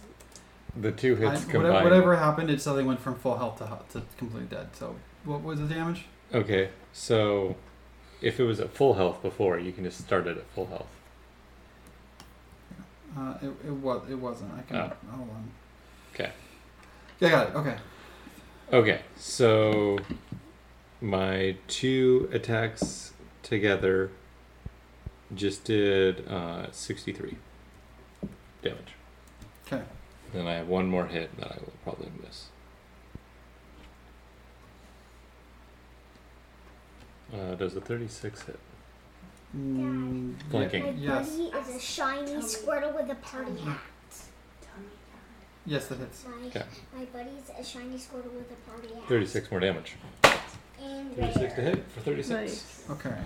Speaker 4: the two
Speaker 2: I-
Speaker 4: hits
Speaker 2: whatever,
Speaker 4: combined.
Speaker 2: whatever happened, it suddenly went from full health to, hu- to completely dead. So, what was the damage?
Speaker 4: Okay, so if it was at full health before, you can just start it at full health.
Speaker 2: Uh, it, it was it wasn't. I can
Speaker 4: Oh.
Speaker 2: hold on.
Speaker 4: 'Kay.
Speaker 2: Yeah, I got it. Okay.
Speaker 4: Okay, so my two attacks together just did uh, 63 damage.
Speaker 2: Okay.
Speaker 4: Then I have one more hit that I will probably miss. Uh, does a 36 hit?
Speaker 2: Mm,
Speaker 4: Blinking.
Speaker 5: My
Speaker 4: Okay.
Speaker 2: Yes.
Speaker 5: buddy is a shiny
Speaker 3: Tell me.
Speaker 5: squirtle with a party
Speaker 3: Tell
Speaker 5: hat.
Speaker 3: Tell me that.
Speaker 2: Yes, it hits.
Speaker 5: My,
Speaker 4: Okay.
Speaker 5: my buddy's a shiny squirtle with a party hat.
Speaker 4: 36 more damage.
Speaker 5: And
Speaker 4: 36 to
Speaker 5: rare.
Speaker 4: hit for 36.
Speaker 1: Nice.
Speaker 2: Okay.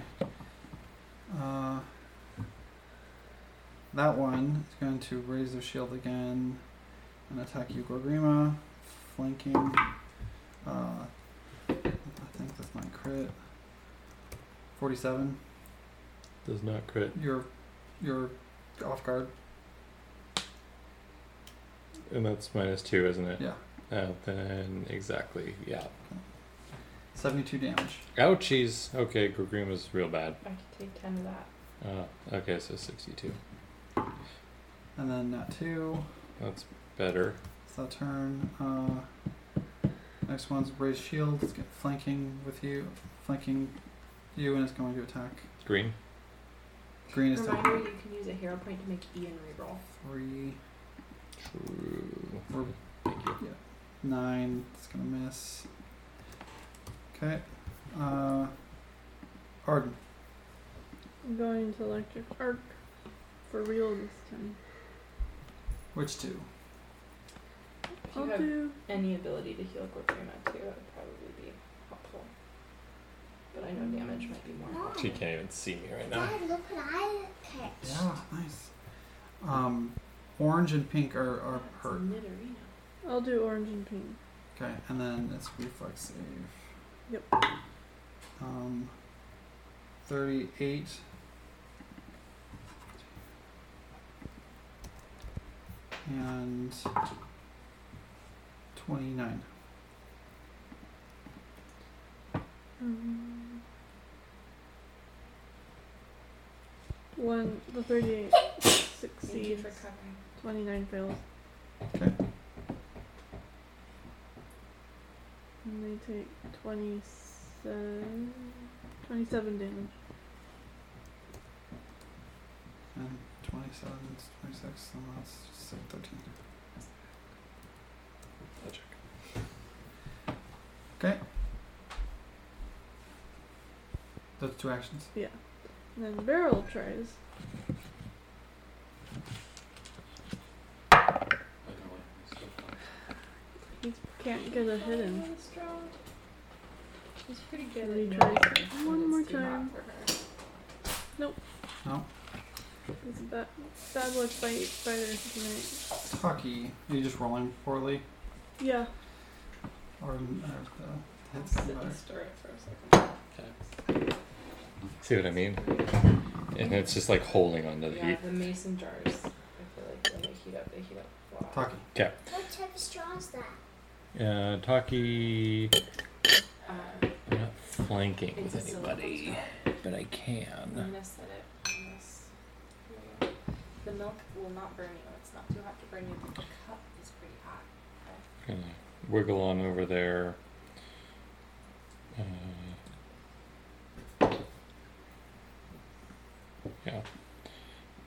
Speaker 2: Uh, that one is going to raise their shield again and attack you, Gorgrima, flanking. Uh, I think that's my crit. Forty-seven.
Speaker 4: Does not crit.
Speaker 2: You're you're off guard.
Speaker 4: And that's minus two, isn't it?
Speaker 2: Yeah.
Speaker 4: Uh, then exactly. Yeah.
Speaker 2: Seventy-two damage.
Speaker 4: Ouchies. Okay, Gorgrim was real bad.
Speaker 3: I could take 10 of that.
Speaker 4: Uh, okay, so 62.
Speaker 2: And then nat two.
Speaker 4: That's better.
Speaker 2: It's that turn. Uh, next one's raise shield. It's get flanking with you, flanking you, and it's going to attack.
Speaker 4: Green.
Speaker 2: Green is
Speaker 3: Reminder,
Speaker 2: still
Speaker 3: you can use a hero point to make Ian reroll.
Speaker 2: three,
Speaker 4: True.
Speaker 2: Or-
Speaker 4: Thank you.
Speaker 2: nine. It's gonna miss. Okay. Uh, Arden.
Speaker 1: I'm going to electric arc for real this time.
Speaker 2: Which two?
Speaker 3: If you
Speaker 1: I'll
Speaker 3: have
Speaker 1: do.
Speaker 3: any ability to heal Gorgrima too, that would probably be helpful. But I know damage might be more.
Speaker 5: Mom,
Speaker 4: She can't even see me right now.
Speaker 5: Dad, look what I catch.
Speaker 2: Yeah, nice. Um, orange and pink are are
Speaker 3: It's
Speaker 2: hurt.
Speaker 3: Nidorino.
Speaker 1: I'll do orange and pink.
Speaker 2: Okay, and then it's reflex save.
Speaker 1: Yep.
Speaker 2: Um, 38. And 29.
Speaker 1: Um, one, the 38
Speaker 3: Thank you
Speaker 1: succeeds,
Speaker 3: for covering.
Speaker 1: 29 fails.
Speaker 2: Okay.
Speaker 1: And they take 27, 27 damage.
Speaker 2: And 27, 26, and that's just like 13.
Speaker 4: I'll check.
Speaker 2: Those two actions.
Speaker 1: And then barrel tries.
Speaker 7: I don't like this so far.
Speaker 1: He can't get a hit in.
Speaker 3: Really strong. She's pretty good
Speaker 1: Really
Speaker 3: at
Speaker 1: try
Speaker 3: knowing
Speaker 1: one
Speaker 3: when it's
Speaker 1: more
Speaker 3: too hot
Speaker 1: time.
Speaker 3: for her.
Speaker 1: It's a bad, bad luck fight fighter tonight.
Speaker 2: Taki, are you just rolling poorly?
Speaker 1: Yeah,
Speaker 2: Or, or the
Speaker 3: I'll
Speaker 2: hits
Speaker 3: sit
Speaker 2: come
Speaker 3: and
Speaker 2: better?
Speaker 3: store it for a second.
Speaker 4: See what I mean? And it's just like holding onto the
Speaker 3: Yeah,
Speaker 4: heat.
Speaker 3: the mason jars. I feel like when they heat up, they heat up. a lot.
Speaker 2: Taki.
Speaker 5: What type of straw is that?
Speaker 4: Uh, Taki.
Speaker 3: Uh,
Speaker 4: I'm not flanking
Speaker 3: it's a
Speaker 4: with anybody,
Speaker 3: silicone
Speaker 4: but I
Speaker 3: straw. I'm
Speaker 4: can.
Speaker 3: gonna set it on this. There you go. The milk will not burn you. It's not too hot to burn you, but the cup is pretty hot.
Speaker 4: Gonna wiggle on over there. Uh, yeah.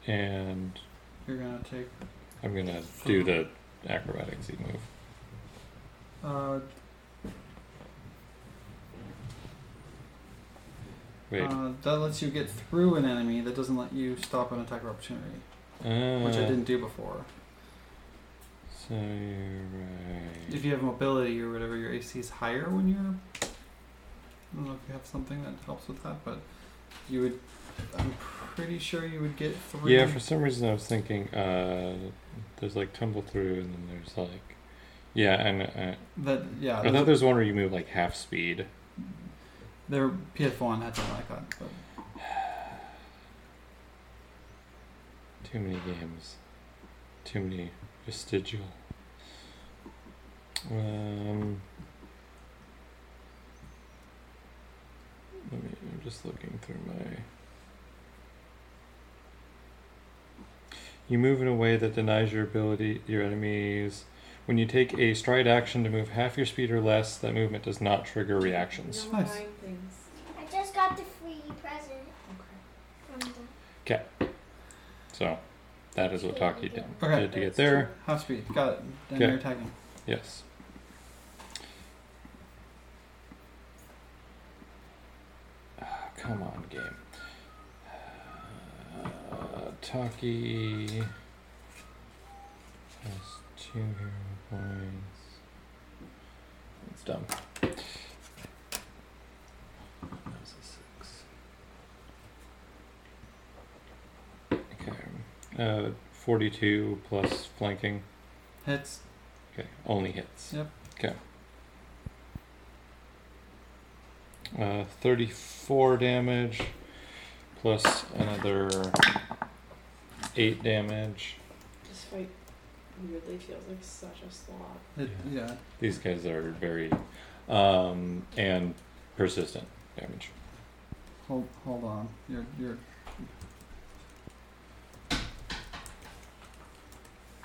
Speaker 4: And
Speaker 2: You're gonna take
Speaker 4: I'm gonna do the acrobatics move.
Speaker 2: uh,
Speaker 4: Wait.
Speaker 2: Uh, that lets you get through an enemy. That doesn't let you stop an attack of opportunity, which I
Speaker 4: Ah,
Speaker 2: didn't do before.
Speaker 4: So you're
Speaker 2: If
Speaker 4: right.
Speaker 2: you have mobility or whatever, your AC is higher when you're. I don't know if you have something that helps with that, but you would. I'm pretty sure you would get through.
Speaker 4: Yeah, for some reason I was thinking uh, there's like tumble through and then there's like yeah, and uh,
Speaker 2: that. Yeah,
Speaker 4: I thought there's one where you move like half speed.
Speaker 2: their PF one had something like that, but
Speaker 4: Too many games. Too many vestigial. Um, let me, I'm just looking through my. You move in a way that denies your ability, your enemies. When you take a stride action to move half your speed or less, that movement does not trigger reactions.
Speaker 3: No
Speaker 2: Nice.
Speaker 3: buying things.
Speaker 5: I just got the free present
Speaker 3: Okay.
Speaker 5: from the.
Speaker 4: So, that is what Taki did,
Speaker 2: Okay.
Speaker 4: did to get there.
Speaker 2: half speed. Got it. Then
Speaker 4: Okay.
Speaker 2: you're attacking.
Speaker 4: Yes. Ah, come on, game. Uh, Taki has two hero points. It's dumb. That was a six. Okay. Uh, 42 plus flanking.
Speaker 2: Hits.
Speaker 4: Okay, only hits.
Speaker 2: Yep.
Speaker 4: Okay. Uh, 34 damage plus another 8 damage.
Speaker 3: This fight weirdly feels like such a slog.
Speaker 2: It, yeah.
Speaker 4: These guys are very. Um, and persistent damage.
Speaker 2: Hold hold on. You're you're.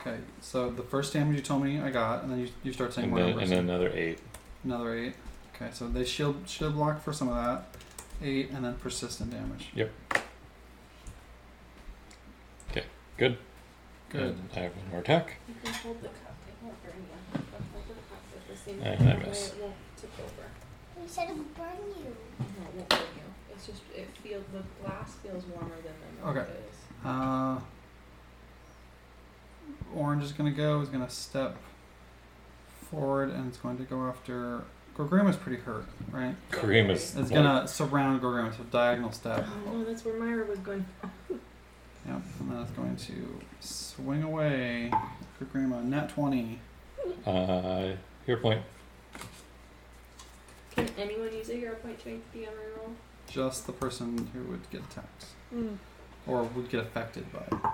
Speaker 2: Okay, so the first damage you told me I got, and then you, you start saying
Speaker 4: And
Speaker 2: more
Speaker 4: then,
Speaker 2: numbers.
Speaker 4: and another 8.
Speaker 2: Another eight. Okay, so they shield shield block for some of that. Eight and then persistent damage.
Speaker 4: Yep. Good.
Speaker 2: Good.
Speaker 4: And I have one more attack.
Speaker 6: You can hold the cup. It won't burn you. But hold the cup at the same
Speaker 4: I- I
Speaker 6: time. that way
Speaker 4: miss.
Speaker 6: It won't tip over.
Speaker 5: You said it would burn you.
Speaker 6: No, it won't burn you. It's just it feels the glass feels warmer than the milk
Speaker 2: Okay.
Speaker 6: is.
Speaker 2: Uh Orange is gonna go, is gonna step forward and it's going to go after Gorgrima's pretty hurt, right?
Speaker 4: Kareem is.
Speaker 2: It's gonna surround Gorgrima, so diagonal step.
Speaker 3: Oh no, that's where Myra was going.
Speaker 2: Yep, and then it's going to swing away. Gorgrima, net twenty.
Speaker 4: Uh, your point.
Speaker 6: Can anyone use a hero point to make the armor roll?
Speaker 2: Just the person who would get attacked.
Speaker 1: Mm.
Speaker 2: Or would get affected by it.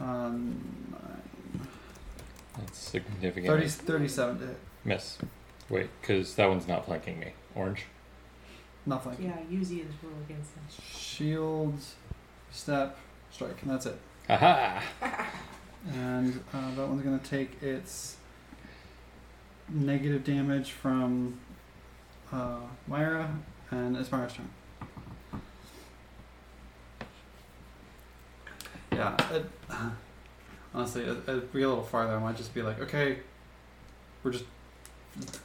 Speaker 2: Um, nine.
Speaker 4: That's significant.
Speaker 2: 30, 37 to hit.
Speaker 4: Miss. Wait, because that one's not flanking me. Orange.
Speaker 2: Nothing.
Speaker 3: Yeah, use Ian's rule against them.
Speaker 2: Shields, step, strike, and that's it.
Speaker 4: Aha!
Speaker 2: And uh, that one's going to take its negative damage from uh, Myra, and it's Myra's turn. Yeah, it, honestly, it, it'd be a little farther. I might just be like, okay, we're just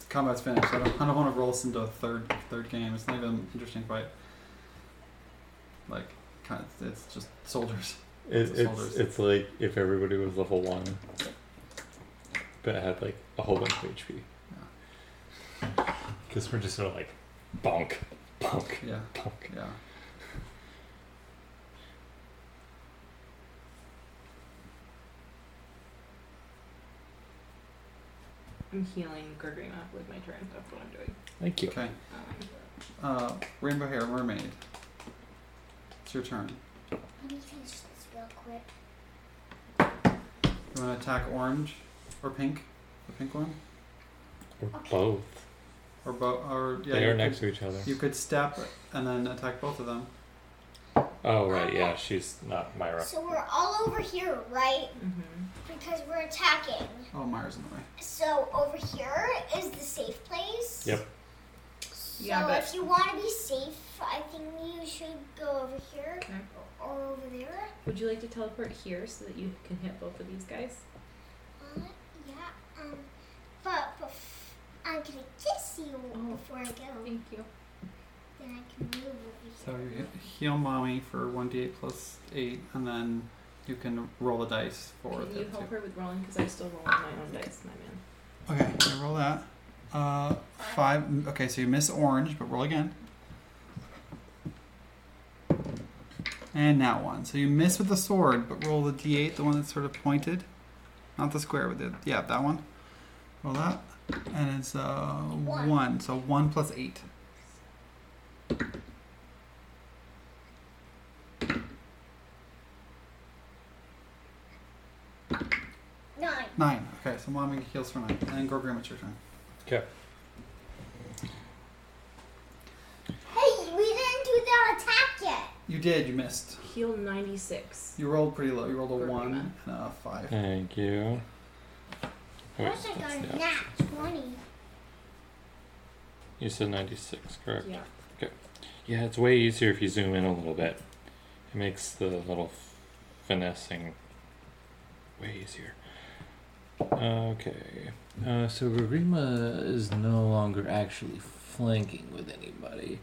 Speaker 2: combat's finished. I don't, I don't want to roll this into a third third game. It's not even an interesting fight. Like, kind of, it's just soldiers.
Speaker 4: It,
Speaker 2: It's
Speaker 4: it's
Speaker 2: soldiers.
Speaker 4: it's like if everybody was level one, but had like a whole bunch of HP. Because we're just sort of like, bonk, bonk,
Speaker 2: Yeah,
Speaker 4: bonk.
Speaker 2: yeah.
Speaker 3: I'm healing Gorgrima with my turn. That's what I'm doing.
Speaker 4: Thank you.
Speaker 2: Okay.
Speaker 3: Um,
Speaker 2: Uh, Rainbow Hair Mermaid. It's your turn.
Speaker 5: Let me finish this real quick.
Speaker 2: You want to attack orange or pink? The pink one?
Speaker 4: Or
Speaker 5: Okay.
Speaker 4: both.
Speaker 2: Or both? Or yeah,
Speaker 4: they
Speaker 2: you
Speaker 4: are
Speaker 2: could,
Speaker 4: next to each other.
Speaker 2: You could step and then attack both of them.
Speaker 4: Oh right, yeah, she's not Myra.
Speaker 5: So we're all over here, right?
Speaker 6: Mm-hmm.
Speaker 3: mhm.
Speaker 5: Because we're attacking.
Speaker 2: Oh, Myra's in the way.
Speaker 5: So over here is the safe place.
Speaker 4: Yep.
Speaker 5: So
Speaker 3: Yeah, but-
Speaker 5: if you want to be safe, I think you should go over here
Speaker 3: Okay.
Speaker 5: or over there.
Speaker 6: Would you like to teleport here so that you can hit both of these guys?
Speaker 5: Uh, yeah. Um, but bef- I'm gonna kiss you
Speaker 6: Oh.
Speaker 5: before I go.
Speaker 6: Thank you.
Speaker 5: Then I can move over
Speaker 2: So
Speaker 5: here.
Speaker 2: you hit- heal mommy for 1d8 plus 8, and then you can roll the dice for
Speaker 6: Can
Speaker 2: the
Speaker 6: you
Speaker 2: other
Speaker 6: help her with rolling? Because I'm still rolling my own dice, my man.
Speaker 2: two. Okay, you roll that. Uh, 5. Okay, so you miss orange, but roll again. And now one. So you miss with the sword, but roll the d8, the one that's sort of pointed. Not the square, but the, yeah, that one. Roll that. And it's uh,
Speaker 5: One.
Speaker 2: 1. So 1 plus 8.
Speaker 5: Nine.
Speaker 2: 9. Okay, so mommy heals for 9. And then Gorgrim, it's your turn.
Speaker 5: Hey, we didn't do the attack yet.
Speaker 2: You did, you missed.
Speaker 6: Heal 96.
Speaker 2: You rolled pretty low. You rolled a
Speaker 6: Gorgrima.
Speaker 2: 1 and a 5.
Speaker 4: Thank you. Oh, Wait,
Speaker 5: Plus I
Speaker 4: that's
Speaker 5: got
Speaker 4: the
Speaker 5: a
Speaker 4: app.
Speaker 5: nat twenty.
Speaker 4: you said ninety-six, correct?
Speaker 6: Yeah.
Speaker 4: Yeah, it's way easier if you zoom in a little bit. It makes the little f- finessing way easier. Okay.
Speaker 11: Uh, so Rima is no longer actually flanking with anybody.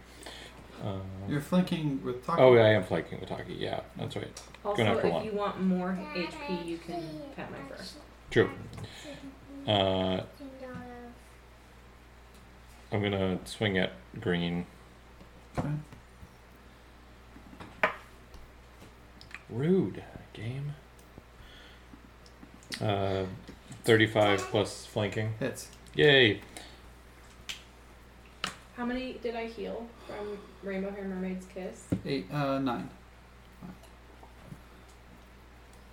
Speaker 2: You're
Speaker 4: Um,
Speaker 2: flanking with Taco.
Speaker 4: oh, yeah, I am flanking the talkie. Yeah, that's right.
Speaker 6: Also,
Speaker 4: after
Speaker 6: if
Speaker 4: one.
Speaker 6: you want more
Speaker 5: Dad, I
Speaker 6: HP, you can
Speaker 5: actually-
Speaker 6: pat my fur.
Speaker 5: actually-
Speaker 4: True.
Speaker 5: actually-
Speaker 4: Uh,
Speaker 5: Thinking of-
Speaker 4: I'm gonna swing at green.
Speaker 2: Okay.
Speaker 4: Rude game. Uh, 35 plus flanking.
Speaker 2: Hits.
Speaker 4: Yay!
Speaker 3: How many did I heal from Rainbow Hair Mermaid's Kiss?
Speaker 2: Eight, uh, nine.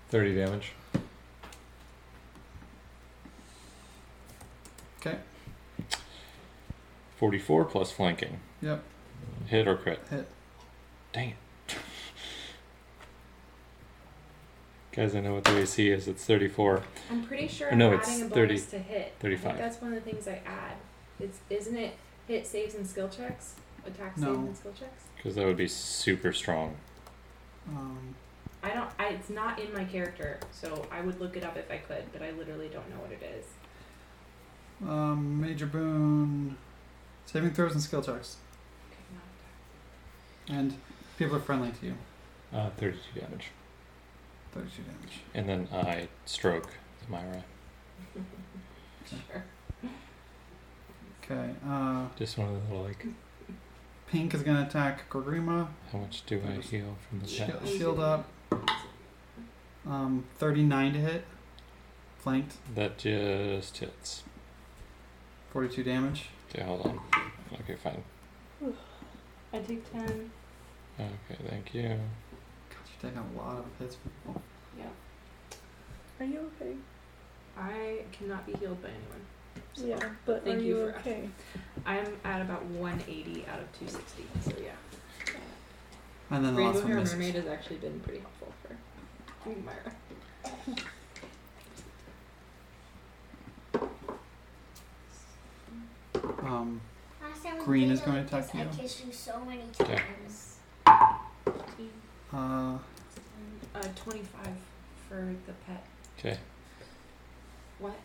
Speaker 4: 30 damage.
Speaker 2: Okay.
Speaker 4: 44 plus flanking.
Speaker 2: Yep.
Speaker 4: Hit or crit?
Speaker 2: Hit.
Speaker 4: Dang it. Guys, I know what the AC is. It's 34.
Speaker 3: I'm pretty sure
Speaker 4: Oh,
Speaker 3: I'm
Speaker 4: no,
Speaker 3: adding
Speaker 4: it's
Speaker 3: a
Speaker 4: 30
Speaker 3: bonus to hit. I think
Speaker 4: 35.
Speaker 3: that's one of the things I add. It's isn't it hit saves and skill checks, attack
Speaker 2: No.
Speaker 3: saves and skill checks.
Speaker 4: Because that would be super strong.
Speaker 2: Um,
Speaker 3: I don't. I, it's not in my character, so I would look it up if I could, but I literally don't know what it is.
Speaker 2: um, Major Boon. Saving throws and skill checks.
Speaker 3: Okay, no.
Speaker 2: And people are friendly to you.
Speaker 4: Uh, 32 damage.
Speaker 2: 32 damage.
Speaker 4: And then I stroke Myra.
Speaker 3: Sure.
Speaker 2: Okay. Uh,
Speaker 4: Just one of the little, like,
Speaker 2: Pink is going to attack Gorima.
Speaker 4: how much do I heal from the
Speaker 2: Shield,
Speaker 4: chat?
Speaker 2: shield up. Um, 39 to hit. Flanked.
Speaker 4: That just hits.
Speaker 2: 42 damage.
Speaker 4: Okay, hold on. Okay, fine.
Speaker 13: I take ten.
Speaker 4: Okay, thank you.
Speaker 2: God, you're taking a lot of hits. people.
Speaker 1: Are you okay?
Speaker 3: I cannot be healed by anyone. So
Speaker 1: Yeah, but
Speaker 3: Thank
Speaker 1: are
Speaker 3: you
Speaker 1: you,
Speaker 3: for-
Speaker 1: okay?
Speaker 3: I'm at about 180 out of 260. So yeah.
Speaker 2: And then the
Speaker 3: Rainbow
Speaker 2: last one
Speaker 3: Hair
Speaker 2: misses.
Speaker 3: Mermaid has actually been pretty helpful for Myra.
Speaker 2: Um,
Speaker 5: Last time we
Speaker 2: Green
Speaker 5: played
Speaker 2: is going to
Speaker 5: this,
Speaker 2: attack you.
Speaker 5: I kissed you so many
Speaker 4: Okay.
Speaker 5: times.
Speaker 2: Uh,
Speaker 3: Uh, 25 for the pet.
Speaker 4: Okay.
Speaker 3: What?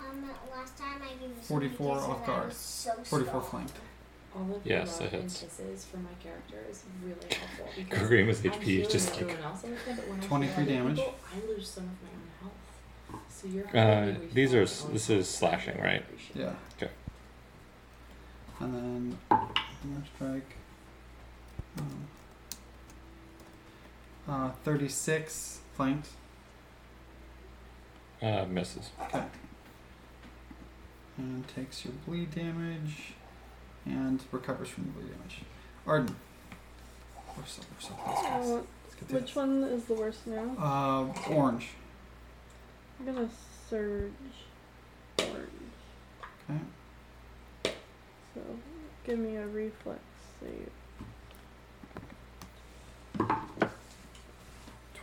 Speaker 5: Um, last time I gave you so many
Speaker 2: 44
Speaker 5: kisses
Speaker 2: off
Speaker 5: and I
Speaker 2: guard.
Speaker 5: was So
Speaker 2: 44
Speaker 5: soft.
Speaker 2: flanked.
Speaker 3: All of the
Speaker 4: Yes,
Speaker 3: love
Speaker 4: that
Speaker 3: and
Speaker 4: hits.
Speaker 3: kisses for my character is really helpful. because
Speaker 4: Gorima's
Speaker 3: I'm
Speaker 4: HP
Speaker 3: healing
Speaker 4: is just like
Speaker 3: everyone else all the time, but when I heal
Speaker 2: 23
Speaker 3: other
Speaker 2: damage.
Speaker 3: people, I lose some of my own health. So you're
Speaker 4: Uh,
Speaker 3: helping me
Speaker 4: these are
Speaker 3: refill
Speaker 4: s-
Speaker 3: my own
Speaker 4: this is
Speaker 3: health.
Speaker 4: slashing, right?
Speaker 3: Appreciate
Speaker 2: Yeah.
Speaker 4: Okay.
Speaker 2: And then another strike. Um, uh, thirty-six flanked.
Speaker 4: Uh, misses.
Speaker 2: Okay. And takes your bleed damage, and recovers from the bleed damage. Arden. We're so, we're so close, guys.
Speaker 1: Uh,
Speaker 2: Let's get through
Speaker 1: which one is the worst now?
Speaker 2: this. Uh, orange.
Speaker 1: I'm gonna surge. Orange.
Speaker 2: Okay.
Speaker 1: So give me a reflex save.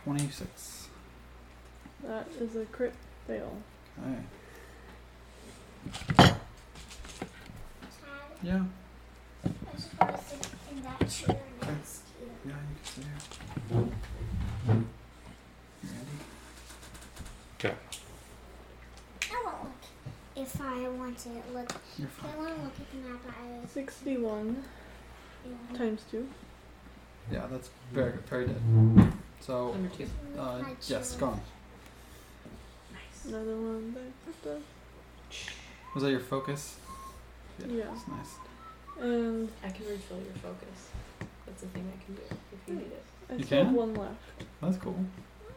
Speaker 2: Twenty-six.
Speaker 1: That is a crit fail.
Speaker 2: Okay. Yeah.
Speaker 5: I was supposed to sit in that chair next to you.
Speaker 2: Yeah, you can sit here. Randy.
Speaker 5: I won't look if I want to look.
Speaker 2: You're
Speaker 5: If I
Speaker 2: fine.
Speaker 5: want to look at the map, I was.
Speaker 1: 61 times 2.
Speaker 2: Yeah, that's very good. Very dead. So,
Speaker 3: Number two.
Speaker 2: uh, yes, gone.
Speaker 3: Nice.
Speaker 1: Another one back up.
Speaker 2: Was that your focus?
Speaker 1: Yeah.
Speaker 2: That's nice.
Speaker 1: And
Speaker 3: I can refill your focus. That's a thing I can do if you need it.
Speaker 1: I
Speaker 2: You
Speaker 1: still have
Speaker 2: can?
Speaker 1: one left.
Speaker 2: That's cool.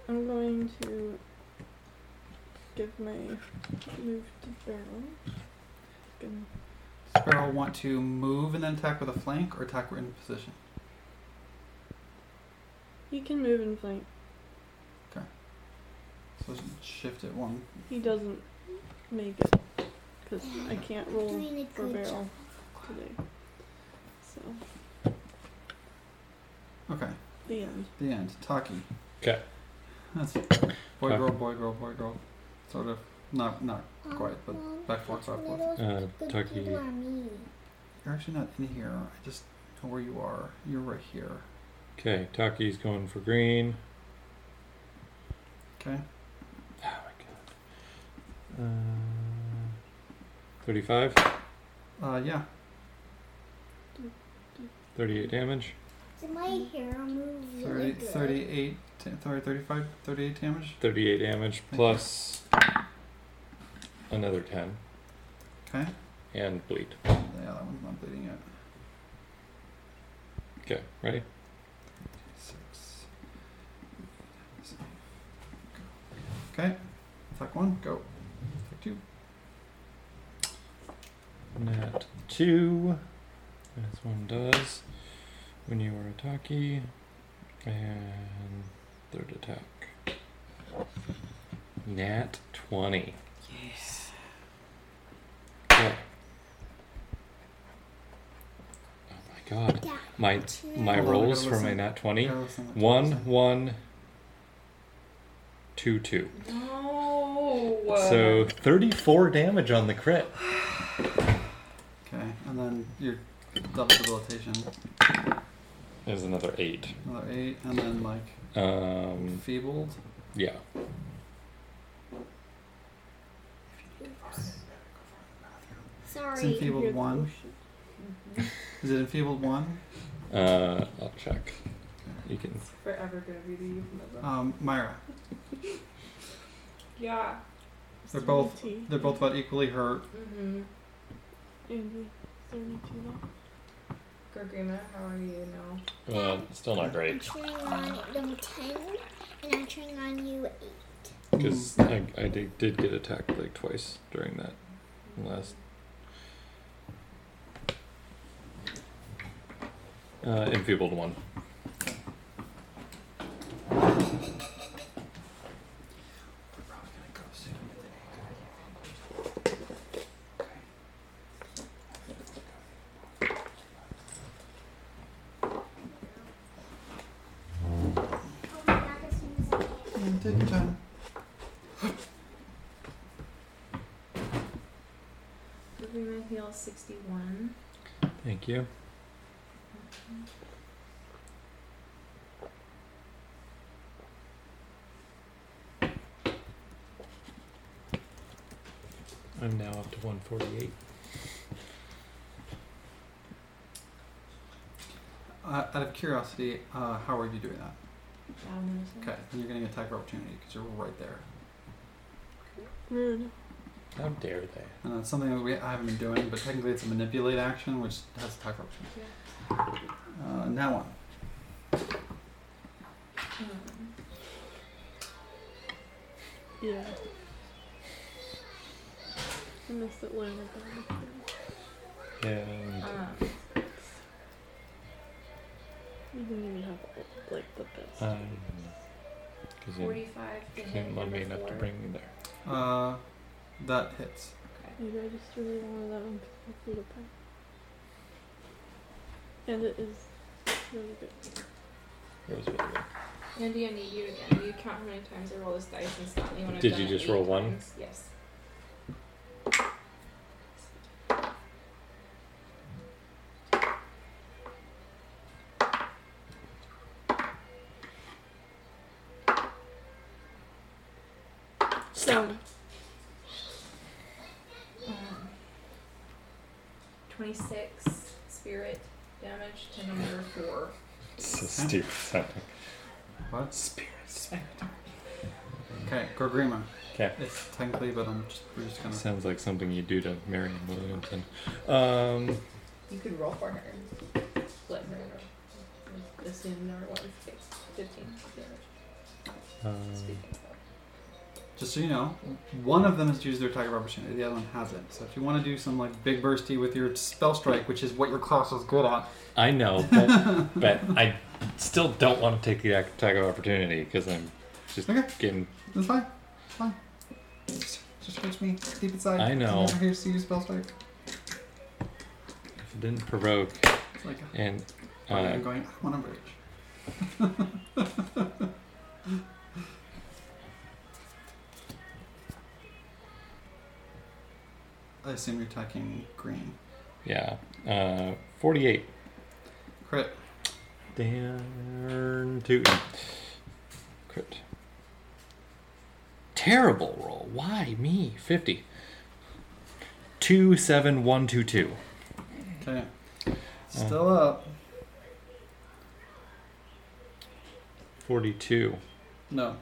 Speaker 1: I'm going to give my move to barrel. Gonna-
Speaker 2: Sparrow want to move and then attack with a flank or attack in position?
Speaker 1: He can move and flank.
Speaker 2: So shift it one.
Speaker 1: He doesn't make it because I can't roll
Speaker 5: Doing a
Speaker 1: for
Speaker 5: good
Speaker 1: barrel
Speaker 5: job.
Speaker 1: today. So
Speaker 2: Okay,
Speaker 1: the end.
Speaker 2: the end. Taki.
Speaker 4: 'Kay.
Speaker 2: That's boy,
Speaker 4: Okay.
Speaker 2: girl, boy, girl, boy, girl. Sort of. Not, not
Speaker 5: Um,
Speaker 2: quite, but
Speaker 5: well,
Speaker 2: back forth, back forth.
Speaker 5: little
Speaker 4: Uh,
Speaker 5: good
Speaker 4: Taki-
Speaker 5: people are mean.
Speaker 2: You're actually not in here. I just know where you are. You're right here.
Speaker 4: Okay, Taki's going for green.
Speaker 2: Okay.
Speaker 4: Oh my god. Uh, 35,
Speaker 2: Uh, yeah.
Speaker 4: 38 damage.
Speaker 5: Did my
Speaker 2: Mm.
Speaker 5: hair move
Speaker 2: 30,
Speaker 5: really good?
Speaker 2: 38, t- sorry, 35, 38 damage.
Speaker 4: 38 damage
Speaker 2: you.
Speaker 4: plus another 10
Speaker 2: Okay.
Speaker 4: and bleed.
Speaker 2: Yeah, that one's not bleeding yet.
Speaker 4: Okay, ready?
Speaker 2: Six. Okay. Attack one, go. Attack two.
Speaker 4: Nat 2 as one does when you are attacky, and third attack. Nat twenty.
Speaker 2: Yes.
Speaker 4: Okay. Oh my god!
Speaker 5: Yeah.
Speaker 4: My
Speaker 5: two.
Speaker 4: my
Speaker 2: Hold on, I
Speaker 4: rolls
Speaker 2: gotta
Speaker 4: for my
Speaker 2: listen.
Speaker 4: nat twenty.
Speaker 2: Yeah, listen, listen,
Speaker 4: One
Speaker 2: listen.
Speaker 4: one two two.
Speaker 3: No.
Speaker 4: So thirty four damage on the crit.
Speaker 2: Okay, and then your double debilitation,
Speaker 4: There's another eight.
Speaker 2: another eight, and then like
Speaker 4: Um,
Speaker 2: feebled.
Speaker 4: yeah.
Speaker 2: It's
Speaker 5: Sorry.
Speaker 2: enfeebled one. Is it enfeebled one?
Speaker 4: Uh, I'll check. You can.
Speaker 3: It's forever gonna be the euphemism.
Speaker 2: Um, Myra.
Speaker 3: yeah.
Speaker 2: They're both-
Speaker 1: Seventy.
Speaker 2: They're both about equally hurt.
Speaker 6: Mm-hmm.
Speaker 1: Andy, seventy-two now.
Speaker 6: Gorgrima, how are you now?
Speaker 4: Uh, still not
Speaker 5: I'm
Speaker 4: great
Speaker 5: turning on them ten, and I'm turning on you eight.
Speaker 4: because I, I did, did get attacked like twice during that last. Uh, enfeebled one.
Speaker 2: Take your time.
Speaker 6: Gorgrima heals 61.
Speaker 4: Thank you. I'm now up to 148.
Speaker 2: Uh, out of curiosity, uh, how are you doing that?
Speaker 3: Battle medicine.
Speaker 2: Okay, then you're getting an attack of opportunity because you're right there,
Speaker 1: Rude.
Speaker 4: How dare they?
Speaker 2: and that's something that we I haven't been doing. But technically, it's a manipulate action, which has attack of opportunity. Uh, now one.
Speaker 6: Um,
Speaker 1: Yeah. I missed it later. but I'm okay.
Speaker 4: And
Speaker 6: um,
Speaker 1: You didn't even have like the best.
Speaker 4: um, because you
Speaker 6: 45. to hit
Speaker 4: can't love me
Speaker 6: number
Speaker 4: enough to
Speaker 6: four.
Speaker 4: bring me there.
Speaker 2: Uh, that hits.
Speaker 1: Maybe I just really wanted that one to apart. And it is really good.
Speaker 4: It was really good.
Speaker 6: Andy, I need you again. Will you count how many times I roll this dice instantly when I've
Speaker 4: Did
Speaker 6: done
Speaker 4: you
Speaker 6: it
Speaker 4: just
Speaker 6: eight
Speaker 4: roll one?
Speaker 6: times? Yes.
Speaker 1: Stone.
Speaker 6: Um, 26 spirit damage to number 4.
Speaker 4: It's so stupid sounding.
Speaker 2: What?
Speaker 4: Spirit.
Speaker 2: Okay, Gorgrima.
Speaker 4: 'Kay.
Speaker 2: It's technically, but I'm just, we're just gonna.
Speaker 4: Sounds like something you do to Marion Williamson. Um,
Speaker 6: You could roll for her. Let her roll. Assume number 1 takes 15 damage.
Speaker 4: um,
Speaker 6: Speaking of.
Speaker 2: Just so you know, one of them has used their attack of opportunity, the other one hasn't. So if you want to do some like big bursty with your spell strike, which is what your class is good at,
Speaker 4: I know, but, but I still don't want to take the ac- attack of opportunity because I'm just
Speaker 2: Okay.
Speaker 4: getting.
Speaker 2: that's fine. It's fine. Just, just reach me deep inside.
Speaker 4: I know.
Speaker 2: I'm over here to see your spell strike.
Speaker 4: If it didn't provoke,
Speaker 2: It's like
Speaker 4: and
Speaker 2: uh,
Speaker 4: uh,
Speaker 2: I'm going. I want to rage. I assume you're attacking green.
Speaker 4: yeah, uh, 48.
Speaker 2: Crit.
Speaker 4: Darn tootin'. Crit. Terrible roll. Why me? 50. 27122.
Speaker 2: Okay.
Speaker 4: Uh.
Speaker 2: Still up.
Speaker 4: 42.
Speaker 2: No.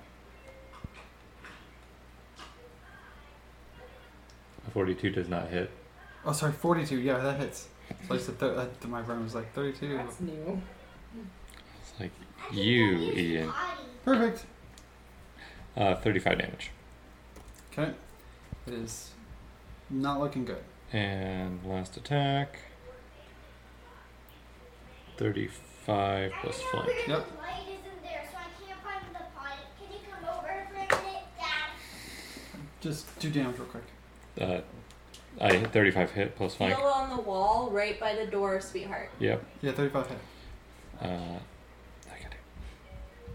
Speaker 4: 42 does not hit.
Speaker 2: Oh, sorry, 42. Yeah, that hits. So I said, thir- I, my brain was like 32.
Speaker 6: That's new.
Speaker 4: It's like You, Ian.
Speaker 2: Perfect.
Speaker 4: uh, 35 damage.
Speaker 2: Okay. It is not looking good.
Speaker 4: And last attack. 35 plus flank.
Speaker 2: Yep.
Speaker 5: The light isn't there, so I can't find the pot. Can you come over for a minute, Dad?
Speaker 2: Just do damage real quick.
Speaker 4: Uh, I hit 35 hit plus flank.
Speaker 14: Yellow on the wall, right by the door, sweetheart.
Speaker 4: Yep.
Speaker 2: Yeah, 35 hit.
Speaker 4: Uh, I got it.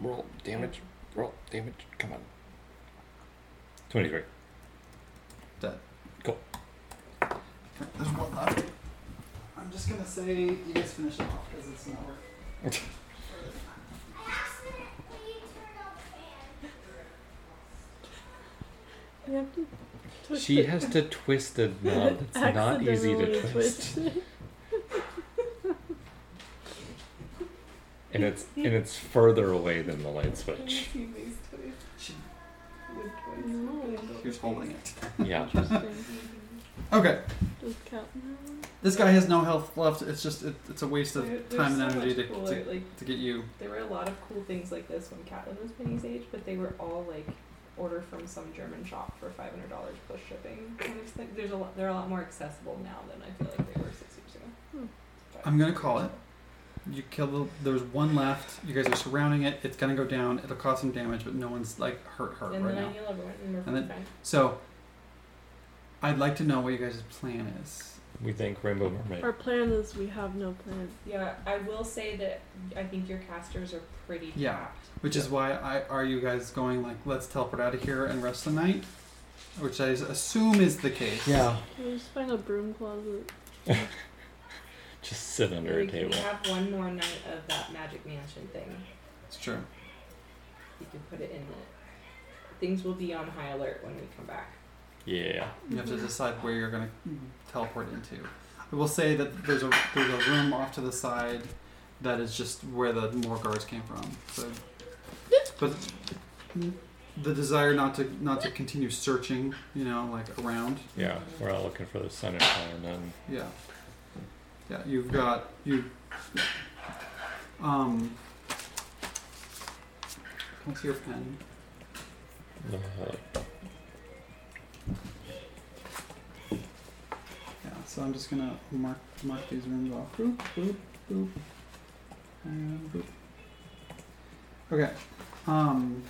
Speaker 4: Roll damage. Roll damage. Come on. 23.
Speaker 2: Dead.
Speaker 4: Cool.
Speaker 2: There's one left. I'm just gonna say you guys finish it off because it's not worth.
Speaker 5: I accidentally turned on the fan.
Speaker 1: You have to twist
Speaker 4: She
Speaker 1: it.
Speaker 4: has to twist the knob. It's not easy
Speaker 1: Accidentally
Speaker 4: to twist.
Speaker 1: twist.
Speaker 4: And it's and it's further away than the light switch.
Speaker 3: seen these toys.
Speaker 2: She-
Speaker 3: Wood toys.
Speaker 2: He was holding it.
Speaker 4: Yeah.
Speaker 1: Interesting.
Speaker 2: Okay,
Speaker 1: Does count now?
Speaker 2: this guy has no health left. It's just it, it's a waste of
Speaker 3: They're- they're
Speaker 2: time and
Speaker 3: so
Speaker 2: energy
Speaker 3: much
Speaker 2: to,
Speaker 3: cooler.
Speaker 2: to,
Speaker 3: Like
Speaker 2: to get you.
Speaker 3: there were a lot of cool things like this when Catelyn was Penny's age, but they were all like order from some German shop for five hundred dollars plus shipping kind of thing. There's a lot. They're a lot more accessible now than I feel like they were six years ago.
Speaker 1: Hmm.
Speaker 3: But-
Speaker 2: I'm gonna call it. You kill the. There's one left. You guys are surrounding it. It's gonna go down. It'll cause some damage, but no one's like hurt hurt
Speaker 3: And
Speaker 2: right
Speaker 3: then
Speaker 2: now.
Speaker 3: I yell everyone, and we're
Speaker 2: And then-
Speaker 3: fine.
Speaker 2: So, I'd like to know what your guys' plan is.
Speaker 4: We think Rainbow Mermaid.
Speaker 1: Our plan is we have no plan.
Speaker 3: Yeah, I will say that I think your casters are pretty
Speaker 2: Yeah.
Speaker 3: tapped.
Speaker 2: Which is why I are you guys going like let's teleport out of here and rest the night, which I assume is the case.
Speaker 4: Yeah.
Speaker 1: We'll just find a broom closet.
Speaker 4: Just sit under a
Speaker 3: Like,
Speaker 4: table.
Speaker 3: We have one more night of that Magic Mansion thing.
Speaker 2: it's true.
Speaker 3: You can put it in the. Things will be on high alert when we come back.
Speaker 4: Yeah.
Speaker 2: You have to decide where you're gonna teleport into. I will say that there's a there's a room off to the side that is just where the more guards came from. So, but the desire not to not to continue searching, you know, like around.
Speaker 4: Yeah. We're all looking for the sun and shine and
Speaker 2: Yeah. Yeah, you've got you. Um. Can I see your pen?
Speaker 4: uh,
Speaker 2: Yeah, so I'm just gonna mark mark these rooms off. Boop, boop, boop. And boop. Okay. Um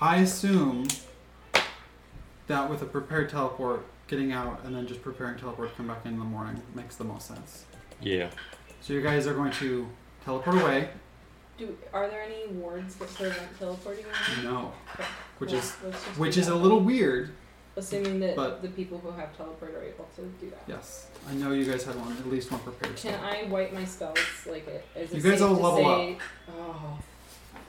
Speaker 2: I assume that with a prepared teleport, getting out and then just preparing teleport to come back in, in the morning makes the most sense.
Speaker 4: yeah.
Speaker 2: So you guys are going to teleport away.
Speaker 3: Do are there any wards that prevent teleporting? around?
Speaker 2: No. Which
Speaker 3: Cool,
Speaker 2: is
Speaker 3: let's just
Speaker 2: which
Speaker 3: do
Speaker 2: is a
Speaker 3: that.
Speaker 2: little weird.
Speaker 3: Assuming that
Speaker 2: but-
Speaker 3: the people who have teleport are able to do that.
Speaker 2: Yes. I know you guys had one at least one prepared.
Speaker 3: Can I wipe my spells like it? Is it
Speaker 2: You guys
Speaker 3: safe
Speaker 2: all
Speaker 3: to
Speaker 2: level
Speaker 3: say, Oh,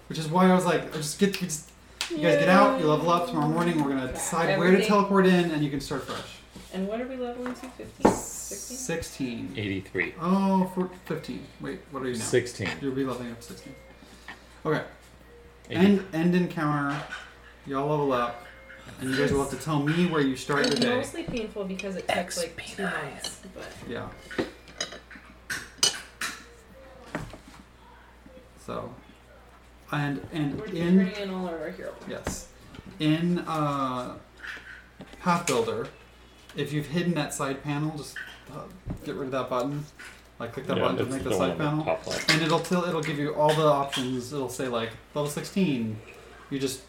Speaker 2: Which is why I was like, just get just You guys get out, you level up. Tomorrow morning, we're gonna
Speaker 3: Yeah,
Speaker 2: decide where to
Speaker 3: everything-
Speaker 2: teleport in, and you can start fresh.
Speaker 3: and what are we leveling to? 15? 16?
Speaker 2: 16.
Speaker 4: 83.
Speaker 2: Oh, for 15. Wait, what are you now?
Speaker 4: 16.
Speaker 2: You'll be leveling up 16. Okay.
Speaker 4: 80.
Speaker 2: End, end encounter. Y'all level up, and you guys will have to tell me where you start your
Speaker 3: It's
Speaker 2: day.
Speaker 3: mostly painful because it took like two months, but
Speaker 2: Yeah. So, and and
Speaker 3: we're
Speaker 2: in
Speaker 3: bringing in all of our hero points.
Speaker 2: Yes. In uh, Path Builder, if you've hidden that side panel, just uh, get rid of that button. Like click that
Speaker 4: yeah,
Speaker 2: button to
Speaker 4: that's
Speaker 2: make the,
Speaker 4: the one
Speaker 2: side
Speaker 4: on the
Speaker 2: panel,
Speaker 4: top left.
Speaker 2: and it'll tell it'll give you all the options. It'll say like level sixteen. You just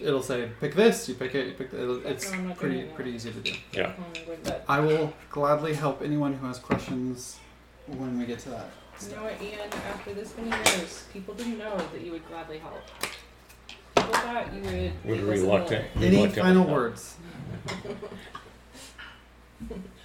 Speaker 2: it'll say pick this. You pick it. You pick the, it'll, it's
Speaker 3: No, I'm not
Speaker 2: pretty
Speaker 3: doing that.
Speaker 2: pretty easy to do.
Speaker 4: Yeah.
Speaker 3: Oh my word, but
Speaker 2: I will gladly help anyone who has questions when we get to that.
Speaker 3: you know what, Ian? After this many years, people didn't know that you would gladly help. People thought you would.
Speaker 4: Would
Speaker 3: leave us alone.
Speaker 4: reluctant.
Speaker 2: Any
Speaker 4: reluctant
Speaker 2: final
Speaker 4: without-
Speaker 2: words?